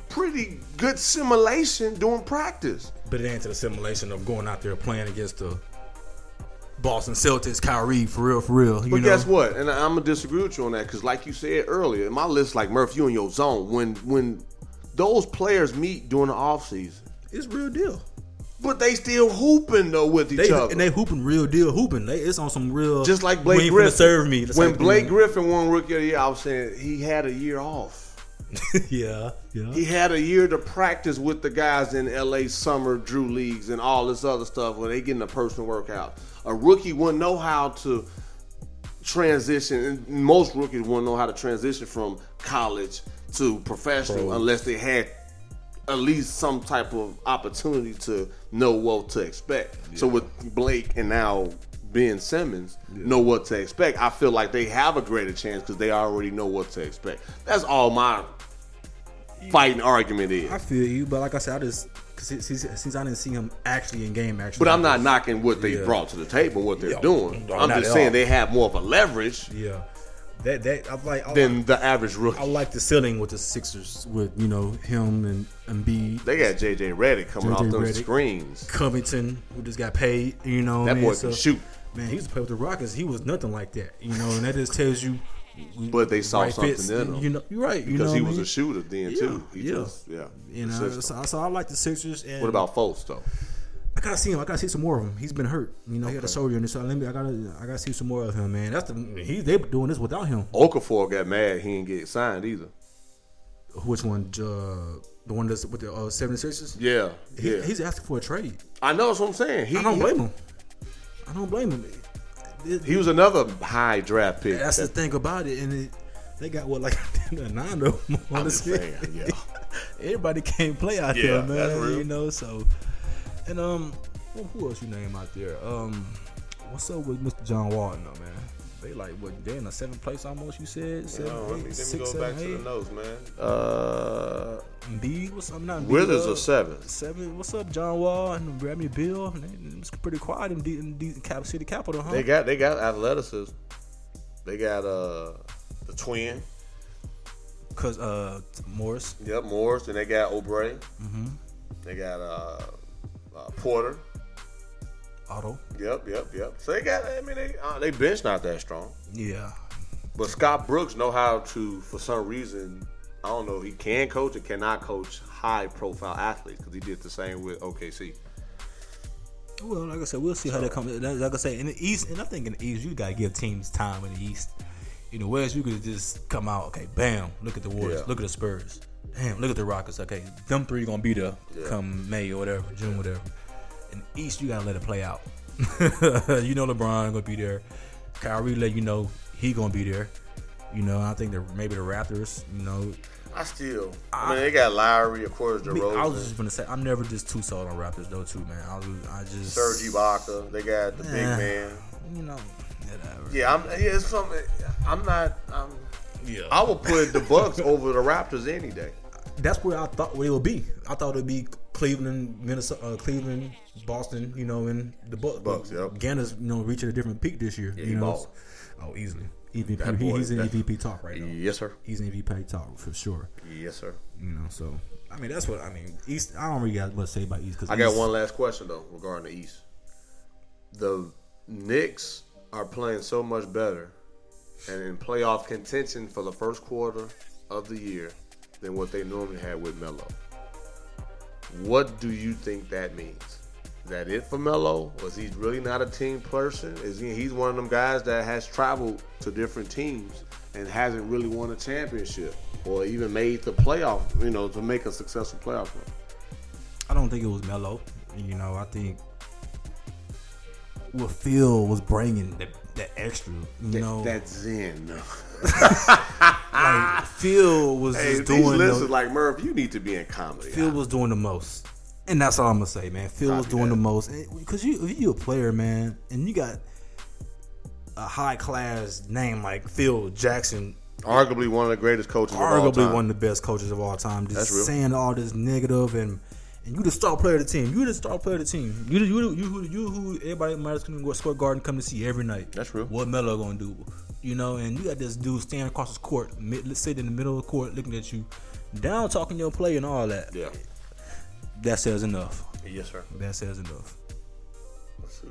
Speaker 5: pretty good simulation during practice.
Speaker 4: But it ain't to the simulation of going out there playing against the Boston Celtics, Kyrie, for real, for real. You
Speaker 3: But
Speaker 4: know?
Speaker 3: guess what? And I'm gonna disagree with you on that because, like you said earlier, my list like Murph, you in your zone. When when those players meet during the offseason,
Speaker 4: It's real deal.
Speaker 3: but they still hooping though with each
Speaker 4: They
Speaker 3: other.
Speaker 4: and they hooping real deal hooping. They it's on some real
Speaker 3: Just like
Speaker 4: you
Speaker 3: Blake
Speaker 4: ain't finna
Speaker 3: Griffin.
Speaker 4: serve me. That's
Speaker 3: when
Speaker 4: like- mm.
Speaker 3: Blake Griffin won Rookie of the Year, I was saying he had a year off.
Speaker 4: yeah, yeah.
Speaker 3: He had a year to practice with the guys in LA summer drew leagues and all this other stuff where they getting a personal workout. A rookie wouldn't know how to transition. And most rookies wouldn't know how to transition from college to professional unless they had at least some type of opportunity to know what to expect. So with Blake and now Ben Simmons know what to expect, I feel like they have a greater chance because they already know what to expect. That's all my fighting argument is.
Speaker 4: I feel you, but like I said, I just since, since, since I didn't see him actually in game action.
Speaker 3: But I'm not knocking what they
Speaker 4: Yeah.
Speaker 3: brought to the table, what they're
Speaker 4: Yeah.
Speaker 3: doing.
Speaker 4: No,
Speaker 3: I'm
Speaker 4: not
Speaker 3: just
Speaker 4: at
Speaker 3: saying
Speaker 4: all.
Speaker 3: they have more of a leverage
Speaker 4: Yeah, that that I like. I, like
Speaker 3: than the average
Speaker 4: I
Speaker 3: rookie.
Speaker 4: like the ceiling with the Sixers with you know him and and B
Speaker 3: They got JJ Reddick coming off
Speaker 4: J.J.
Speaker 3: those
Speaker 4: Redick.
Speaker 3: screens.
Speaker 4: Covington who just got paid. You know
Speaker 3: That
Speaker 4: man,
Speaker 3: boy
Speaker 4: so-
Speaker 3: can shoot.
Speaker 4: Man, he used to play with the Rockets. He was nothing like that, you know, and that just tells you.
Speaker 3: But they saw something in him.
Speaker 4: You know, you're right. You
Speaker 3: Because
Speaker 4: know
Speaker 3: he
Speaker 4: what
Speaker 3: was
Speaker 4: I
Speaker 3: a shooter then
Speaker 4: Yeah,
Speaker 3: too. He
Speaker 4: yeah.
Speaker 3: just- yeah.
Speaker 4: mean? You know,
Speaker 3: Consistent.
Speaker 4: so, so I like the Sixers. And
Speaker 3: What about Fultz though?
Speaker 4: I gotta see him. I gotta see some more of him. He's been hurt. You know, he had a shoulder injury. So let me. I gotta. I gotta see some more of him, man. That's the. He they doing this without him.
Speaker 3: Okafor got mad he didn't get signed either.
Speaker 4: Which one? Uh, the one that's with the uh, 76ers?
Speaker 3: Yeah,
Speaker 4: He,
Speaker 3: yeah.
Speaker 4: He's asking for a trade.
Speaker 3: I know that's what I'm saying. He,
Speaker 4: I don't
Speaker 3: he-
Speaker 4: blame him. I don't blame him. It-
Speaker 3: He was another high draft pick.
Speaker 4: that's the
Speaker 3: that-
Speaker 4: thing about it, and it, they got what like nine of them on
Speaker 3: I'm
Speaker 4: the
Speaker 3: just
Speaker 4: schedule.
Speaker 3: saying, yeah.
Speaker 4: everybody can't play out
Speaker 3: Yeah,
Speaker 4: there, man.
Speaker 3: that's real.
Speaker 4: You know, so and um, who, who else you name out there? Um, what's up with Mr. John Walton, though, man? They like what? They in the seventh place almost. You said seven,
Speaker 3: No, Oh, let me,
Speaker 4: eight,
Speaker 3: let me
Speaker 4: six,
Speaker 3: go
Speaker 4: seven,
Speaker 3: back to the
Speaker 4: eight.
Speaker 3: notes, man. Uh,
Speaker 4: B, what's up? Not B,
Speaker 3: Withers
Speaker 4: uh,
Speaker 3: are seventh.
Speaker 4: Seven. What's up, John Wall and Bradley Bill? They- It was pretty quiet in, D, in D, Cap City Capital, huh?
Speaker 3: They got they got athleticism. They got uh the twin.
Speaker 4: Cause uh Morris,
Speaker 3: Yep, Morris. Then they got O'Bray.
Speaker 4: Mm-hmm.
Speaker 3: They got uh, uh Porter.
Speaker 4: Otto.
Speaker 3: Yep, yep, yep. So they got. I mean, they uh, they bench not that strong.
Speaker 4: Yeah,
Speaker 3: But Scott Brooks know how to, for some reason, I don't know, he can coach or cannot coach high profile athletes because he did the same with OKC.
Speaker 4: Well, like I said, we'll see how that comes. Like like I said, in the East, and I think in the East, you gotta give teams time in the East. In the West, you could just come out, okay, bam, look at the Warriors,
Speaker 3: Yeah.
Speaker 4: look at the Spurs, damn, look at the Rockets, okay, them three gonna be there
Speaker 3: Yeah.
Speaker 4: come May or whatever, June, whatever. In the East, you gotta let it play out. you know, LeBron gonna be there. Kyrie let you know he gonna be there. You know, I think the maybe the Raptors. You know,
Speaker 3: I still, I, mean, they got Lowry, of course,
Speaker 4: Ah. I, mean, I was
Speaker 3: DeRozan,
Speaker 4: just gonna say I'm never just too sold on Raptors though, too, man. I was, I just
Speaker 3: Serge Ibaka. They got the big
Speaker 4: Yeah.
Speaker 3: man.
Speaker 4: you know, whatever.
Speaker 3: Yeah, I'm. Yeah, it's something. I'm not. I'm,
Speaker 4: Yeah.
Speaker 3: I would put the Bucks over the Raptors any day.
Speaker 4: that's where I thought where it would be. I thought it would be Cleveland, Minnesota, uh, Cleveland, Boston, you know, and the Bucks.
Speaker 3: Bucks, yep.
Speaker 4: Ganda's, you know, reaching a different peak this year.
Speaker 3: Yeah,
Speaker 4: you
Speaker 3: he
Speaker 4: know?
Speaker 3: balled.
Speaker 4: Oh, easily. EVP.
Speaker 3: That
Speaker 4: he-
Speaker 3: boy-
Speaker 4: he's in
Speaker 3: that-
Speaker 4: EVP talk right now.
Speaker 3: Yes, sir.
Speaker 4: He's in EVP talk for sure.
Speaker 3: Yes, sir.
Speaker 4: You know, so I mean that's what I mean. East. I don't really got much to say about East because
Speaker 3: I got one last question though regarding the East. The Knicks are playing so much better and in playoff contention for the first quarter of the year than what they normally had with Melo. What do you think that means? Is that it for Melo? Was he really not a team person? Is he, he's one of them guys that has traveled to different teams and hasn't really won a championship or even made the playoff, you know, to make a successful playoff run?
Speaker 4: I don't think it was Melo. You know, I think what Phil was bringing that that extra. You know,
Speaker 3: That's Zen.
Speaker 4: like Phil was
Speaker 3: Hey,
Speaker 4: just
Speaker 3: if these
Speaker 4: doing. the-
Speaker 3: listeners like Murph, you need to be in comedy.
Speaker 4: Phil was doing the most, and that's all I'm gonna say, man. Phil was
Speaker 3: Copy
Speaker 4: doing
Speaker 3: that.
Speaker 4: the most because you if you a player, man, and you got a high class name like Phil Jackson,
Speaker 3: arguably one of the greatest coaches. of all
Speaker 4: arguably
Speaker 3: time.
Speaker 4: one of the best coaches of all time. Just
Speaker 3: That's real.
Speaker 4: saying all this negative and. And you the star player of the team. You the star player of the team. You the, you the, you who you who everybody might as well go square garden come to see every night.
Speaker 3: That's real.
Speaker 4: What Melo gonna do? You know, and you got this dude standing across his court, mid, sitting in the middle of the court, looking at you, down talking your play and all that.
Speaker 3: Yeah.
Speaker 4: That says enough.
Speaker 3: Yes, sir.
Speaker 4: That says enough.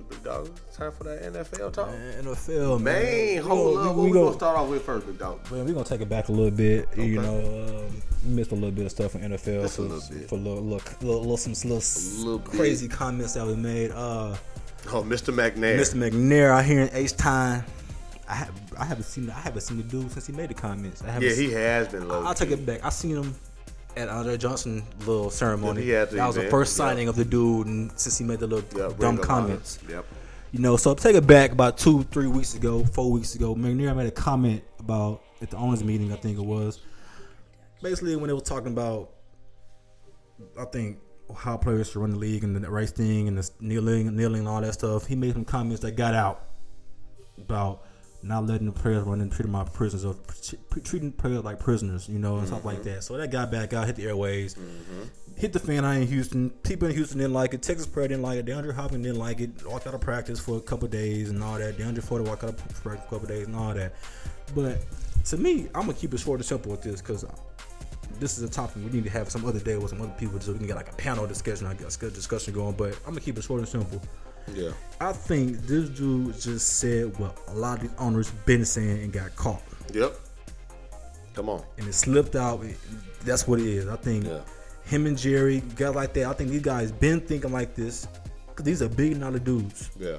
Speaker 3: Big dog. Time for that NFL talk. Man,
Speaker 4: NFL, man.
Speaker 3: hold
Speaker 4: we,
Speaker 3: up.
Speaker 4: We,
Speaker 3: What we,
Speaker 4: we
Speaker 3: gonna
Speaker 4: go,
Speaker 3: start off with first, big dog?
Speaker 4: man, we gonna take it back a little bit.
Speaker 3: Okay.
Speaker 4: You know, um, we missed a little bit of stuff in NFL
Speaker 3: Just a
Speaker 4: for,
Speaker 3: little bit.
Speaker 4: for little, little, little, little some little, s-
Speaker 3: little bit.
Speaker 4: crazy comments that we made. Uh,
Speaker 3: Oh, Mr. McNair.
Speaker 4: Mr. McNair out here in H time. I have I haven't seen I haven't seen the dude since he made the comments. I haven't
Speaker 3: Yeah,
Speaker 4: seen-
Speaker 3: he has been low.
Speaker 4: I'll take it back. I seen him at Andre Johnson little ceremony.
Speaker 3: Yeah, he had the
Speaker 4: that was the
Speaker 3: event.
Speaker 4: first
Speaker 3: Yeah.
Speaker 4: signing of the dude, and since he made the little
Speaker 3: Yeah, Ring of
Speaker 4: dumb
Speaker 3: Honor.
Speaker 4: comments.
Speaker 3: Yep.
Speaker 4: You know, so take it back about two, three weeks ago, four weeks ago. McNair made a comment about at the owners' meeting, I think it was. Basically, when they were talking about, I think how players should run the league and the race thing and the kneeling, kneeling, and all that stuff. He made some comments that got out about not letting the players run and treating my prisoners or pre- treating players like prisoners, you know, and stuff like that. So that got back out, hit the airways hit the fan. I in Houston. People in Houston didn't like it. Texas Prayer didn't like it. DeAndre Hopkins didn't like it. Walked out of practice for a couple of days and all that. DeAndre Ford walked out of practice for a couple of days and all that. But to me, I'm gonna keep it short and simple with this because this is a topic we need to have some other day with some other people so we can get like a panel discussion, I guess, good discussion going. But I'm gonna keep it short and simple.
Speaker 3: Yeah.
Speaker 4: I think this dude just said what a lot of these owners been saying and got caught,
Speaker 3: Yep. Come on.
Speaker 4: and it slipped out. It- That's what it is. I think
Speaker 3: Yeah.
Speaker 4: him and Jerry, guys like that. I think these guys been thinking like this. 'cause these are big dollar dudes.
Speaker 3: Yeah.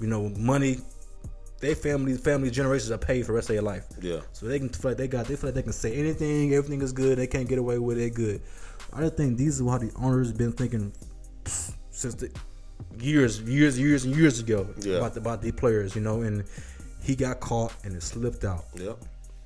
Speaker 4: You know, money. Their family, family generations are paid for the rest of their life.
Speaker 3: Yeah.
Speaker 4: So they can feel like they got. They feel like they can say anything. Everything is good. They can't get away with it. Good. I just think these is how the owners been thinking pff, since the years, years, years, and years ago
Speaker 3: Yeah.
Speaker 4: about the, about the players. You know, and he got caught and it slipped out.
Speaker 3: Yep.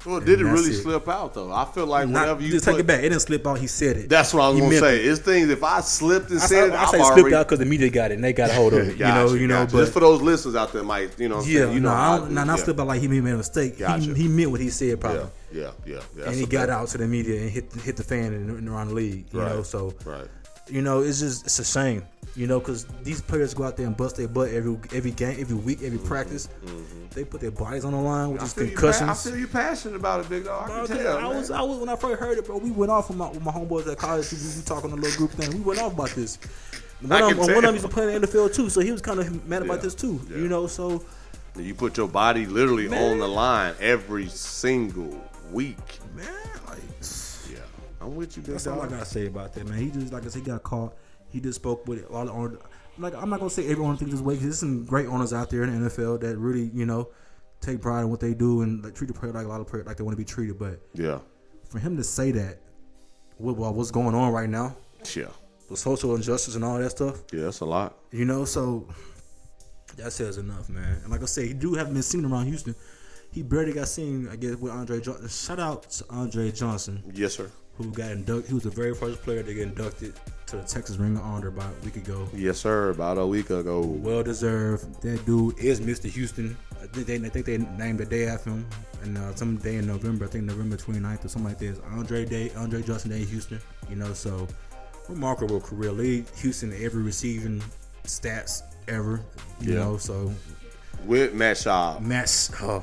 Speaker 3: Well, did it
Speaker 4: And that's
Speaker 3: really
Speaker 4: it.
Speaker 3: slip out though? I feel like
Speaker 4: Not-
Speaker 3: whenever you
Speaker 4: just
Speaker 3: put,
Speaker 4: take it back. It didn't slip out. He said it.
Speaker 3: That's what I was
Speaker 4: He
Speaker 3: gonna
Speaker 4: meant
Speaker 3: say.
Speaker 4: it.
Speaker 3: It's things if I slipped and
Speaker 4: I,
Speaker 3: said
Speaker 4: said-
Speaker 3: it,
Speaker 4: I
Speaker 3: I'm
Speaker 4: say
Speaker 3: already,
Speaker 4: slipped out because the media got it. and They got a hold of it. you know.
Speaker 3: Gotcha,
Speaker 4: You know.
Speaker 3: gotcha.
Speaker 4: But
Speaker 3: just for those listeners out there, might you know, what I'm
Speaker 4: yeah,
Speaker 3: saying, you know,
Speaker 4: no,
Speaker 3: how
Speaker 4: I
Speaker 3: I
Speaker 4: don't,
Speaker 3: do.
Speaker 4: no, not
Speaker 3: yeah.
Speaker 4: slip out like he made a mistake.
Speaker 3: Gotcha.
Speaker 4: He, he meant what he said probably.
Speaker 3: Yeah, yeah, yeah. yeah.
Speaker 4: and he got out to the media and hit hit the fan in, in around the league, you know.
Speaker 3: Right,
Speaker 4: So,
Speaker 3: right.
Speaker 4: you know, it's just it's a shame, you know, because these players go out there and bust their butt every every game, every week, every practice. They put their bodies on the line, which
Speaker 3: Mm-hmm, I
Speaker 4: is
Speaker 3: feel, you,
Speaker 4: concussions.
Speaker 3: pa- I feel you passionate about it, big dog. I
Speaker 4: Bro,
Speaker 3: can
Speaker 4: dude,
Speaker 3: tell.
Speaker 4: I
Speaker 3: man.
Speaker 4: was, I was when I first heard it, bro. We went off with my, with my homeboys at college. We, we talking a little group thing. We went off about this. One
Speaker 3: I
Speaker 4: of,
Speaker 3: can
Speaker 4: one of
Speaker 3: tell.
Speaker 4: them used to play in the NFL too, so he was kind of mad about
Speaker 3: Yeah,
Speaker 4: this too.
Speaker 3: yeah.
Speaker 4: You know, so
Speaker 3: You put your body literally
Speaker 4: Man.
Speaker 3: on the line every single week.
Speaker 4: man, like
Speaker 3: Yeah, I'm with you, big
Speaker 4: that's all I
Speaker 3: dog.
Speaker 4: gotta say about that, man. He just like I said, he got caught. He just spoke with a lot of owner. Like I'm not gonna say everyone thinks this way. 'cause There's some great owners out there in the NFL that really, you know, take pride in what they do and like treat the player like a lot of player like they want to be treated. But
Speaker 3: Yeah,
Speaker 4: for him to say that, with what, what's going on right now,
Speaker 3: yeah,
Speaker 4: with social injustice and all that stuff.
Speaker 3: yeah. That's a lot.
Speaker 4: You know, so that says enough, man. And like I say, he do haven't been seen around Houston. He barely got seen, I guess, with Andre Johnson. Shout out to Andre Johnson,
Speaker 3: Yes, sir.
Speaker 4: who got inducted. He was the very first player to get inducted to the Texas Ring of Honor about a week ago.
Speaker 3: Yes, sir. About a week ago.
Speaker 4: Well deserved. That dude is Mr. Houston. I think they, I think they named the day after him. And uh, some day in November, I think November 29th or something like that, is Andre Day, Andre Johnson Day in Houston. You know, so remarkable career. Lead Houston in every receiving stats ever. You
Speaker 3: Yeah.
Speaker 4: know, so
Speaker 3: With Matt Shaw.
Speaker 4: Matt's oh,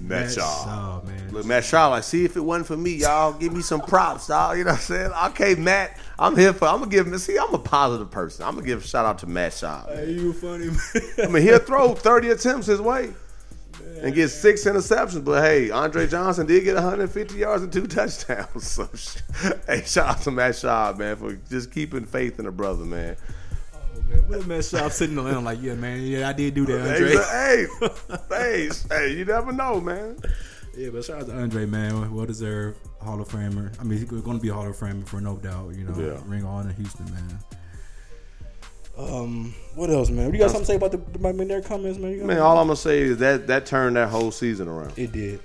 Speaker 3: Matt Shaw.
Speaker 4: oh man.
Speaker 3: Look, Matt Shaw, like, see if it wasn't for me, y'all. Give me some props, dog. You know what I'm saying? Okay, Matt, I'm here for. I'm gonna give him. See, I'm a positive person. I'm gonna give a shout out to Matt Shaw.
Speaker 4: Hey, you funny
Speaker 3: I
Speaker 4: man.
Speaker 3: mean, he'll throw 30 attempts his way and get six interceptions. But hey, Andre Johnson did get 150 yards and two touchdowns. So, sh- hey, shout out to Matt Shaw, man, for just keeping faith in the brother, man.
Speaker 4: What Matt Shaw sitting on him like, yeah, man, yeah, I did do that, Andre.
Speaker 3: Hey, hey, hey, hey, you never know, man.
Speaker 4: Yeah, but shout out to Andre, man. Well deserved Hall of Famer. I mean, he's going to be a Hall of Famer for no doubt. You know,
Speaker 3: Yeah.
Speaker 4: ring of honor, Houston, man. Um, what else, man? You got something to say about the my their comments, man? You got
Speaker 3: Man, all I'm gonna say is that that turned that whole season around.
Speaker 4: it did.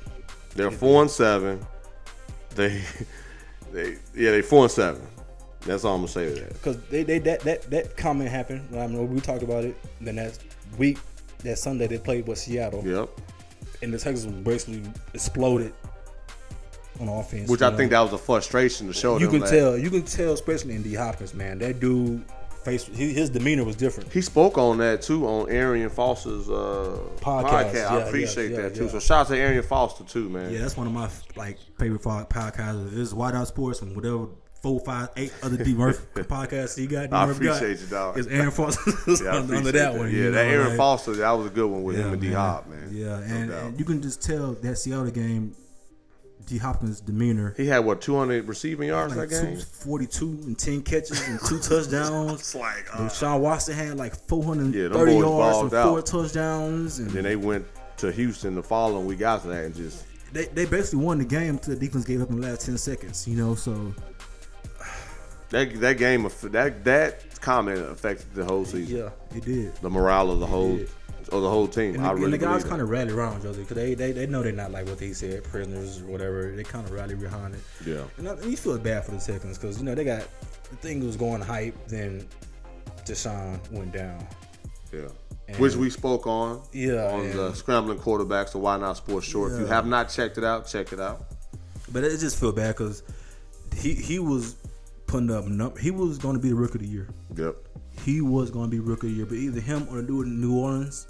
Speaker 3: They're four and seven. They, they, yeah, they four and seven. That's all I'm gonna say to that.
Speaker 4: because they, they that, that that comment happened. I mean, we talked about it. Then that week, that Sunday, they played with Seattle,
Speaker 3: Yep.
Speaker 4: and the Texans basically exploded on offense.
Speaker 3: Which
Speaker 4: you
Speaker 3: I
Speaker 4: know?
Speaker 3: think that was a frustration to show.
Speaker 4: you
Speaker 3: them
Speaker 4: can
Speaker 3: that-
Speaker 4: tell. You can tell, especially in D Hopkins, man. That dude face his his demeanor was different.
Speaker 3: He spoke on that too on Arian Foster's uh,
Speaker 4: Podcast,
Speaker 3: podcast.
Speaker 4: yeah,
Speaker 3: I appreciate
Speaker 4: yeah, yeah,
Speaker 3: that too.
Speaker 4: yeah.
Speaker 3: So shout out to Arian Foster too, man.
Speaker 4: Yeah, that's one of my like favorite fo- podcasts. It's Whiteout Sports and whatever four, five, eight other D Murph podcasts he got. D.
Speaker 3: I
Speaker 4: Murph
Speaker 3: appreciate
Speaker 4: got,
Speaker 3: you, dog.
Speaker 4: It's Aaron Foster
Speaker 3: Yeah, I
Speaker 4: under,
Speaker 3: appreciate
Speaker 4: that one.
Speaker 3: Yeah,
Speaker 4: you
Speaker 3: that
Speaker 4: know,
Speaker 3: Aaron
Speaker 4: like-
Speaker 3: Foster, that was a good one with
Speaker 4: Yeah,
Speaker 3: him and D
Speaker 4: man.
Speaker 3: Hop, man.
Speaker 4: Yeah,
Speaker 3: No
Speaker 4: and,
Speaker 3: doubt.
Speaker 4: and you can just tell that Seattle game, D Hopkins' demeanor.
Speaker 3: he had what 200 receiving yards
Speaker 4: Like
Speaker 3: that
Speaker 4: two,
Speaker 3: game.
Speaker 4: 42 and 10 catches and two touchdowns.
Speaker 3: like, uh,
Speaker 4: And Sean Watson had like 430
Speaker 3: Yeah, them boys
Speaker 4: yards and
Speaker 3: balled
Speaker 4: four
Speaker 3: out.
Speaker 4: touchdowns. And
Speaker 3: Then they went to Houston the following week after that and just
Speaker 4: they, they basically won the game until the defense gave up in the last 10 seconds, you know. So,
Speaker 3: that that game aff- that that comment affected the whole season.
Speaker 4: yeah, it did.
Speaker 3: The morale of the whole
Speaker 4: did.
Speaker 3: of the whole team.
Speaker 4: And,
Speaker 3: I
Speaker 4: the, and
Speaker 3: really
Speaker 4: the guys
Speaker 3: believe
Speaker 4: kind
Speaker 3: that.
Speaker 4: of rally around Jose because they, they they know they're not like what they said, prisoners or whatever. They kind of rally behind it.
Speaker 3: Yeah.
Speaker 4: and, I, and you feel bad for the Texans because you know they got the thing was going hype. Then Deshaun went down.
Speaker 3: Yeah.
Speaker 4: And-
Speaker 3: Which we spoke on.
Speaker 4: Yeah,
Speaker 3: On
Speaker 4: and-
Speaker 3: the scrambling quarterbacks, so why not sports short? If you
Speaker 4: Yeah.
Speaker 3: have not checked it out, check it out.
Speaker 4: But it just feel bad because he he was putting up num- he was going to be the rookie of the year.
Speaker 3: Yep.
Speaker 4: He was going to be rookie of the year, but either him or the dude in New Orleans,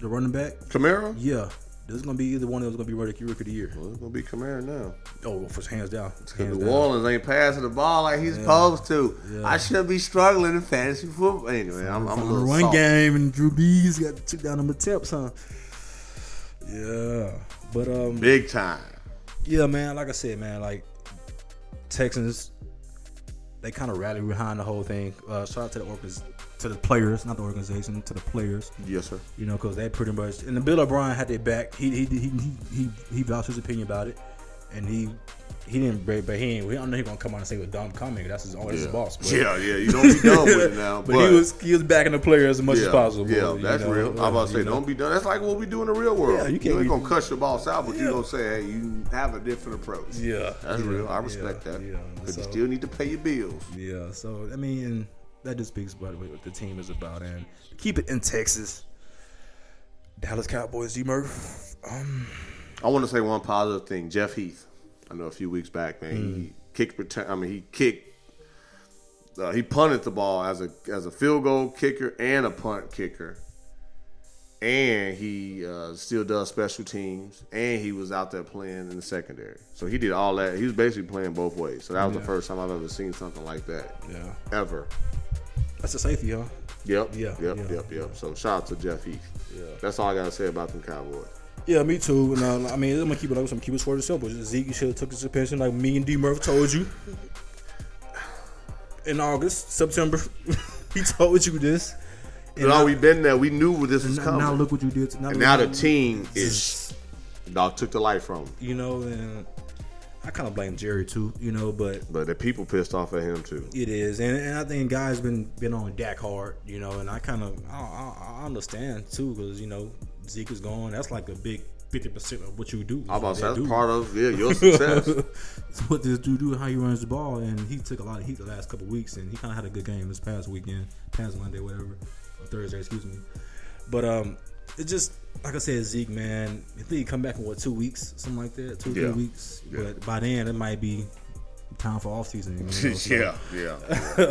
Speaker 4: the running back.
Speaker 3: Camaro?
Speaker 4: Yeah, there's going to be either one of them going to be rookie rookie of the year.
Speaker 3: Well, it's gonna be Camaro now.
Speaker 4: Oh, for hands down. Hands
Speaker 3: New
Speaker 4: down.
Speaker 3: Orleans ain't passing the ball like he's supposed to.
Speaker 4: Yeah.
Speaker 3: I should be struggling in fantasy football. Anyway, I'm, I'm a
Speaker 4: From
Speaker 3: little
Speaker 4: one
Speaker 3: soft.
Speaker 4: game and Drew Brees got took down them attempts, huh? Yeah, but um,
Speaker 3: Big time.
Speaker 4: yeah, man. Like I said, man, like Texans, they kind of rallied behind the whole thing. Uh, shout out to the orcas, to the players, not the organization, to the players.
Speaker 3: Yes, sir.
Speaker 4: You know, because they pretty much and the Bill O'Brien had their back. He he he he he, he vouched his opinion about it. and he he didn't break, but he ain't, I don't know he gonna come out and say with dumb comic. That's his always
Speaker 3: Yeah.
Speaker 4: his boss. But,
Speaker 3: Yeah, yeah, you don't be done with it now.
Speaker 4: but, he was he was backing the player as much
Speaker 3: yeah,
Speaker 4: as possible.
Speaker 3: Yeah,
Speaker 4: you
Speaker 3: that's
Speaker 4: know,
Speaker 3: real. I'm about to
Speaker 4: you
Speaker 3: say,
Speaker 4: know.
Speaker 3: don't be done. That's like what we do in the real world.
Speaker 4: Yeah, you
Speaker 3: you,
Speaker 4: can't
Speaker 3: ain't
Speaker 4: be-
Speaker 3: gonna cut your boss out, but you gonna say, hey, you have a different approach.
Speaker 4: Yeah,
Speaker 3: that's
Speaker 4: yeah,
Speaker 3: real. I respect
Speaker 4: yeah,
Speaker 3: that.
Speaker 4: yeah,
Speaker 3: but you
Speaker 4: so-
Speaker 3: still need to pay your bills.
Speaker 4: Yeah, so I mean, and that just speaks about what what the team is about, and keep it in Texas. Dallas Cowboys, D Murph. Um,
Speaker 3: I want to say one positive thing. Jeff Heath, I know a few weeks back, man,
Speaker 4: Mm.
Speaker 3: he kicked return. I mean, he kicked. Uh, he punted the ball as a as a field goal kicker and a punt kicker, and he uh, still does special teams. And he was out there playing in the secondary, so he did all that. He was basically playing both ways. So that was the first time I've ever seen something like that
Speaker 4: yeah,
Speaker 3: ever.
Speaker 4: that's a safety, huh?
Speaker 3: Yep.
Speaker 4: Yeah,
Speaker 3: Yep.
Speaker 4: yeah,
Speaker 3: yep. Yep. So shout out to Jeff Heath.
Speaker 4: Yeah.
Speaker 3: That's all I gotta say about them Cowboys.
Speaker 4: Yeah, me too. And uh, I mean, I'm gonna keep it. I'm gonna keep it short and simple. Just Zeke should have took his suspension, like me and D Murph told you in August, September. he told you this. uh,
Speaker 3: And all we been there, we knew this was
Speaker 4: now,
Speaker 3: coming.
Speaker 4: now look what you did. To, now
Speaker 3: And
Speaker 4: look
Speaker 3: now
Speaker 4: what
Speaker 3: the
Speaker 4: you-
Speaker 3: team is dog took the life from him,
Speaker 4: you know, and I kind of blame Jerry too, you know, but
Speaker 3: but the people pissed off at him too.
Speaker 4: It is, and, and I think guys been been on Dak hard, you know, and I kind of I, I, I understand too because you know Zeke is gone. That's like a big fifty percent of what you do.
Speaker 3: I'm about to say
Speaker 4: That
Speaker 3: that's
Speaker 4: dude.
Speaker 3: part of yeah your success.
Speaker 4: It's what this dude do, how he runs the ball, and he took a lot of heat the last couple weeks, and he kind of had a good game this past weekend, past Monday, whatever, or Thursday, excuse me. But um, it just like I said, Zeke, man, I think he come back in what two weeks, something like that, two or
Speaker 3: Yeah.
Speaker 4: three weeks.
Speaker 3: Yeah.
Speaker 4: But by then, it might be time for off season. You know, so-
Speaker 3: yeah, yeah,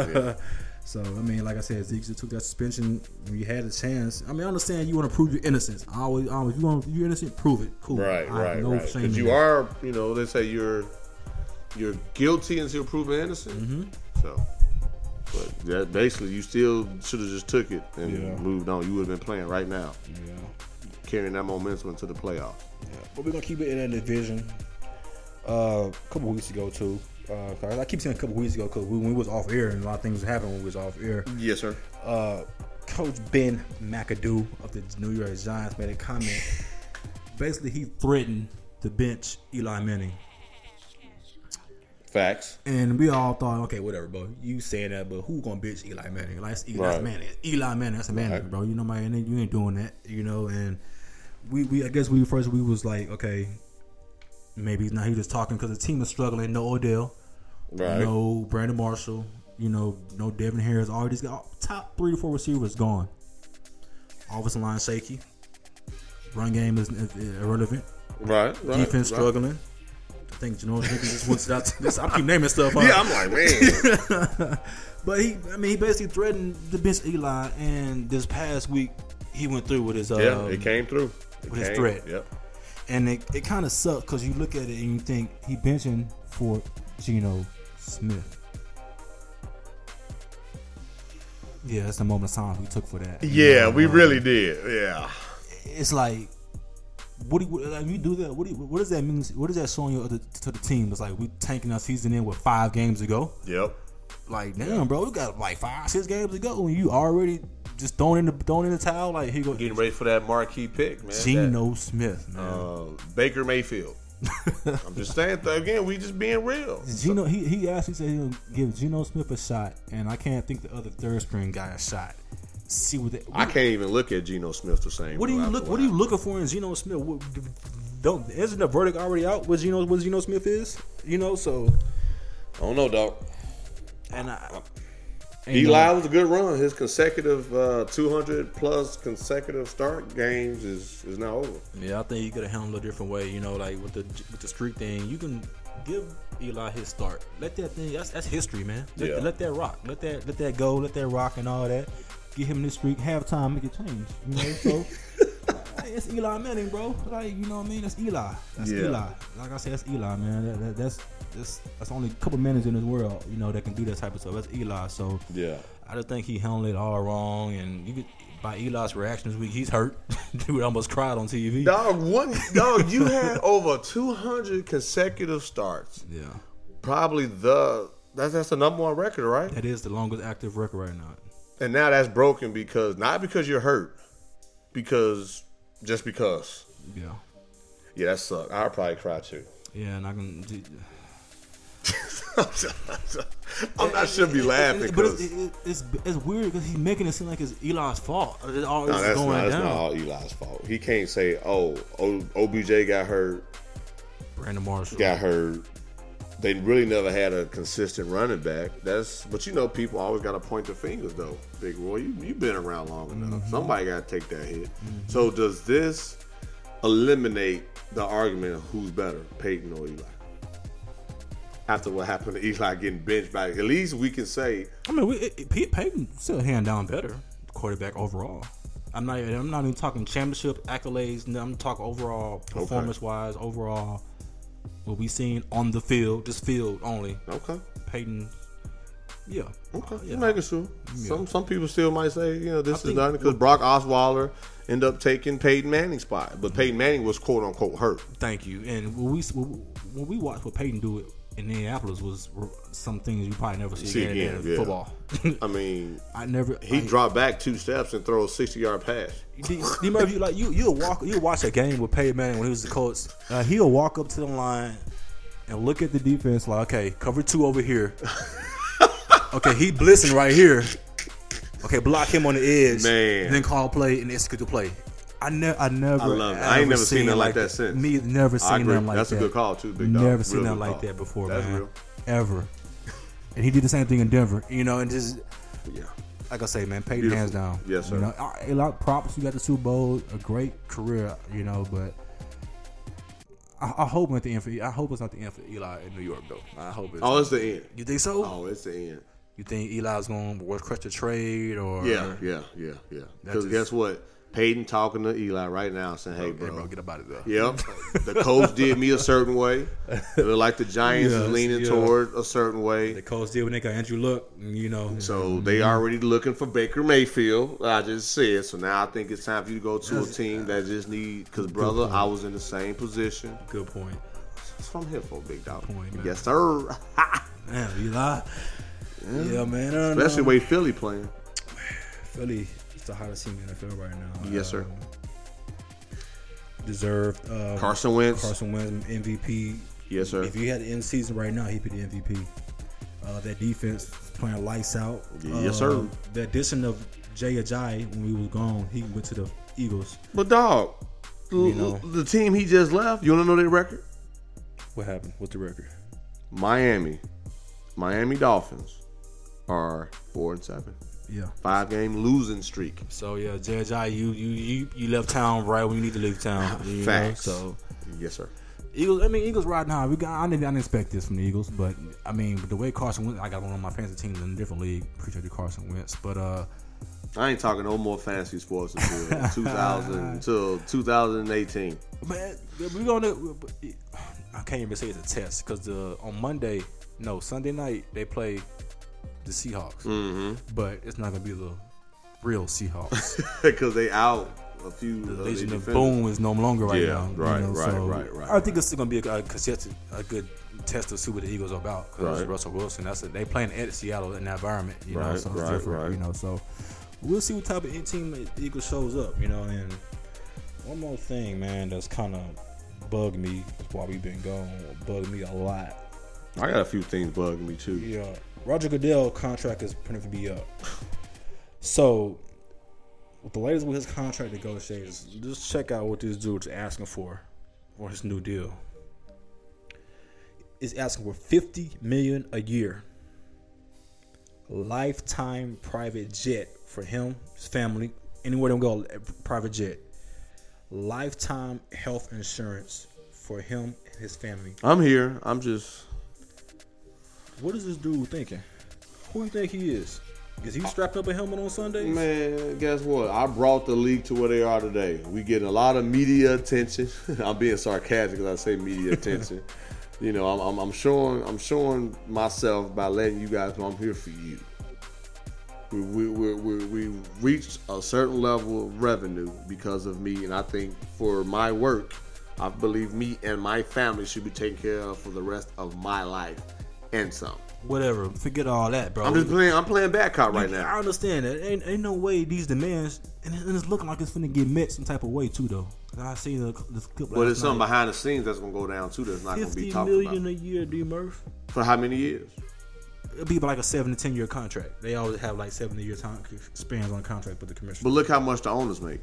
Speaker 3: yeah.
Speaker 4: so I mean, like I said, Zeke just took that suspension when you had a chance. I mean, I understand you want to prove your innocence. I always, I always, you want you're innocent, prove it. Cool.
Speaker 3: Right,
Speaker 4: I have
Speaker 3: right,
Speaker 4: no
Speaker 3: right.
Speaker 4: shame in
Speaker 3: Because you
Speaker 4: that.
Speaker 3: are, you know, they say you're you're guilty until proven innocent. So, but that basically you still should have just took it and
Speaker 4: Yeah.
Speaker 3: moved on. You would have been playing right now,
Speaker 4: Yeah,
Speaker 3: carrying that momentum into the playoffs.
Speaker 4: yeah. But we're gonna keep it in that division. Uh, a couple weeks ago too. Uh, 'cause I keep saying a couple weeks ago because we, when we was off air and a lot of things happened when we was off air.
Speaker 3: Yes, sir.
Speaker 4: uh, Coach Ben McAdoo of the New York Giants made a comment. Basically, he threatened to bench Eli Manning.
Speaker 3: Facts.
Speaker 4: And we all thought, okay, whatever, bro. You saying that, but who gonna bitch Eli Manning? Like it's Eli
Speaker 6: Right.
Speaker 4: Manning, Eli Manning. That's a man,
Speaker 6: Right.
Speaker 4: bro. You know, my and you ain't doing that, you know. And we, we, I guess we first we was like, okay, maybe he's not. He just talking because the team is struggling. No Odell,
Speaker 6: Right.
Speaker 4: no Brandon Marshall, you know, no Devin Harris. All these guys, top three to four receivers gone. Offensive line shaky. Run game is is irrelevant.
Speaker 6: Right. Right.
Speaker 4: Defense
Speaker 6: right.
Speaker 4: struggling. I think Janoris Jenkins just wants it out. To, I keep naming stuff. huh?
Speaker 6: Yeah, I'm like, man.
Speaker 4: But he, I mean, he basically threatened the bench Eli, and this past week he went through with his, um,
Speaker 6: yeah, it came through. It
Speaker 4: with his
Speaker 6: came.
Speaker 4: threat.
Speaker 6: Yep.
Speaker 4: and it, it kind of sucked because you look at it and you think he benching for Geno Smith. Yeah, that's the moment of time we took for that.
Speaker 6: Yeah, we
Speaker 4: Um,
Speaker 6: really did. Yeah.
Speaker 4: It's like, what do you, like, you do that? What do you, what does that mean? What is that showing you to, to the team? It's like we tanking our season in with five games to go.
Speaker 6: Yep.
Speaker 4: Like, damn, bro, we got like five, six games to go, and you already just throwing in the throwing in the towel. Like, here you go,
Speaker 3: Getting ready for that marquee pick, man. That-
Speaker 4: Geno Smith, man.
Speaker 3: uh, Baker Mayfield. I'm just saying th- again, we just being real.
Speaker 4: Geno, he, he actually said he'll give Geno Smith a shot, and I can't think the other third string guy a shot. See what that.
Speaker 3: I can't even look at Geno Smith the same.
Speaker 4: What do
Speaker 3: way
Speaker 4: you
Speaker 3: after
Speaker 4: look?
Speaker 3: a
Speaker 4: What are you
Speaker 3: while.
Speaker 4: looking for in Geno Smith? What, don't isn't the verdict already out? What Geno what Geno Smith is? You know, so
Speaker 6: I don't know, dog.
Speaker 4: and I.
Speaker 3: Eli was a good run. His consecutive uh, 200 plus consecutive start games is is now over.
Speaker 4: Yeah, I think you could have handled it a different way. You know, like with the with the streak thing, you can give Eli his start. Let that thing that's that's history, man. Let,
Speaker 6: Yeah.
Speaker 4: let that rock. Let that let that go. Let that rock and all that. Get him this streak. Halftime, make a change. You know, so hey, it's Eli Manning, bro. Like you know what I mean? That's Eli. That's
Speaker 3: Yeah.
Speaker 4: Eli. Like I said, that's Eli, man. That, that, that's that's that's only a couple minutes in this world, you know, that can do that type of stuff. That's Eli. So
Speaker 6: Yeah.
Speaker 4: I just think he handled it all wrong, and you could, by Eli's reaction this week, he's hurt. Dude almost cried on TV.
Speaker 3: Dog, one dog, you had over 200 consecutive starts.
Speaker 4: Yeah,
Speaker 3: Probably the that's that's the number one record, right?
Speaker 4: that is the longest active record right now.
Speaker 3: And now that's broken because not because you're hurt, because just because.
Speaker 4: Yeah,
Speaker 3: Yeah, that sucked. I'd probably cry too.
Speaker 4: Yeah, and I can. d-
Speaker 3: I'm not should be laughing
Speaker 4: But it's,
Speaker 3: because
Speaker 4: it- it's, it's weird because he's making it seem like it's Elon's fault. It's all
Speaker 3: no,
Speaker 4: it's
Speaker 3: that's,
Speaker 4: going
Speaker 3: not, that's
Speaker 4: down.
Speaker 3: not all Eli's fault. He can't say, "Oh, o, OBJ got hurt,
Speaker 4: Brandon Marshall.
Speaker 3: got hurt." They really never had a consistent running back. That's but you know, people always got to point their fingers though. Big Roy, you you've been around long enough.
Speaker 4: Mm-hmm.
Speaker 3: Somebody got to take that hit. So does this eliminate the argument of who's better, Peyton or Eli? After what happened to Eli getting benched by, at least we can say
Speaker 4: I mean, we, it, it, Pete Payton still hand down better quarterback overall. I'm not. Even, I'm not even talking championship accolades. No, I'm talking overall performance wise. Overall, what we seen on the field, just field only.
Speaker 3: okay.
Speaker 4: Peyton. Yeah.
Speaker 3: Okay,
Speaker 4: Uh,
Speaker 3: you
Speaker 4: yeah.
Speaker 3: making sure. Some some people still might say, you know, this is
Speaker 4: think-
Speaker 3: done because Brock Osweiler ended up taking Peyton Manning's spot,
Speaker 4: Mm-hmm.
Speaker 3: but Peyton Manning was quote unquote hurt.
Speaker 4: Thank you. And when we when we watched what Peyton do in Indianapolis was some things you probably never see,
Speaker 3: See
Speaker 4: again,
Speaker 3: again,
Speaker 4: in
Speaker 3: yeah.
Speaker 4: football.
Speaker 3: I mean,
Speaker 4: I never.
Speaker 3: he
Speaker 4: like,
Speaker 3: dropped back two steps and throws a sixty yard pass.
Speaker 4: D, D Murphy, like you, you'll walk, you'll watch a game with Peyton Manning when he was the Colts. Uh, he'll walk up to the line and look at the defense, like, okay, cover two over here. okay, he blitzing right here. Okay, block him on the edge,
Speaker 3: Man.
Speaker 4: Then call play and execute the play. I never, I never,
Speaker 3: I love it. I ain't
Speaker 4: ever
Speaker 3: never seen nothing like that since.
Speaker 4: Me, never
Speaker 3: I
Speaker 4: seen
Speaker 3: agree.
Speaker 4: nothing like
Speaker 3: That's
Speaker 4: that.
Speaker 3: a good call too, big dog.
Speaker 4: Never
Speaker 3: Real
Speaker 4: seen
Speaker 3: good
Speaker 4: nothing like
Speaker 3: call.
Speaker 4: that before,
Speaker 3: That's
Speaker 4: man.
Speaker 3: real.
Speaker 4: Ever. And he did the same thing in Denver, you know, and just
Speaker 3: Yeah.
Speaker 4: like I say, man, Peyton
Speaker 3: Beautiful.
Speaker 4: hands down.
Speaker 3: Yes, sir.
Speaker 4: You know, I- a lot of props. You got the Super Bowl, a great career, you know, but I, I hope not the end for. I hope it's not the end for Eli in New York, though. I hope it's.
Speaker 3: Oh, it's the end.
Speaker 4: you think so?
Speaker 3: Oh, it's the end.
Speaker 4: You think Eli's going to crush the trade or?
Speaker 3: Yeah, yeah, yeah, yeah.
Speaker 4: That
Speaker 3: Because
Speaker 4: just-
Speaker 3: guess what? Peyton talking to Eli right now, saying, "Hey,
Speaker 4: Hey, bro, get up out of there.
Speaker 3: Yep. the coach did me a certain way. It looked like the Giants
Speaker 4: Yes,
Speaker 3: is leaning
Speaker 4: yeah.
Speaker 3: toward a certain way.
Speaker 4: The Colts did when they got Andrew Luck, you know.
Speaker 3: So they already looking for Baker Mayfield. I just said. So now I think it's time for you to go to a team that just need. Because brother, I was in the same position.
Speaker 4: Good point,
Speaker 3: That's what I'm here for, big dog.
Speaker 4: Point, man.
Speaker 3: yes, sir.
Speaker 4: man. Eli, yeah, man. I don't
Speaker 3: Especially the
Speaker 4: know.
Speaker 3: way Philly playing.
Speaker 4: Philly is the hottest team in the NFL right now. Um,
Speaker 3: Yes, sir.
Speaker 4: Deserved. Um,
Speaker 3: Carson Wentz.
Speaker 4: Carson Wentz MVP.
Speaker 3: Yes, sir.
Speaker 4: If you had the end season right now, he'd be the MVP. Uh, that defense playing lights out.
Speaker 3: Y- yes,
Speaker 4: Uh,
Speaker 3: sir.
Speaker 4: The addition of Jay Ajayi when we was gone, he went to the Eagles.
Speaker 3: But dog,
Speaker 4: You know.
Speaker 3: the team he just left. You want to know their record?
Speaker 4: What happened? What's the record?
Speaker 3: Miami, Miami Dolphins are four and seven.
Speaker 4: Yeah.
Speaker 3: Five game losing streak.
Speaker 4: So yeah, Jay Ajayi, you you you, you left town right when you need to leave town. You know?
Speaker 3: Facts.
Speaker 4: So
Speaker 3: Yes, sir.
Speaker 4: Eagles, I mean Eagles right now. We got I didn't, I didn't expect this from the Eagles, but I mean with the way Carson Wentz, I got one of my fantasy teams in a different league. Appreciate you, Carson Wentz, but uh.
Speaker 3: I ain't talking no more fantasy sports until 2000 until 2018.
Speaker 4: Man, we're gonna. I can't even say it's a test because the on Monday, no Sunday night they play the Seahawks, but it's not gonna be the real Seahawks.
Speaker 3: Because they out a few.
Speaker 4: the
Speaker 3: of
Speaker 4: Legion
Speaker 3: their
Speaker 4: of
Speaker 3: defenders.
Speaker 4: Boom is no longer right
Speaker 3: Yeah,
Speaker 4: now.
Speaker 3: right, right, right, right,
Speaker 4: I think it's still gonna be a, a, 'cause it's a good test to see what the Eagles are about because
Speaker 3: Right.
Speaker 4: Russell Wilson. That's a, they playing at Seattle in that environment, you know.
Speaker 3: Right,
Speaker 4: So it's
Speaker 3: right,
Speaker 4: different,
Speaker 3: right.
Speaker 4: you know. So we'll see what type of team the Eagles shows up, you know. And one more thing, man, that's kind of bugged me while we've been gone, bugged me a lot.
Speaker 3: I got a few things bugging me too.
Speaker 4: Yeah, Roger Goodell contract is going to be up. So, with the latest with his contract negotiations, just check out what this dude's asking for for his new deal. Is asking for fifty million a year, lifetime private jet for him, his family, anywhere they go, private jet, lifetime health insurance for him and his family.
Speaker 3: I'm here. I'm just.
Speaker 4: What is this dude thinking? Who you think he is? Is he strapped up a helmet on Sundays?
Speaker 3: Man, guess what? I brought the league to where they are today. We getting a lot of media attention. I'm being sarcastic because I say media attention. you know, I'm, I'm, I'm showing I'm showing myself by letting you guys know I'm here for you. We we we we, we reached a certain level of revenue because of me, and I think for my work, I believe me and my family should be taken care of for the rest of my life and some.
Speaker 4: Whatever. Forget all that, bro.
Speaker 3: I'm just playing. I'm playing bad cop right now.
Speaker 4: I understand that. Ain't, ain't no way these demands, and, it- and it's looking like it's finna get met some type of way too, though. 'Cause I seen the, this clip.
Speaker 3: But
Speaker 4: last
Speaker 3: it's something
Speaker 4: night.
Speaker 3: behind the scenes that's gonna go down too. That's not gonna be
Speaker 4: Fifty
Speaker 3: talked
Speaker 4: million
Speaker 3: about
Speaker 4: a year, D Murph.
Speaker 3: for how many years?
Speaker 4: It'll be like a seven to ten year contract. They always have like seven to year time spans on contract with the commissioner.
Speaker 3: But look how much the owners make.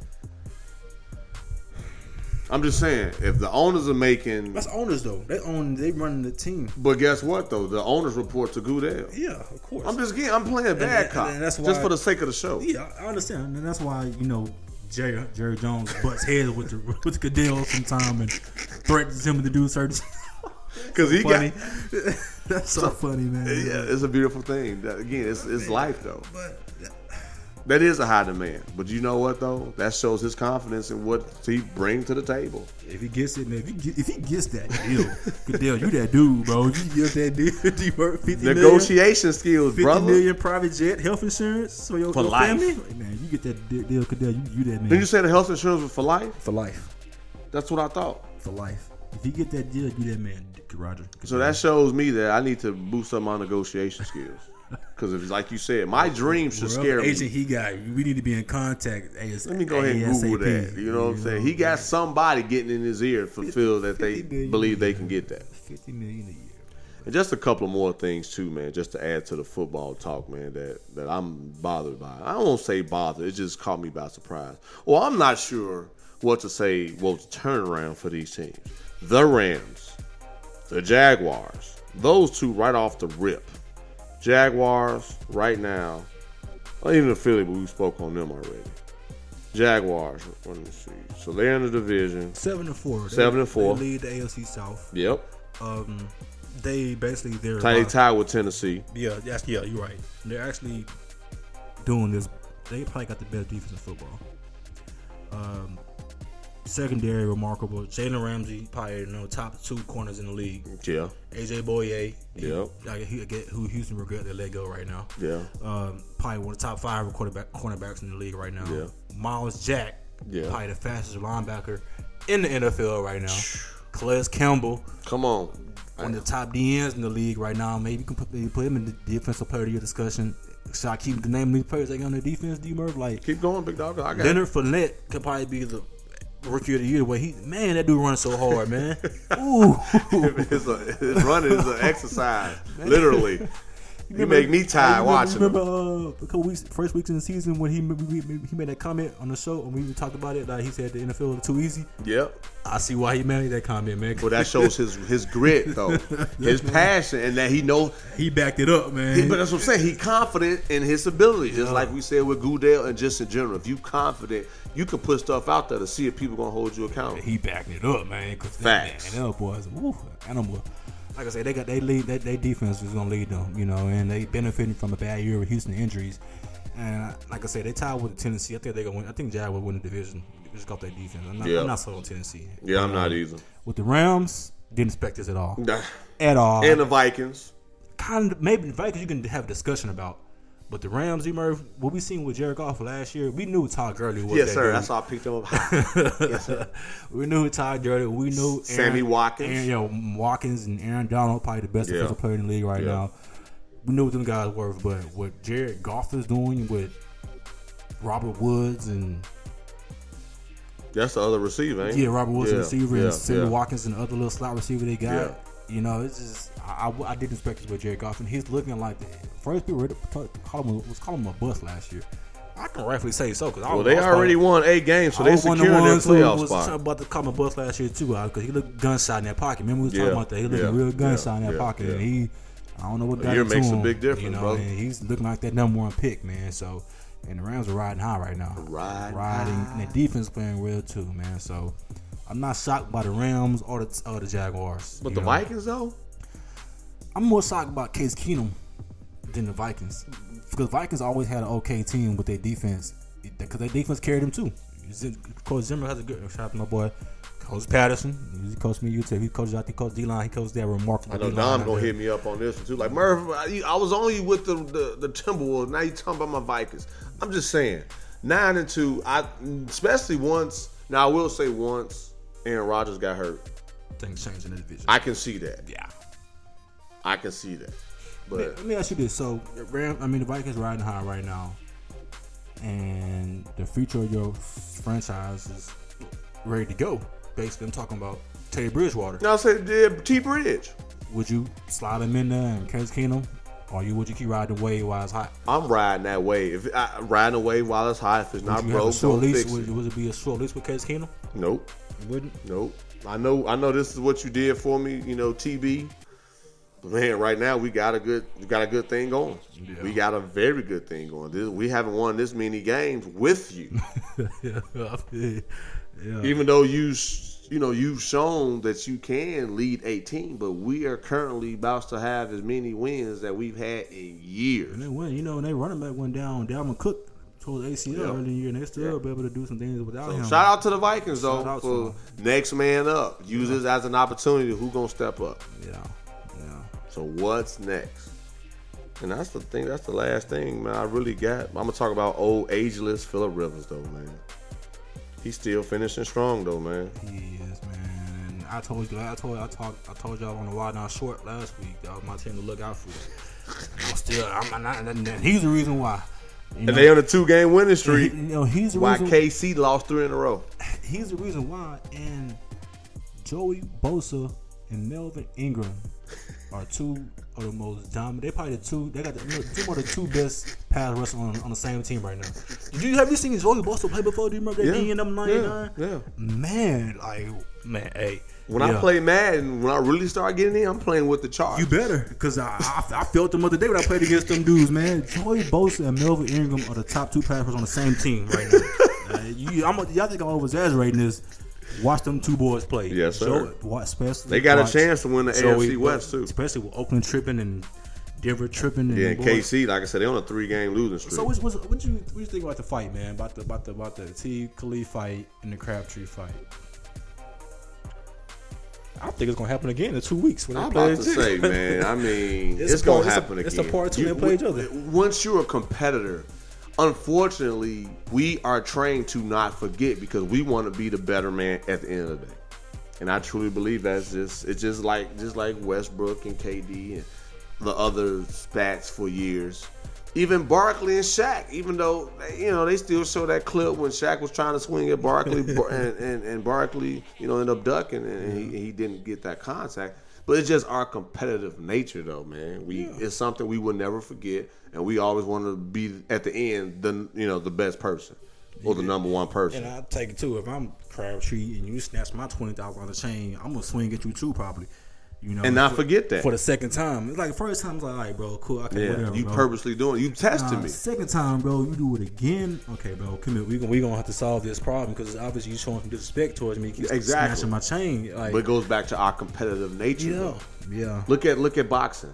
Speaker 3: I'm just saying, if the owners are making,
Speaker 4: That's owners though. They own. They run the team.
Speaker 3: but guess what though? The owners report to Goodell.
Speaker 4: Yeah, of course.
Speaker 3: I'm just getting, I'm playing bad
Speaker 4: and-
Speaker 3: cop
Speaker 4: and that's
Speaker 3: just
Speaker 4: why-
Speaker 3: for the sake of the show.
Speaker 4: Yeah, I understand, and that's why you know Jerry Jerry Jones butts heads with the, with Goodell sometime and threatens him to do certain.
Speaker 3: Because he
Speaker 4: funny.
Speaker 3: got,
Speaker 4: that's so funny, man.
Speaker 3: yeah, it's a beautiful thing. That- Again, it's it's life though.
Speaker 4: But
Speaker 3: That is a high demand. But you know what though? That shows his confidence in what he brings to the table.
Speaker 4: if he gets it, man, if he, get, if he gets that deal, Goodell, you that dude, bro. If you get that deal, you worth fifty million,
Speaker 3: Negotiation skills,
Speaker 4: 50
Speaker 3: brother.
Speaker 4: million private jet, health insurance for your,
Speaker 3: For
Speaker 4: your
Speaker 3: life.
Speaker 4: family. Like, man, you get that de- deal, Goodell, you, you that man
Speaker 3: Didn't you say the health insurance was for life?
Speaker 4: for life,
Speaker 3: That's what I thought.
Speaker 4: for life. If you get that deal, you that man, Roger.
Speaker 3: So that shows me that I need to boost up my negotiation skills. Because if, like you said, my dream should scare
Speaker 4: Whatever
Speaker 3: me.
Speaker 4: agent he got, we need to be in contact. AS-
Speaker 3: Let me go ahead and Google that. You know what I'm saying? He got somebody getting in his ear to feel that they
Speaker 4: 50 million.
Speaker 3: believe they can get that.
Speaker 4: fifty million a year.
Speaker 3: And just a couple more things too, man. Just to add to the football talk, man. That that I'm bothered by. I won't say bothered. It just caught me by surprise. Well, I'm not sure what to say. What the turnaround for these teams? The Rams, the Jaguars. Those two right off the rip. Jaguars right now. well, Even the Philly, but we spoke on them already. Jaguars. Let me see. So they're in the division.
Speaker 4: Seven and four. They-
Speaker 3: Seven and four.
Speaker 4: They lead the AFC South.
Speaker 3: Yep. Uh-huh.
Speaker 4: Um, they basically they're
Speaker 3: Tight
Speaker 4: uh,
Speaker 3: tie with Tennessee.
Speaker 4: yeah, that's yeah, you're right. They're actually doing this. They probably got the best defense in football. Um, secondary remarkable. Jalen Ramsey probably you know top two corners in the league.
Speaker 3: Yeah.
Speaker 4: AJ Boye, he-
Speaker 3: Yep.
Speaker 4: like, he, get, who Houston regret they let go right now.
Speaker 3: Yeah.
Speaker 4: um, probably one of the top five quarterback cornerbacks in the league right now.
Speaker 3: Yeah.
Speaker 4: Miles Jack,
Speaker 3: Yeah.
Speaker 4: probably the fastest linebacker in the NFL right now. Calais Campbell,
Speaker 3: Come on.
Speaker 4: one of the top DNs in the league right now. Maybe you can put, maybe put him in the defensive player of your discussion. Should I keep the name of these players that got on the defense, D Murph? Like
Speaker 3: Keep going, big dog. I got
Speaker 4: Leonard Fournette could probably be the rookie of the year. Where he man, that dude runs so hard, man. Ooh,
Speaker 3: it's, a, it's running is an exercise, literally. You make me
Speaker 4: I
Speaker 3: tired watching.
Speaker 4: remember,
Speaker 3: him.
Speaker 4: uh, a couple weeks, first weeks in the season when he we, we, he made that comment on the show and we talked about it. Like he said, the NFL is too easy.
Speaker 3: Yep.
Speaker 4: I see why he made that comment, man.
Speaker 3: Well, that shows his his grit though, his passion, and that he know.
Speaker 4: He backed it up, man.
Speaker 3: But that's what I'm saying. He confident in his ability, just like we said with Goodell and just in general. If you confident, you can put stuff out there to see if people gonna hold you accountable.
Speaker 4: he backed it up, man. Cause
Speaker 3: Facts.
Speaker 4: That, man, them boys, woo, animal. Like I said, they got they lead that they defense is gonna lead them, you know, and they benefiting from a bad year with Houston injuries. And I- like I said, they tied with Tennessee. I think they gonna win. I think Jag will win the division just off that defense. I'm not,
Speaker 3: Yeah.
Speaker 4: I'm not sold on Tennessee.
Speaker 3: Yeah, I'm not either.
Speaker 4: With the Rams, didn't expect this at all.
Speaker 3: Nah.
Speaker 4: At all.
Speaker 3: And the Vikings.
Speaker 4: kind of maybe the Vikings you can have a discussion about. But the Rams, you Murph, what we seen with Jared Goff last year, we knew Todd Gurley was
Speaker 3: Yes,
Speaker 4: that
Speaker 3: sir.
Speaker 4: dude.
Speaker 3: That's how I picked him up. high.
Speaker 4: we knew Todd Gurley. We knew Aaron,
Speaker 3: Sammy Watkins.
Speaker 4: Aaron, you know, Watkins and Aaron Donald, probably the best
Speaker 3: Yeah.
Speaker 4: defensive player in the league right
Speaker 3: Yeah.
Speaker 4: now. We knew what them guys were, but what Jared Goff is doing with Robert Woods and
Speaker 3: That's the other receiver, ain't it?
Speaker 4: yeah, Robert Woods
Speaker 3: Yeah,
Speaker 4: receiver
Speaker 3: yeah,
Speaker 4: and Sammy
Speaker 3: yeah.
Speaker 4: Watkins and the other little slot receiver they got.
Speaker 3: Yeah.
Speaker 4: You know, it's just I, I, I didn't expect this with Jared Goff, and he's looking like the first people really talk- call him was calling him a bust last year. I can rightfully say so because
Speaker 3: Well, they already won eight games, so
Speaker 4: I
Speaker 3: they
Speaker 4: was Oh, one of
Speaker 3: secured
Speaker 4: the
Speaker 3: their
Speaker 4: ones who
Speaker 3: playoff
Speaker 4: was
Speaker 3: spot.
Speaker 4: about to call him a bust last year too, because he looked gunshot in that pocket. Remember we was
Speaker 3: Yeah,
Speaker 4: talking about that? He looked
Speaker 3: yeah,
Speaker 4: real gunshot in
Speaker 3: yeah,
Speaker 4: that
Speaker 3: yeah,
Speaker 4: pocket,
Speaker 3: yeah.
Speaker 4: and he I don't know what
Speaker 3: A
Speaker 4: got
Speaker 3: year
Speaker 4: it to
Speaker 3: makes a
Speaker 4: him,
Speaker 3: big difference,
Speaker 4: you know,
Speaker 3: bro.
Speaker 4: And he's looking like that number one pick, man. So. And the Rams are riding high right now.
Speaker 3: Riding
Speaker 4: And the defense playing well too, man. So I'm not shocked by the Rams or the, or the Jaguars.
Speaker 3: But
Speaker 4: you
Speaker 3: the
Speaker 4: know.
Speaker 3: Vikings though,
Speaker 4: I'm more shocked about Case Keenum than the Vikings because Vikings always had an okay team with their defense because their defense carried them too. Z- Coach Zimmer has a good shout out to my boy. Coach Patterson, he coached me you too. He coached out, he coached D line, he coached that remarkable.
Speaker 3: I know
Speaker 4: D-line
Speaker 3: Dom
Speaker 4: out
Speaker 3: gonna
Speaker 4: there.
Speaker 3: hit me up on this one too. Like Murph, I, I was only with the, the the Timberwolves. Now you talking about my Vikings. I'm just saying, nine and two. I especially once. Now I will say once Aaron Rodgers got hurt,
Speaker 4: Things changed in the division.
Speaker 3: I can see that.
Speaker 4: yeah.
Speaker 3: I can see that. But
Speaker 4: Let me ask you this: So, the Ram, I mean, the Vikings riding high right now, and the future of your franchise is ready to go. Basically, I'm talking about Teddy Bridgewater.
Speaker 3: Now I said yeah, T Bridge.
Speaker 4: Would you slide him in there and Curtis Keenum, or you would you keep riding the wave while it's hot?
Speaker 3: I'm riding that wave. If I, riding away while it's hot, if it's
Speaker 4: Would
Speaker 3: not
Speaker 4: you have a
Speaker 3: broke,
Speaker 4: short
Speaker 3: don't
Speaker 4: lease?
Speaker 3: fix
Speaker 4: Would,
Speaker 3: it.
Speaker 4: would it be a short lease with Curtis Keenum?
Speaker 3: Nope,
Speaker 4: You wouldn't.
Speaker 3: nope. I know, I know. This is what you did for me, you know, TB. But man, right now we got a good, we got a good thing going. We got a very good thing going. This, we haven't won this many games with you.
Speaker 4: yeah, yeah.
Speaker 3: even though you s- you know you've shown that you can lead 18 but we are currently about to have as many wins that we've had in
Speaker 4: And they
Speaker 3: years
Speaker 4: went, you know, and they running back went down. Dalvin Cook told ACL
Speaker 3: Yeah.
Speaker 4: early in the year, and they still be able to do some things without him.
Speaker 3: shout out to the vikings
Speaker 4: Shout
Speaker 3: though
Speaker 4: out
Speaker 3: for
Speaker 4: to
Speaker 3: next man up use this as an opportunity who gonna step up
Speaker 4: Yeah, yeah.
Speaker 3: so what's next and that's the thing that's the last thing man i really got i'm gonna talk about old ageless philip rivers though man he's still finishing strong though man
Speaker 4: He is, man. And I told you, I told, I talked, I told y'all on the wide down short last week. That was my team to look out for. I'm still, I'm not. And he's the reason why. You know,
Speaker 3: and they on a two game winning streak
Speaker 4: you know, he's the
Speaker 3: why
Speaker 4: reason.
Speaker 3: kc lost three in a row
Speaker 4: he's the reason why. And Joey Bosa and Melvin Ingram are two of the most dominant. They probably the two. They got the, two of the two best pass rushers on, on the same team right now. Did you have you seen Joey Bosa play before? Do you remember that D in number ninety nine?
Speaker 3: yeah.
Speaker 4: Man, like man, hey.
Speaker 3: When I
Speaker 4: yeah.
Speaker 3: play Madden, when I really start getting in, I'm playing with the charge.
Speaker 4: You better, because I, I, I felt them other day when I played against them dudes, man. Joey Bosa and Melvin Ingram are the top two passers on the same team right now. uh, you, I'm, y'all think I'm over exaggerating this. Watch them two boys play.
Speaker 3: Yes, sir.
Speaker 4: Joe- wa- especially
Speaker 3: They got a
Speaker 4: watch
Speaker 3: chance to win the AFC West, too.
Speaker 4: Especially with Oakland tripping and Denver tripping and
Speaker 3: yeah, and
Speaker 4: boys-
Speaker 3: KC, like I said, they on a three game losing streak.
Speaker 4: So what's, what's, what you what you think about the fight, man? About the about the about the T Khalid fight and the Crabtree fight. I think it's gonna happen again in two weeks. When they
Speaker 3: I'm
Speaker 4: play
Speaker 3: about to
Speaker 4: Jets.
Speaker 3: say, man. I mean,
Speaker 4: It's
Speaker 3: it's,
Speaker 4: a part-
Speaker 3: gonna
Speaker 4: it's a-
Speaker 3: happen
Speaker 4: it's
Speaker 3: again.
Speaker 4: a part two, they play each other.
Speaker 3: Once you're a competitor, unfortunately, we are trained to not forget because we want to be the better man at the end of the day. And I truly believe that's just it's just like just like Westbrook and KD and the other spats for years. Even Barkley and Shaq, even though you know they still show that clip when Shaq was trying to swing at Barkley Bar- and, and and Barkley, you know, ended up ducking and he, he didn't get that contact. But it's just our competitive nature, though, man. We it's something we will never forget, and we always want to be at the end the you know the best person or the number one person.
Speaker 4: And I take it too. If I'm Crabtree and you snatch my twenty thousand dollar chain, I'm gonna swing at you too, probably. You know,
Speaker 3: And not
Speaker 4: for,
Speaker 3: forget that.
Speaker 4: for the second time. It's like the first time, it's like, all right, bro, cool, okay,
Speaker 3: Yeah,
Speaker 4: whatever.
Speaker 3: you
Speaker 4: bro.
Speaker 3: purposely doing. it. You testing
Speaker 4: Uh,
Speaker 3: me.
Speaker 4: Second time, bro, you do it again. Okay, bro, come here. We gonna we gonna have to solve this problem because obviously you showing some disrespect towards me. You keep
Speaker 3: Exactly.
Speaker 4: snatching my chain. Like,
Speaker 3: But it goes back to our competitive nature.
Speaker 4: yeah,
Speaker 3: though.
Speaker 4: yeah.
Speaker 3: Look at look at boxing.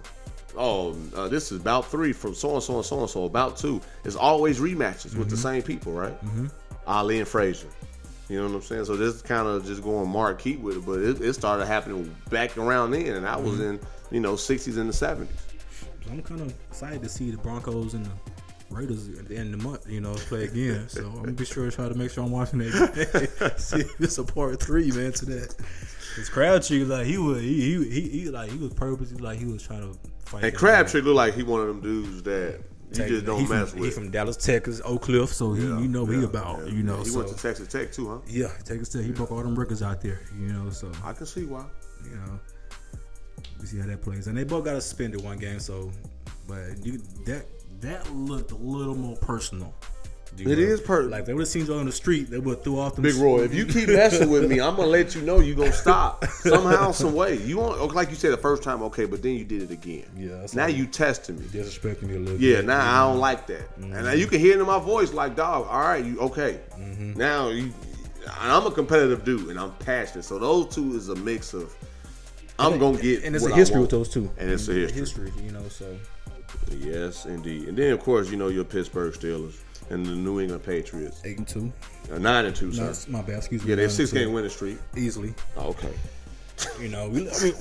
Speaker 3: Oh, uh, this is about three from so and so and so and so. About two. It's always rematches with
Speaker 4: Mm-hmm.
Speaker 3: the same people, right? Ali and Frazier. You know what I'm saying? So this is kind of just going marquee with it, but it, it started happening back around then, and I was
Speaker 4: Mm-hmm.
Speaker 3: in you know 60s and the 70s.
Speaker 4: So I'm kind of excited to see the Broncos and the Raiders at the end of the month, you know, play again. so I'm gonna be sure to try to make sure I'm watching that. game. see if it's a part three, man, to that. Cause Crabtree, like he was, he he, he, he like he was purposely like he was trying to fight.
Speaker 3: And
Speaker 4: that
Speaker 3: Crabtree looked like he one of them dudes that you
Speaker 4: guy.
Speaker 3: just don't
Speaker 4: he
Speaker 3: mess
Speaker 4: from,
Speaker 3: with.
Speaker 4: He from Dallas, Texas, Oak Cliff, so he, you know what he
Speaker 3: Yeah,
Speaker 4: about,
Speaker 3: yeah.
Speaker 4: you know.
Speaker 3: He
Speaker 4: so
Speaker 3: went to Texas Tech too, huh?
Speaker 4: yeah, take a step. He broke all them records out there, you know. So
Speaker 3: I can see why.
Speaker 4: you know. We see how that plays, and they both got suspended one game. So, but you, that that looked a little more personal. It is
Speaker 3: It is per-
Speaker 4: Like they would have seen you on the street, they would have threw off them.
Speaker 3: Big Roy, if you keep messing with me, I'm gonna let you know you gonna stop somehow, some way. You want, okay, like you said the first time, okay, but then you did it again.
Speaker 4: Yeah, that's
Speaker 3: now
Speaker 4: like-
Speaker 3: you testing me.
Speaker 4: disrespecting me a little.
Speaker 3: Yeah,
Speaker 4: bit.
Speaker 3: now I don't like that, and now you can hear it in my voice, like dog. All right, you okay?
Speaker 4: Mm-hmm.
Speaker 3: Now you, and I'm a competitive dude, and I'm passionate. So those two is a mix of. I'm gonna get
Speaker 4: and it's
Speaker 3: what
Speaker 4: a
Speaker 3: I
Speaker 4: history with
Speaker 3: want.
Speaker 4: those two.
Speaker 3: and it's a history.
Speaker 4: you know. So
Speaker 3: Yes, indeed. And then of course you know your Pittsburgh Steelers and the New England Patriots,
Speaker 4: eight and two.
Speaker 3: Uh, nine and two,
Speaker 4: No,
Speaker 3: sir.
Speaker 4: it's my bad. Excuse me.
Speaker 3: Yeah, they're
Speaker 4: nine and
Speaker 3: six
Speaker 4: two.
Speaker 3: game winning streak.
Speaker 4: easily.
Speaker 3: Oh, okay.
Speaker 4: You know, we, I mean,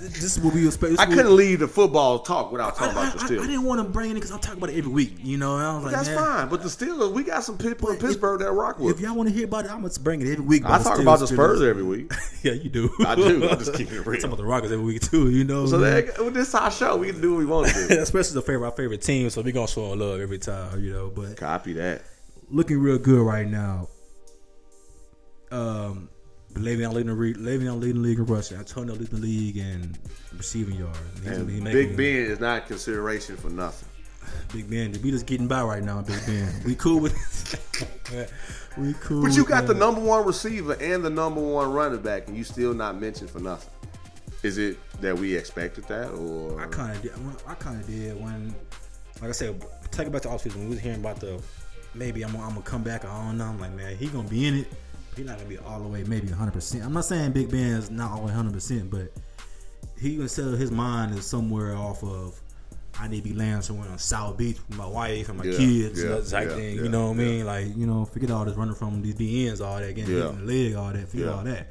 Speaker 4: this will be a space.
Speaker 3: I couldn't leave the football talk without
Speaker 4: I,
Speaker 3: talking about the
Speaker 4: I- I- I
Speaker 3: Steelers.
Speaker 4: didn't want to bring it because I talk about it every week. You know, and I was like,
Speaker 3: That's
Speaker 4: man,
Speaker 3: fine, but the Steelers, we got some people in
Speaker 4: But if-
Speaker 3: Pittsburgh that rock
Speaker 4: If
Speaker 3: with.
Speaker 4: y'all want to hear about it, I'm gonna bring it every week.
Speaker 3: I
Speaker 4: but
Speaker 3: talk
Speaker 4: still-
Speaker 3: about the
Speaker 4: still-
Speaker 3: Spurs every week,
Speaker 4: Yeah, you do.
Speaker 3: I do. I'm just keeping it real.
Speaker 4: Talking about the Rockets every week too, you know.
Speaker 3: so
Speaker 4: man.
Speaker 3: that, well, this is our show. We can do what we want to do.
Speaker 4: especially the favorite our favorite team, so we gonna show our love every time, you know. But
Speaker 3: Copy that.
Speaker 4: looking real good right now. um, Le'Veon leading the re- Le'Veon leading the league in rushing. Antonio leading the league in receiving yards. He's-
Speaker 3: And
Speaker 4: he's
Speaker 3: Big
Speaker 4: making-
Speaker 3: Ben is not consideration for nothing.
Speaker 4: Big Ben. We just getting by right now, Big Ben. We cool with. we cool.
Speaker 3: But you got
Speaker 4: with
Speaker 3: the
Speaker 4: that.
Speaker 3: number one receiver and the number one running back, and you still not mentioned for nothing. Is it that we expected that, or
Speaker 4: I kind of did. When, I kind of did when, like I said, take it back to offseason. When we was hearing about the maybe I'm, gonna- I'm gonna come back. I don't know. I'm like, man, he gonna be in it. but He not gonna be all the way, maybe 100. percent I'm not saying Big Ben is not all the way 100, percent but he gonna settle his mind is somewhere off of. I need to be laying somewhere on South Beach with my wife and my
Speaker 3: Yeah,
Speaker 4: kids,
Speaker 3: yeah,
Speaker 4: that type
Speaker 3: yeah,
Speaker 4: thing.
Speaker 3: yeah,
Speaker 4: you know what I mean? Like, you know, forget all this running from these DNs, all that, getting
Speaker 3: Yeah.
Speaker 4: hit in the leg, all that, forget
Speaker 3: Yeah.
Speaker 4: all that.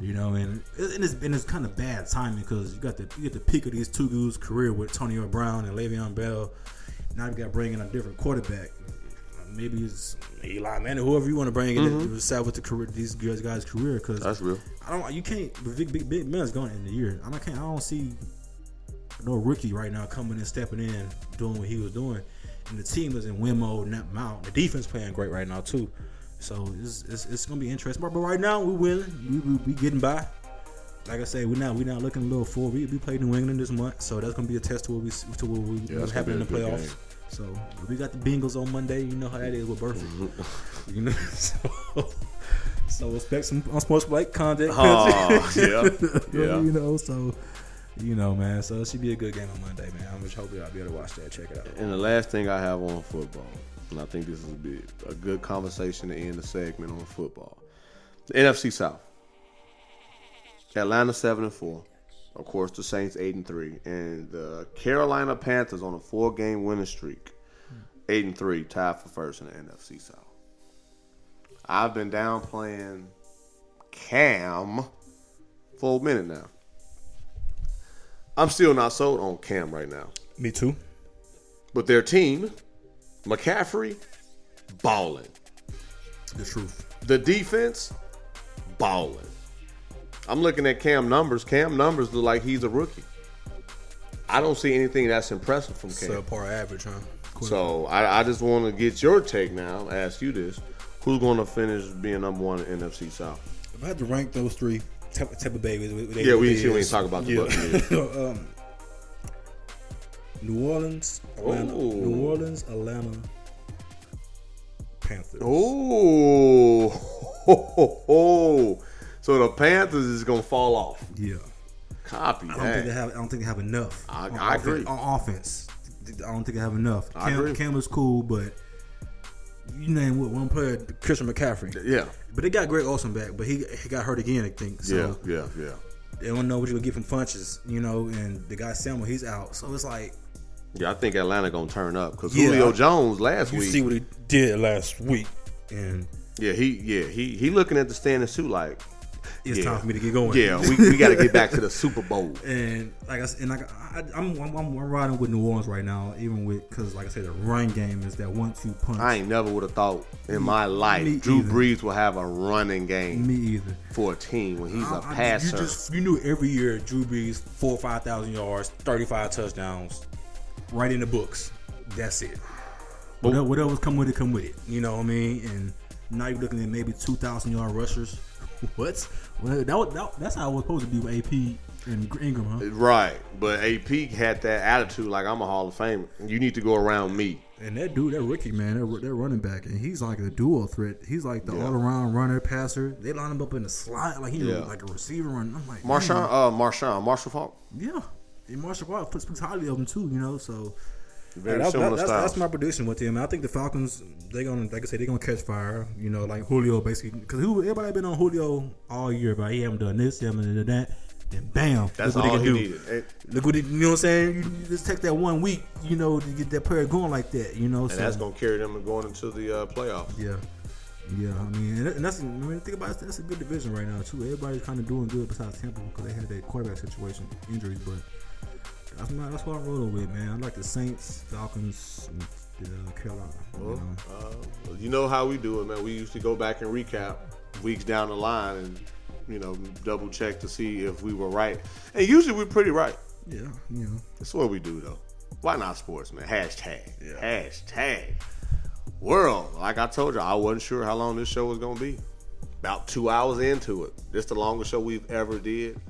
Speaker 4: You know, and and it's and it's kind of bad timing because you got the you get the peak of these two dudes' career with Tony Brown and Le'Veon Bell. Now you got to bring in a different quarterback. Maybe it's Eli Manning, whoever you want to bring in to decide what the career these guys guys' career. Because
Speaker 3: Mm-hmm. That's real.
Speaker 4: I don't. You can't. Big Big Big Man's going in the year. I don't- can't. I don't see no rookie right now coming in, stepping in, doing what he was doing. And the team is in win mode, not mount. The defense playing great right now too. So it's it's, it's gonna be interesting. But, but right now we winning. We, we we getting by. Like I say, we're not we not looking a little forward. We, we played New England this month, so that's gonna be a test to what we s- to what we
Speaker 3: that's
Speaker 4: what's
Speaker 3: gonna
Speaker 4: happening in the
Speaker 3: be a good
Speaker 4: playoffs.
Speaker 3: game.
Speaker 4: So we got the Bengals on Monday. You know how that is with Burford. you know. So, so expect some unsportsmanlike conduct.
Speaker 3: Oh, yeah, yeah.
Speaker 4: you know. So you know, man. So it should be a good game on Monday, man. I'm just hoping I'll be able to watch that. Check it out.
Speaker 3: And the last thing I have on football, and I think this is a, bit, a good conversation to end the segment on football. The NFC South. Atlanta seven and four. Of course, the Saints eight and three, and the Carolina Panthers on a four-game winning streak, eight and three, tied for first in the NFC South. I've been downplaying Cam for a minute now. I'm still not sold on Cam right now.
Speaker 4: Me too.
Speaker 3: But their team, McCaffrey, balling.
Speaker 4: The truth.
Speaker 3: The defense, balling. I'm looking at Cam numbers. Cam numbers look like he's a rookie. I don't see anything that's impressive from Cam.
Speaker 4: Subpar average, huh? Cool.
Speaker 3: So I, I just want to get your take now. Ask you this: Who's going to finish being number one in NFC South?
Speaker 4: if I had to rank those three, Tampa, Tampa Bay. was- was- they-
Speaker 3: Yeah, we,
Speaker 4: they
Speaker 3: we ain't
Speaker 4: is-
Speaker 3: talk about the
Speaker 4: Yeah.
Speaker 3: Buccaneers.
Speaker 4: um, New Orleans, Atlanta,
Speaker 3: Ooh.
Speaker 4: New Orleans, Atlanta, Panthers.
Speaker 3: Oh, so the Panthers is going to fall off.
Speaker 4: Yeah,
Speaker 3: Copy
Speaker 4: I don't think they
Speaker 3: that.
Speaker 4: have. I don't think they have enough.
Speaker 3: I-
Speaker 4: on
Speaker 3: I
Speaker 4: offense,
Speaker 3: agree.
Speaker 4: on offense. I don't think they have enough.
Speaker 3: I
Speaker 4: Cam,
Speaker 3: agree.
Speaker 4: Cam is cool, but you name what one player, Christian McCaffrey.
Speaker 3: Yeah,
Speaker 4: But they got Greg Olsen back, but he he got hurt again, I think. So
Speaker 3: yeah, yeah, yeah.
Speaker 4: they don't know what you gonna get from Funches, you know. And the guy Samuel, he's out, so it's like
Speaker 3: Yeah, I think Atlanta gonna turn up because
Speaker 4: Yeah,
Speaker 3: Julio
Speaker 4: I-
Speaker 3: Jones last
Speaker 4: you
Speaker 3: week.
Speaker 4: see what he did last week, and
Speaker 3: yeah, he yeah he he looking at the standing suit like
Speaker 4: it's
Speaker 3: Yeah.
Speaker 4: time for me to get going.
Speaker 3: yeah we, we got to get back to the Super Bowl.
Speaker 4: And like I s- and like I, I'm, I'm I'm riding with New Orleans right now, even with because like I said, the run game is that one-two punch.
Speaker 3: I ain't never would have thought in my life
Speaker 4: me
Speaker 3: Drew
Speaker 4: either.
Speaker 3: Brees will have a running game
Speaker 4: Me either.
Speaker 3: for a team when he's a
Speaker 4: I- I-
Speaker 3: passer.
Speaker 4: You just you knew every year Drew Brees four or five thousand yards, thirty five touchdowns, right in the books. That's it. Whatever, whatever's come with it, come with it. You know what I mean? And now you're looking at maybe two thousand yard rushers. what? Well, that, was- that that's how it was supposed to be with AP and Gr- Ingram, huh?
Speaker 3: right, but AP had that attitude like I'm a Hall of Famer. You need to go around me.
Speaker 4: And that dude, that rookie man, that, ru- that running back, and he's like a dual threat. He's like the
Speaker 3: Yeah.
Speaker 4: all around runner, passer. They line him up in the slot like he
Speaker 3: Yeah.
Speaker 4: like a receiver. Run. I'm like
Speaker 3: Marshawn,
Speaker 4: man,
Speaker 3: uh, Marshawn, Marshall Falk,
Speaker 4: Yeah, and Marshall Watt puts puts highly of him too. You know, so
Speaker 3: very
Speaker 4: That- that-
Speaker 3: similar
Speaker 4: that's,
Speaker 3: styles.
Speaker 4: that's my prediction with him. I think the Falcons, they're gonna, like I said, they're gonna catch fire. You know, like Julio basically, because who everybody been on Julio all year, but he haven't done this, he haven't done that. Then bam,
Speaker 3: That's
Speaker 4: look what
Speaker 3: all he
Speaker 4: they can do.
Speaker 3: needed. And-
Speaker 4: Look what it, you know what I'm saying. You, you just take that one week, you know, to get that player going like that. You know, so
Speaker 3: and that's gonna carry them going into the uh, playoffs.
Speaker 4: yeah, yeah. I mean, and that- and that's I mean, think about it, that's a good division right now too. Everybody's kind of doing good besides Temple because they had that quarterback situation injuries, but that's my that's what I'm rolling with, man. I like the Saints, Falcons, and uh, Carolina. you
Speaker 3: Well,
Speaker 4: know.
Speaker 3: Oh, uh, you know how we do it, man. We used to go back and recap weeks down the line and, you know, double check to see if we were right. And usually we're pretty right.
Speaker 4: Yeah, you know.
Speaker 3: That's what we do, though. Why not sports, man? Hashtag. Hashtag. World. Like I told you, I wasn't sure how long this show was going to be. about two hours into it. This the longest show we've ever did.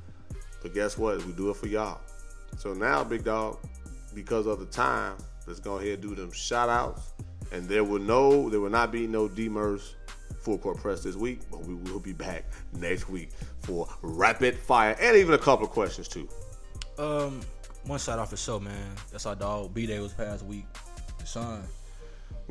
Speaker 3: But guess what? We do it for y'all. So now, big dog, because of the time, let's go ahead and do them shout outs. And there will no there will not be no demers full court press this week, but we will be back next week for rapid fire and even a couple of questions too.
Speaker 4: Um, one shot off the show, man. That's our dog. B Day was past week. His son.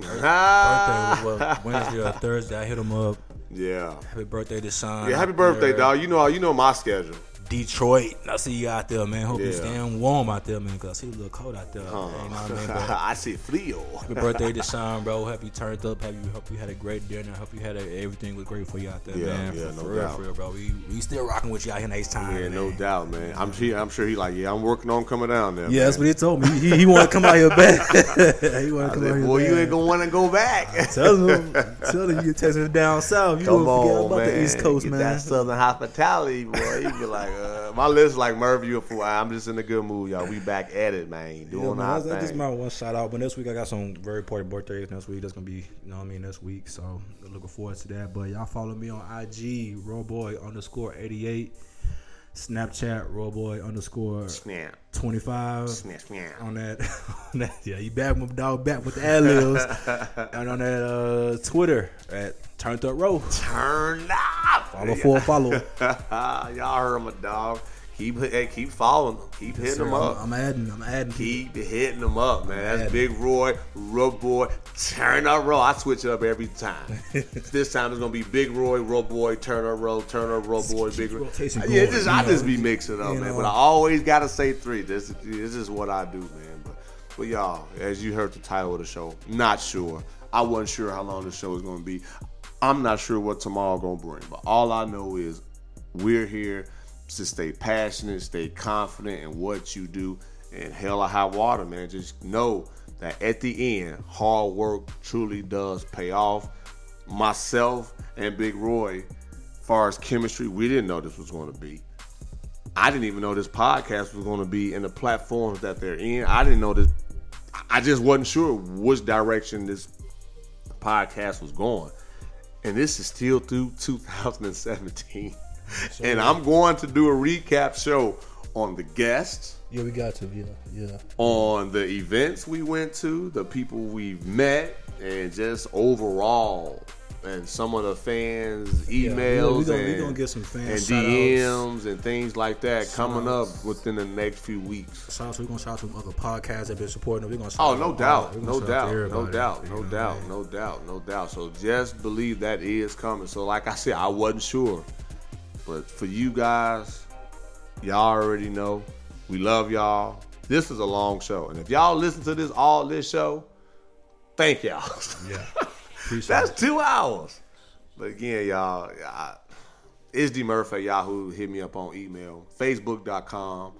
Speaker 3: Ah.
Speaker 4: Birthday was what, Wednesday or Thursday. I hit him up.
Speaker 3: yeah.
Speaker 4: Happy birthday to son.
Speaker 3: Yeah, happy
Speaker 4: out
Speaker 3: birthday,
Speaker 4: there.
Speaker 3: dog. You know you know my schedule.
Speaker 4: Detroit. I see you out there, man. Hope you
Speaker 3: Yeah. Oh.
Speaker 4: staying warm out there, man. Cause I see you a little cold out there. You know what I mean? But
Speaker 3: I see Fleo.
Speaker 4: happy birthday to Sean, bro. Hope you turned up. Hope you hope you had a great dinner. Hope you had a, everything was great for you out there,
Speaker 3: Yeah,
Speaker 4: man.
Speaker 3: yeah,
Speaker 4: for,
Speaker 3: no
Speaker 4: for real,
Speaker 3: doubt.
Speaker 4: for real, bro. We we still rocking with y'all here next time.
Speaker 3: Yeah,
Speaker 4: man.
Speaker 3: no doubt, man. I'm sure, I'm sure he like, yeah, I'm working on coming down there.
Speaker 4: Yeah, that's
Speaker 3: man.
Speaker 4: what he told me. He, he, he want to come out here back. he want to come out
Speaker 3: Like,
Speaker 4: here
Speaker 3: Boy,
Speaker 4: back.
Speaker 3: you ain't gonna want to go back.
Speaker 4: Tell him, tell him you Texas down south. You
Speaker 3: Come
Speaker 4: gonna forget
Speaker 3: on,
Speaker 4: about
Speaker 3: man.
Speaker 4: the East Coast,
Speaker 3: Get
Speaker 4: man.
Speaker 3: That Southern hospitality, boy. You be like, uh, my list like Merv, you a fool. I'm just in a good mood, y'all. We back at it, man.
Speaker 4: Yeah,
Speaker 3: Doing
Speaker 4: man,
Speaker 3: our
Speaker 4: that's, that's just
Speaker 3: thing.
Speaker 4: my one shout out. But next week I got some very important birthdays next week. That's gonna be, you know what I mean, next week. So looking forward to that. But y'all follow me on IG, Royboy underscore eighty eight, Snapchat, Royboy underscore
Speaker 3: Snap,
Speaker 4: twenty five.
Speaker 3: snap, snap.
Speaker 4: On that, on that, yeah, you back with dog back with the ad libs. and on that uh, Twitter at Turned Up Row.
Speaker 3: Turn up.
Speaker 4: Follow for a follow.
Speaker 3: y'all heard my dog. Keep, hey, keep following them. Keep hitting them up.
Speaker 4: I'm, I'm adding. I'm adding.
Speaker 3: Keep hitting them up, man.
Speaker 4: Yeah.
Speaker 3: That's Big Roy, Rub Boy, Turn Up Row. I switch it up every time. this time it's gonna be Big Roy, Rub Boy, Turn Up Row, Turn Up Row Boy,
Speaker 4: keep
Speaker 3: Big Roy.
Speaker 4: rotation
Speaker 3: yeah,
Speaker 4: going,
Speaker 3: it's just
Speaker 4: you
Speaker 3: I
Speaker 4: know.
Speaker 3: just be mixing up,
Speaker 4: You
Speaker 3: man.
Speaker 4: know.
Speaker 3: But I always gotta say three. This, this is what I do, man. But, but y'all, as you heard the title of the show, not sure. I wasn't sure how long the show was gonna be. I'm not sure what tomorrow gonna bring, but all I know is we're here to stay passionate, stay confident in what you do, and hell or high water, man. Just know that at the end, hard work truly does pay off. Myself and Big Roy, far as chemistry, we didn't know this was going to be. I didn't even know this podcast was going to be in the platforms that they're in. I didn't know this. I- I just wasn't sure which direction this podcast was going. And this is still through 2017. And I'm going to do a recap show on the guests,
Speaker 4: Yeah, we got to. Yeah, yeah.
Speaker 3: on the events we went to, the people we've met, and just overall. And some of the fans'
Speaker 4: we-
Speaker 3: emails
Speaker 4: we gonna- we
Speaker 3: and,
Speaker 4: gonna get some fan
Speaker 3: and
Speaker 4: shout-outs.
Speaker 3: DMs and things like that coming up within the next few weeks.
Speaker 4: Shout out to, we're gonna shout out to other podcasts that been supporting. us. We're gonna shout
Speaker 3: Oh,
Speaker 4: out
Speaker 3: no
Speaker 4: all-
Speaker 3: doubt,
Speaker 4: we're gonna
Speaker 3: no
Speaker 4: shout out
Speaker 3: doubt,
Speaker 4: to
Speaker 3: no
Speaker 4: everybody,
Speaker 3: doubt,
Speaker 4: you
Speaker 3: no
Speaker 4: know,
Speaker 3: doubt,
Speaker 4: man.
Speaker 3: no doubt, no doubt. So just believe that is coming. So like I said, I wasn't sure, but for you guys, y'all already know we love y'all. This is a long show, and if y'all listen to this all this show, thank y'all.
Speaker 4: Yeah, appreciate
Speaker 3: That's
Speaker 4: it.
Speaker 3: two hours. But again, y'all, I, it's D Murphy at Yahoo. Hit me up on email, facebook.com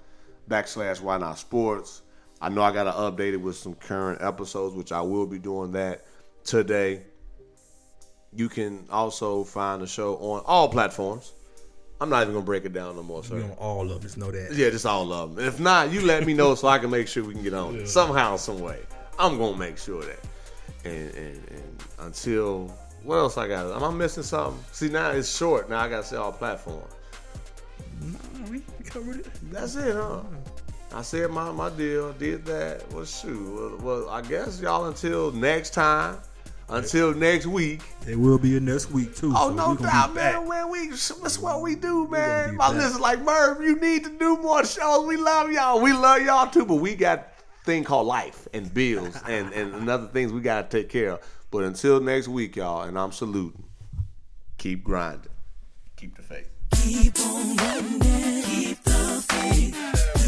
Speaker 3: backslash why not sports. I know I got to update it with some current episodes, which I will be doing that today. You can also find the show on all platforms. I'm not even going to break it down no more, sir.
Speaker 4: We on all of them. Just know that.
Speaker 3: Yeah, just all of them. If not, you let me know so I can make sure we can get on it somehow, some way. I'm gonna make sure of that. And and, and until what else I got? Am I missing something? See now it's short. Now I gotta say all platforms.
Speaker 4: We covered it.
Speaker 3: That's it, huh? I said my my deal. Did that. Well, shoot. Well, well I guess y'all until next time. Until next week.
Speaker 4: It will be in next week too.
Speaker 3: Oh
Speaker 4: so
Speaker 3: no
Speaker 4: we gonna
Speaker 3: doubt,
Speaker 4: be back.
Speaker 3: man. When we that's what we do,
Speaker 4: gonna
Speaker 3: man.
Speaker 4: be
Speaker 3: My
Speaker 4: back.
Speaker 3: listeners like Merv, you need to do more shows. We love y'all. We love y'all too, but we got thing called life and bills and and another things we gotta take care of. But until next week, y'all, and I'm saluting. Keep grinding. Keep the faith.
Speaker 7: Keep on running, keep the faith.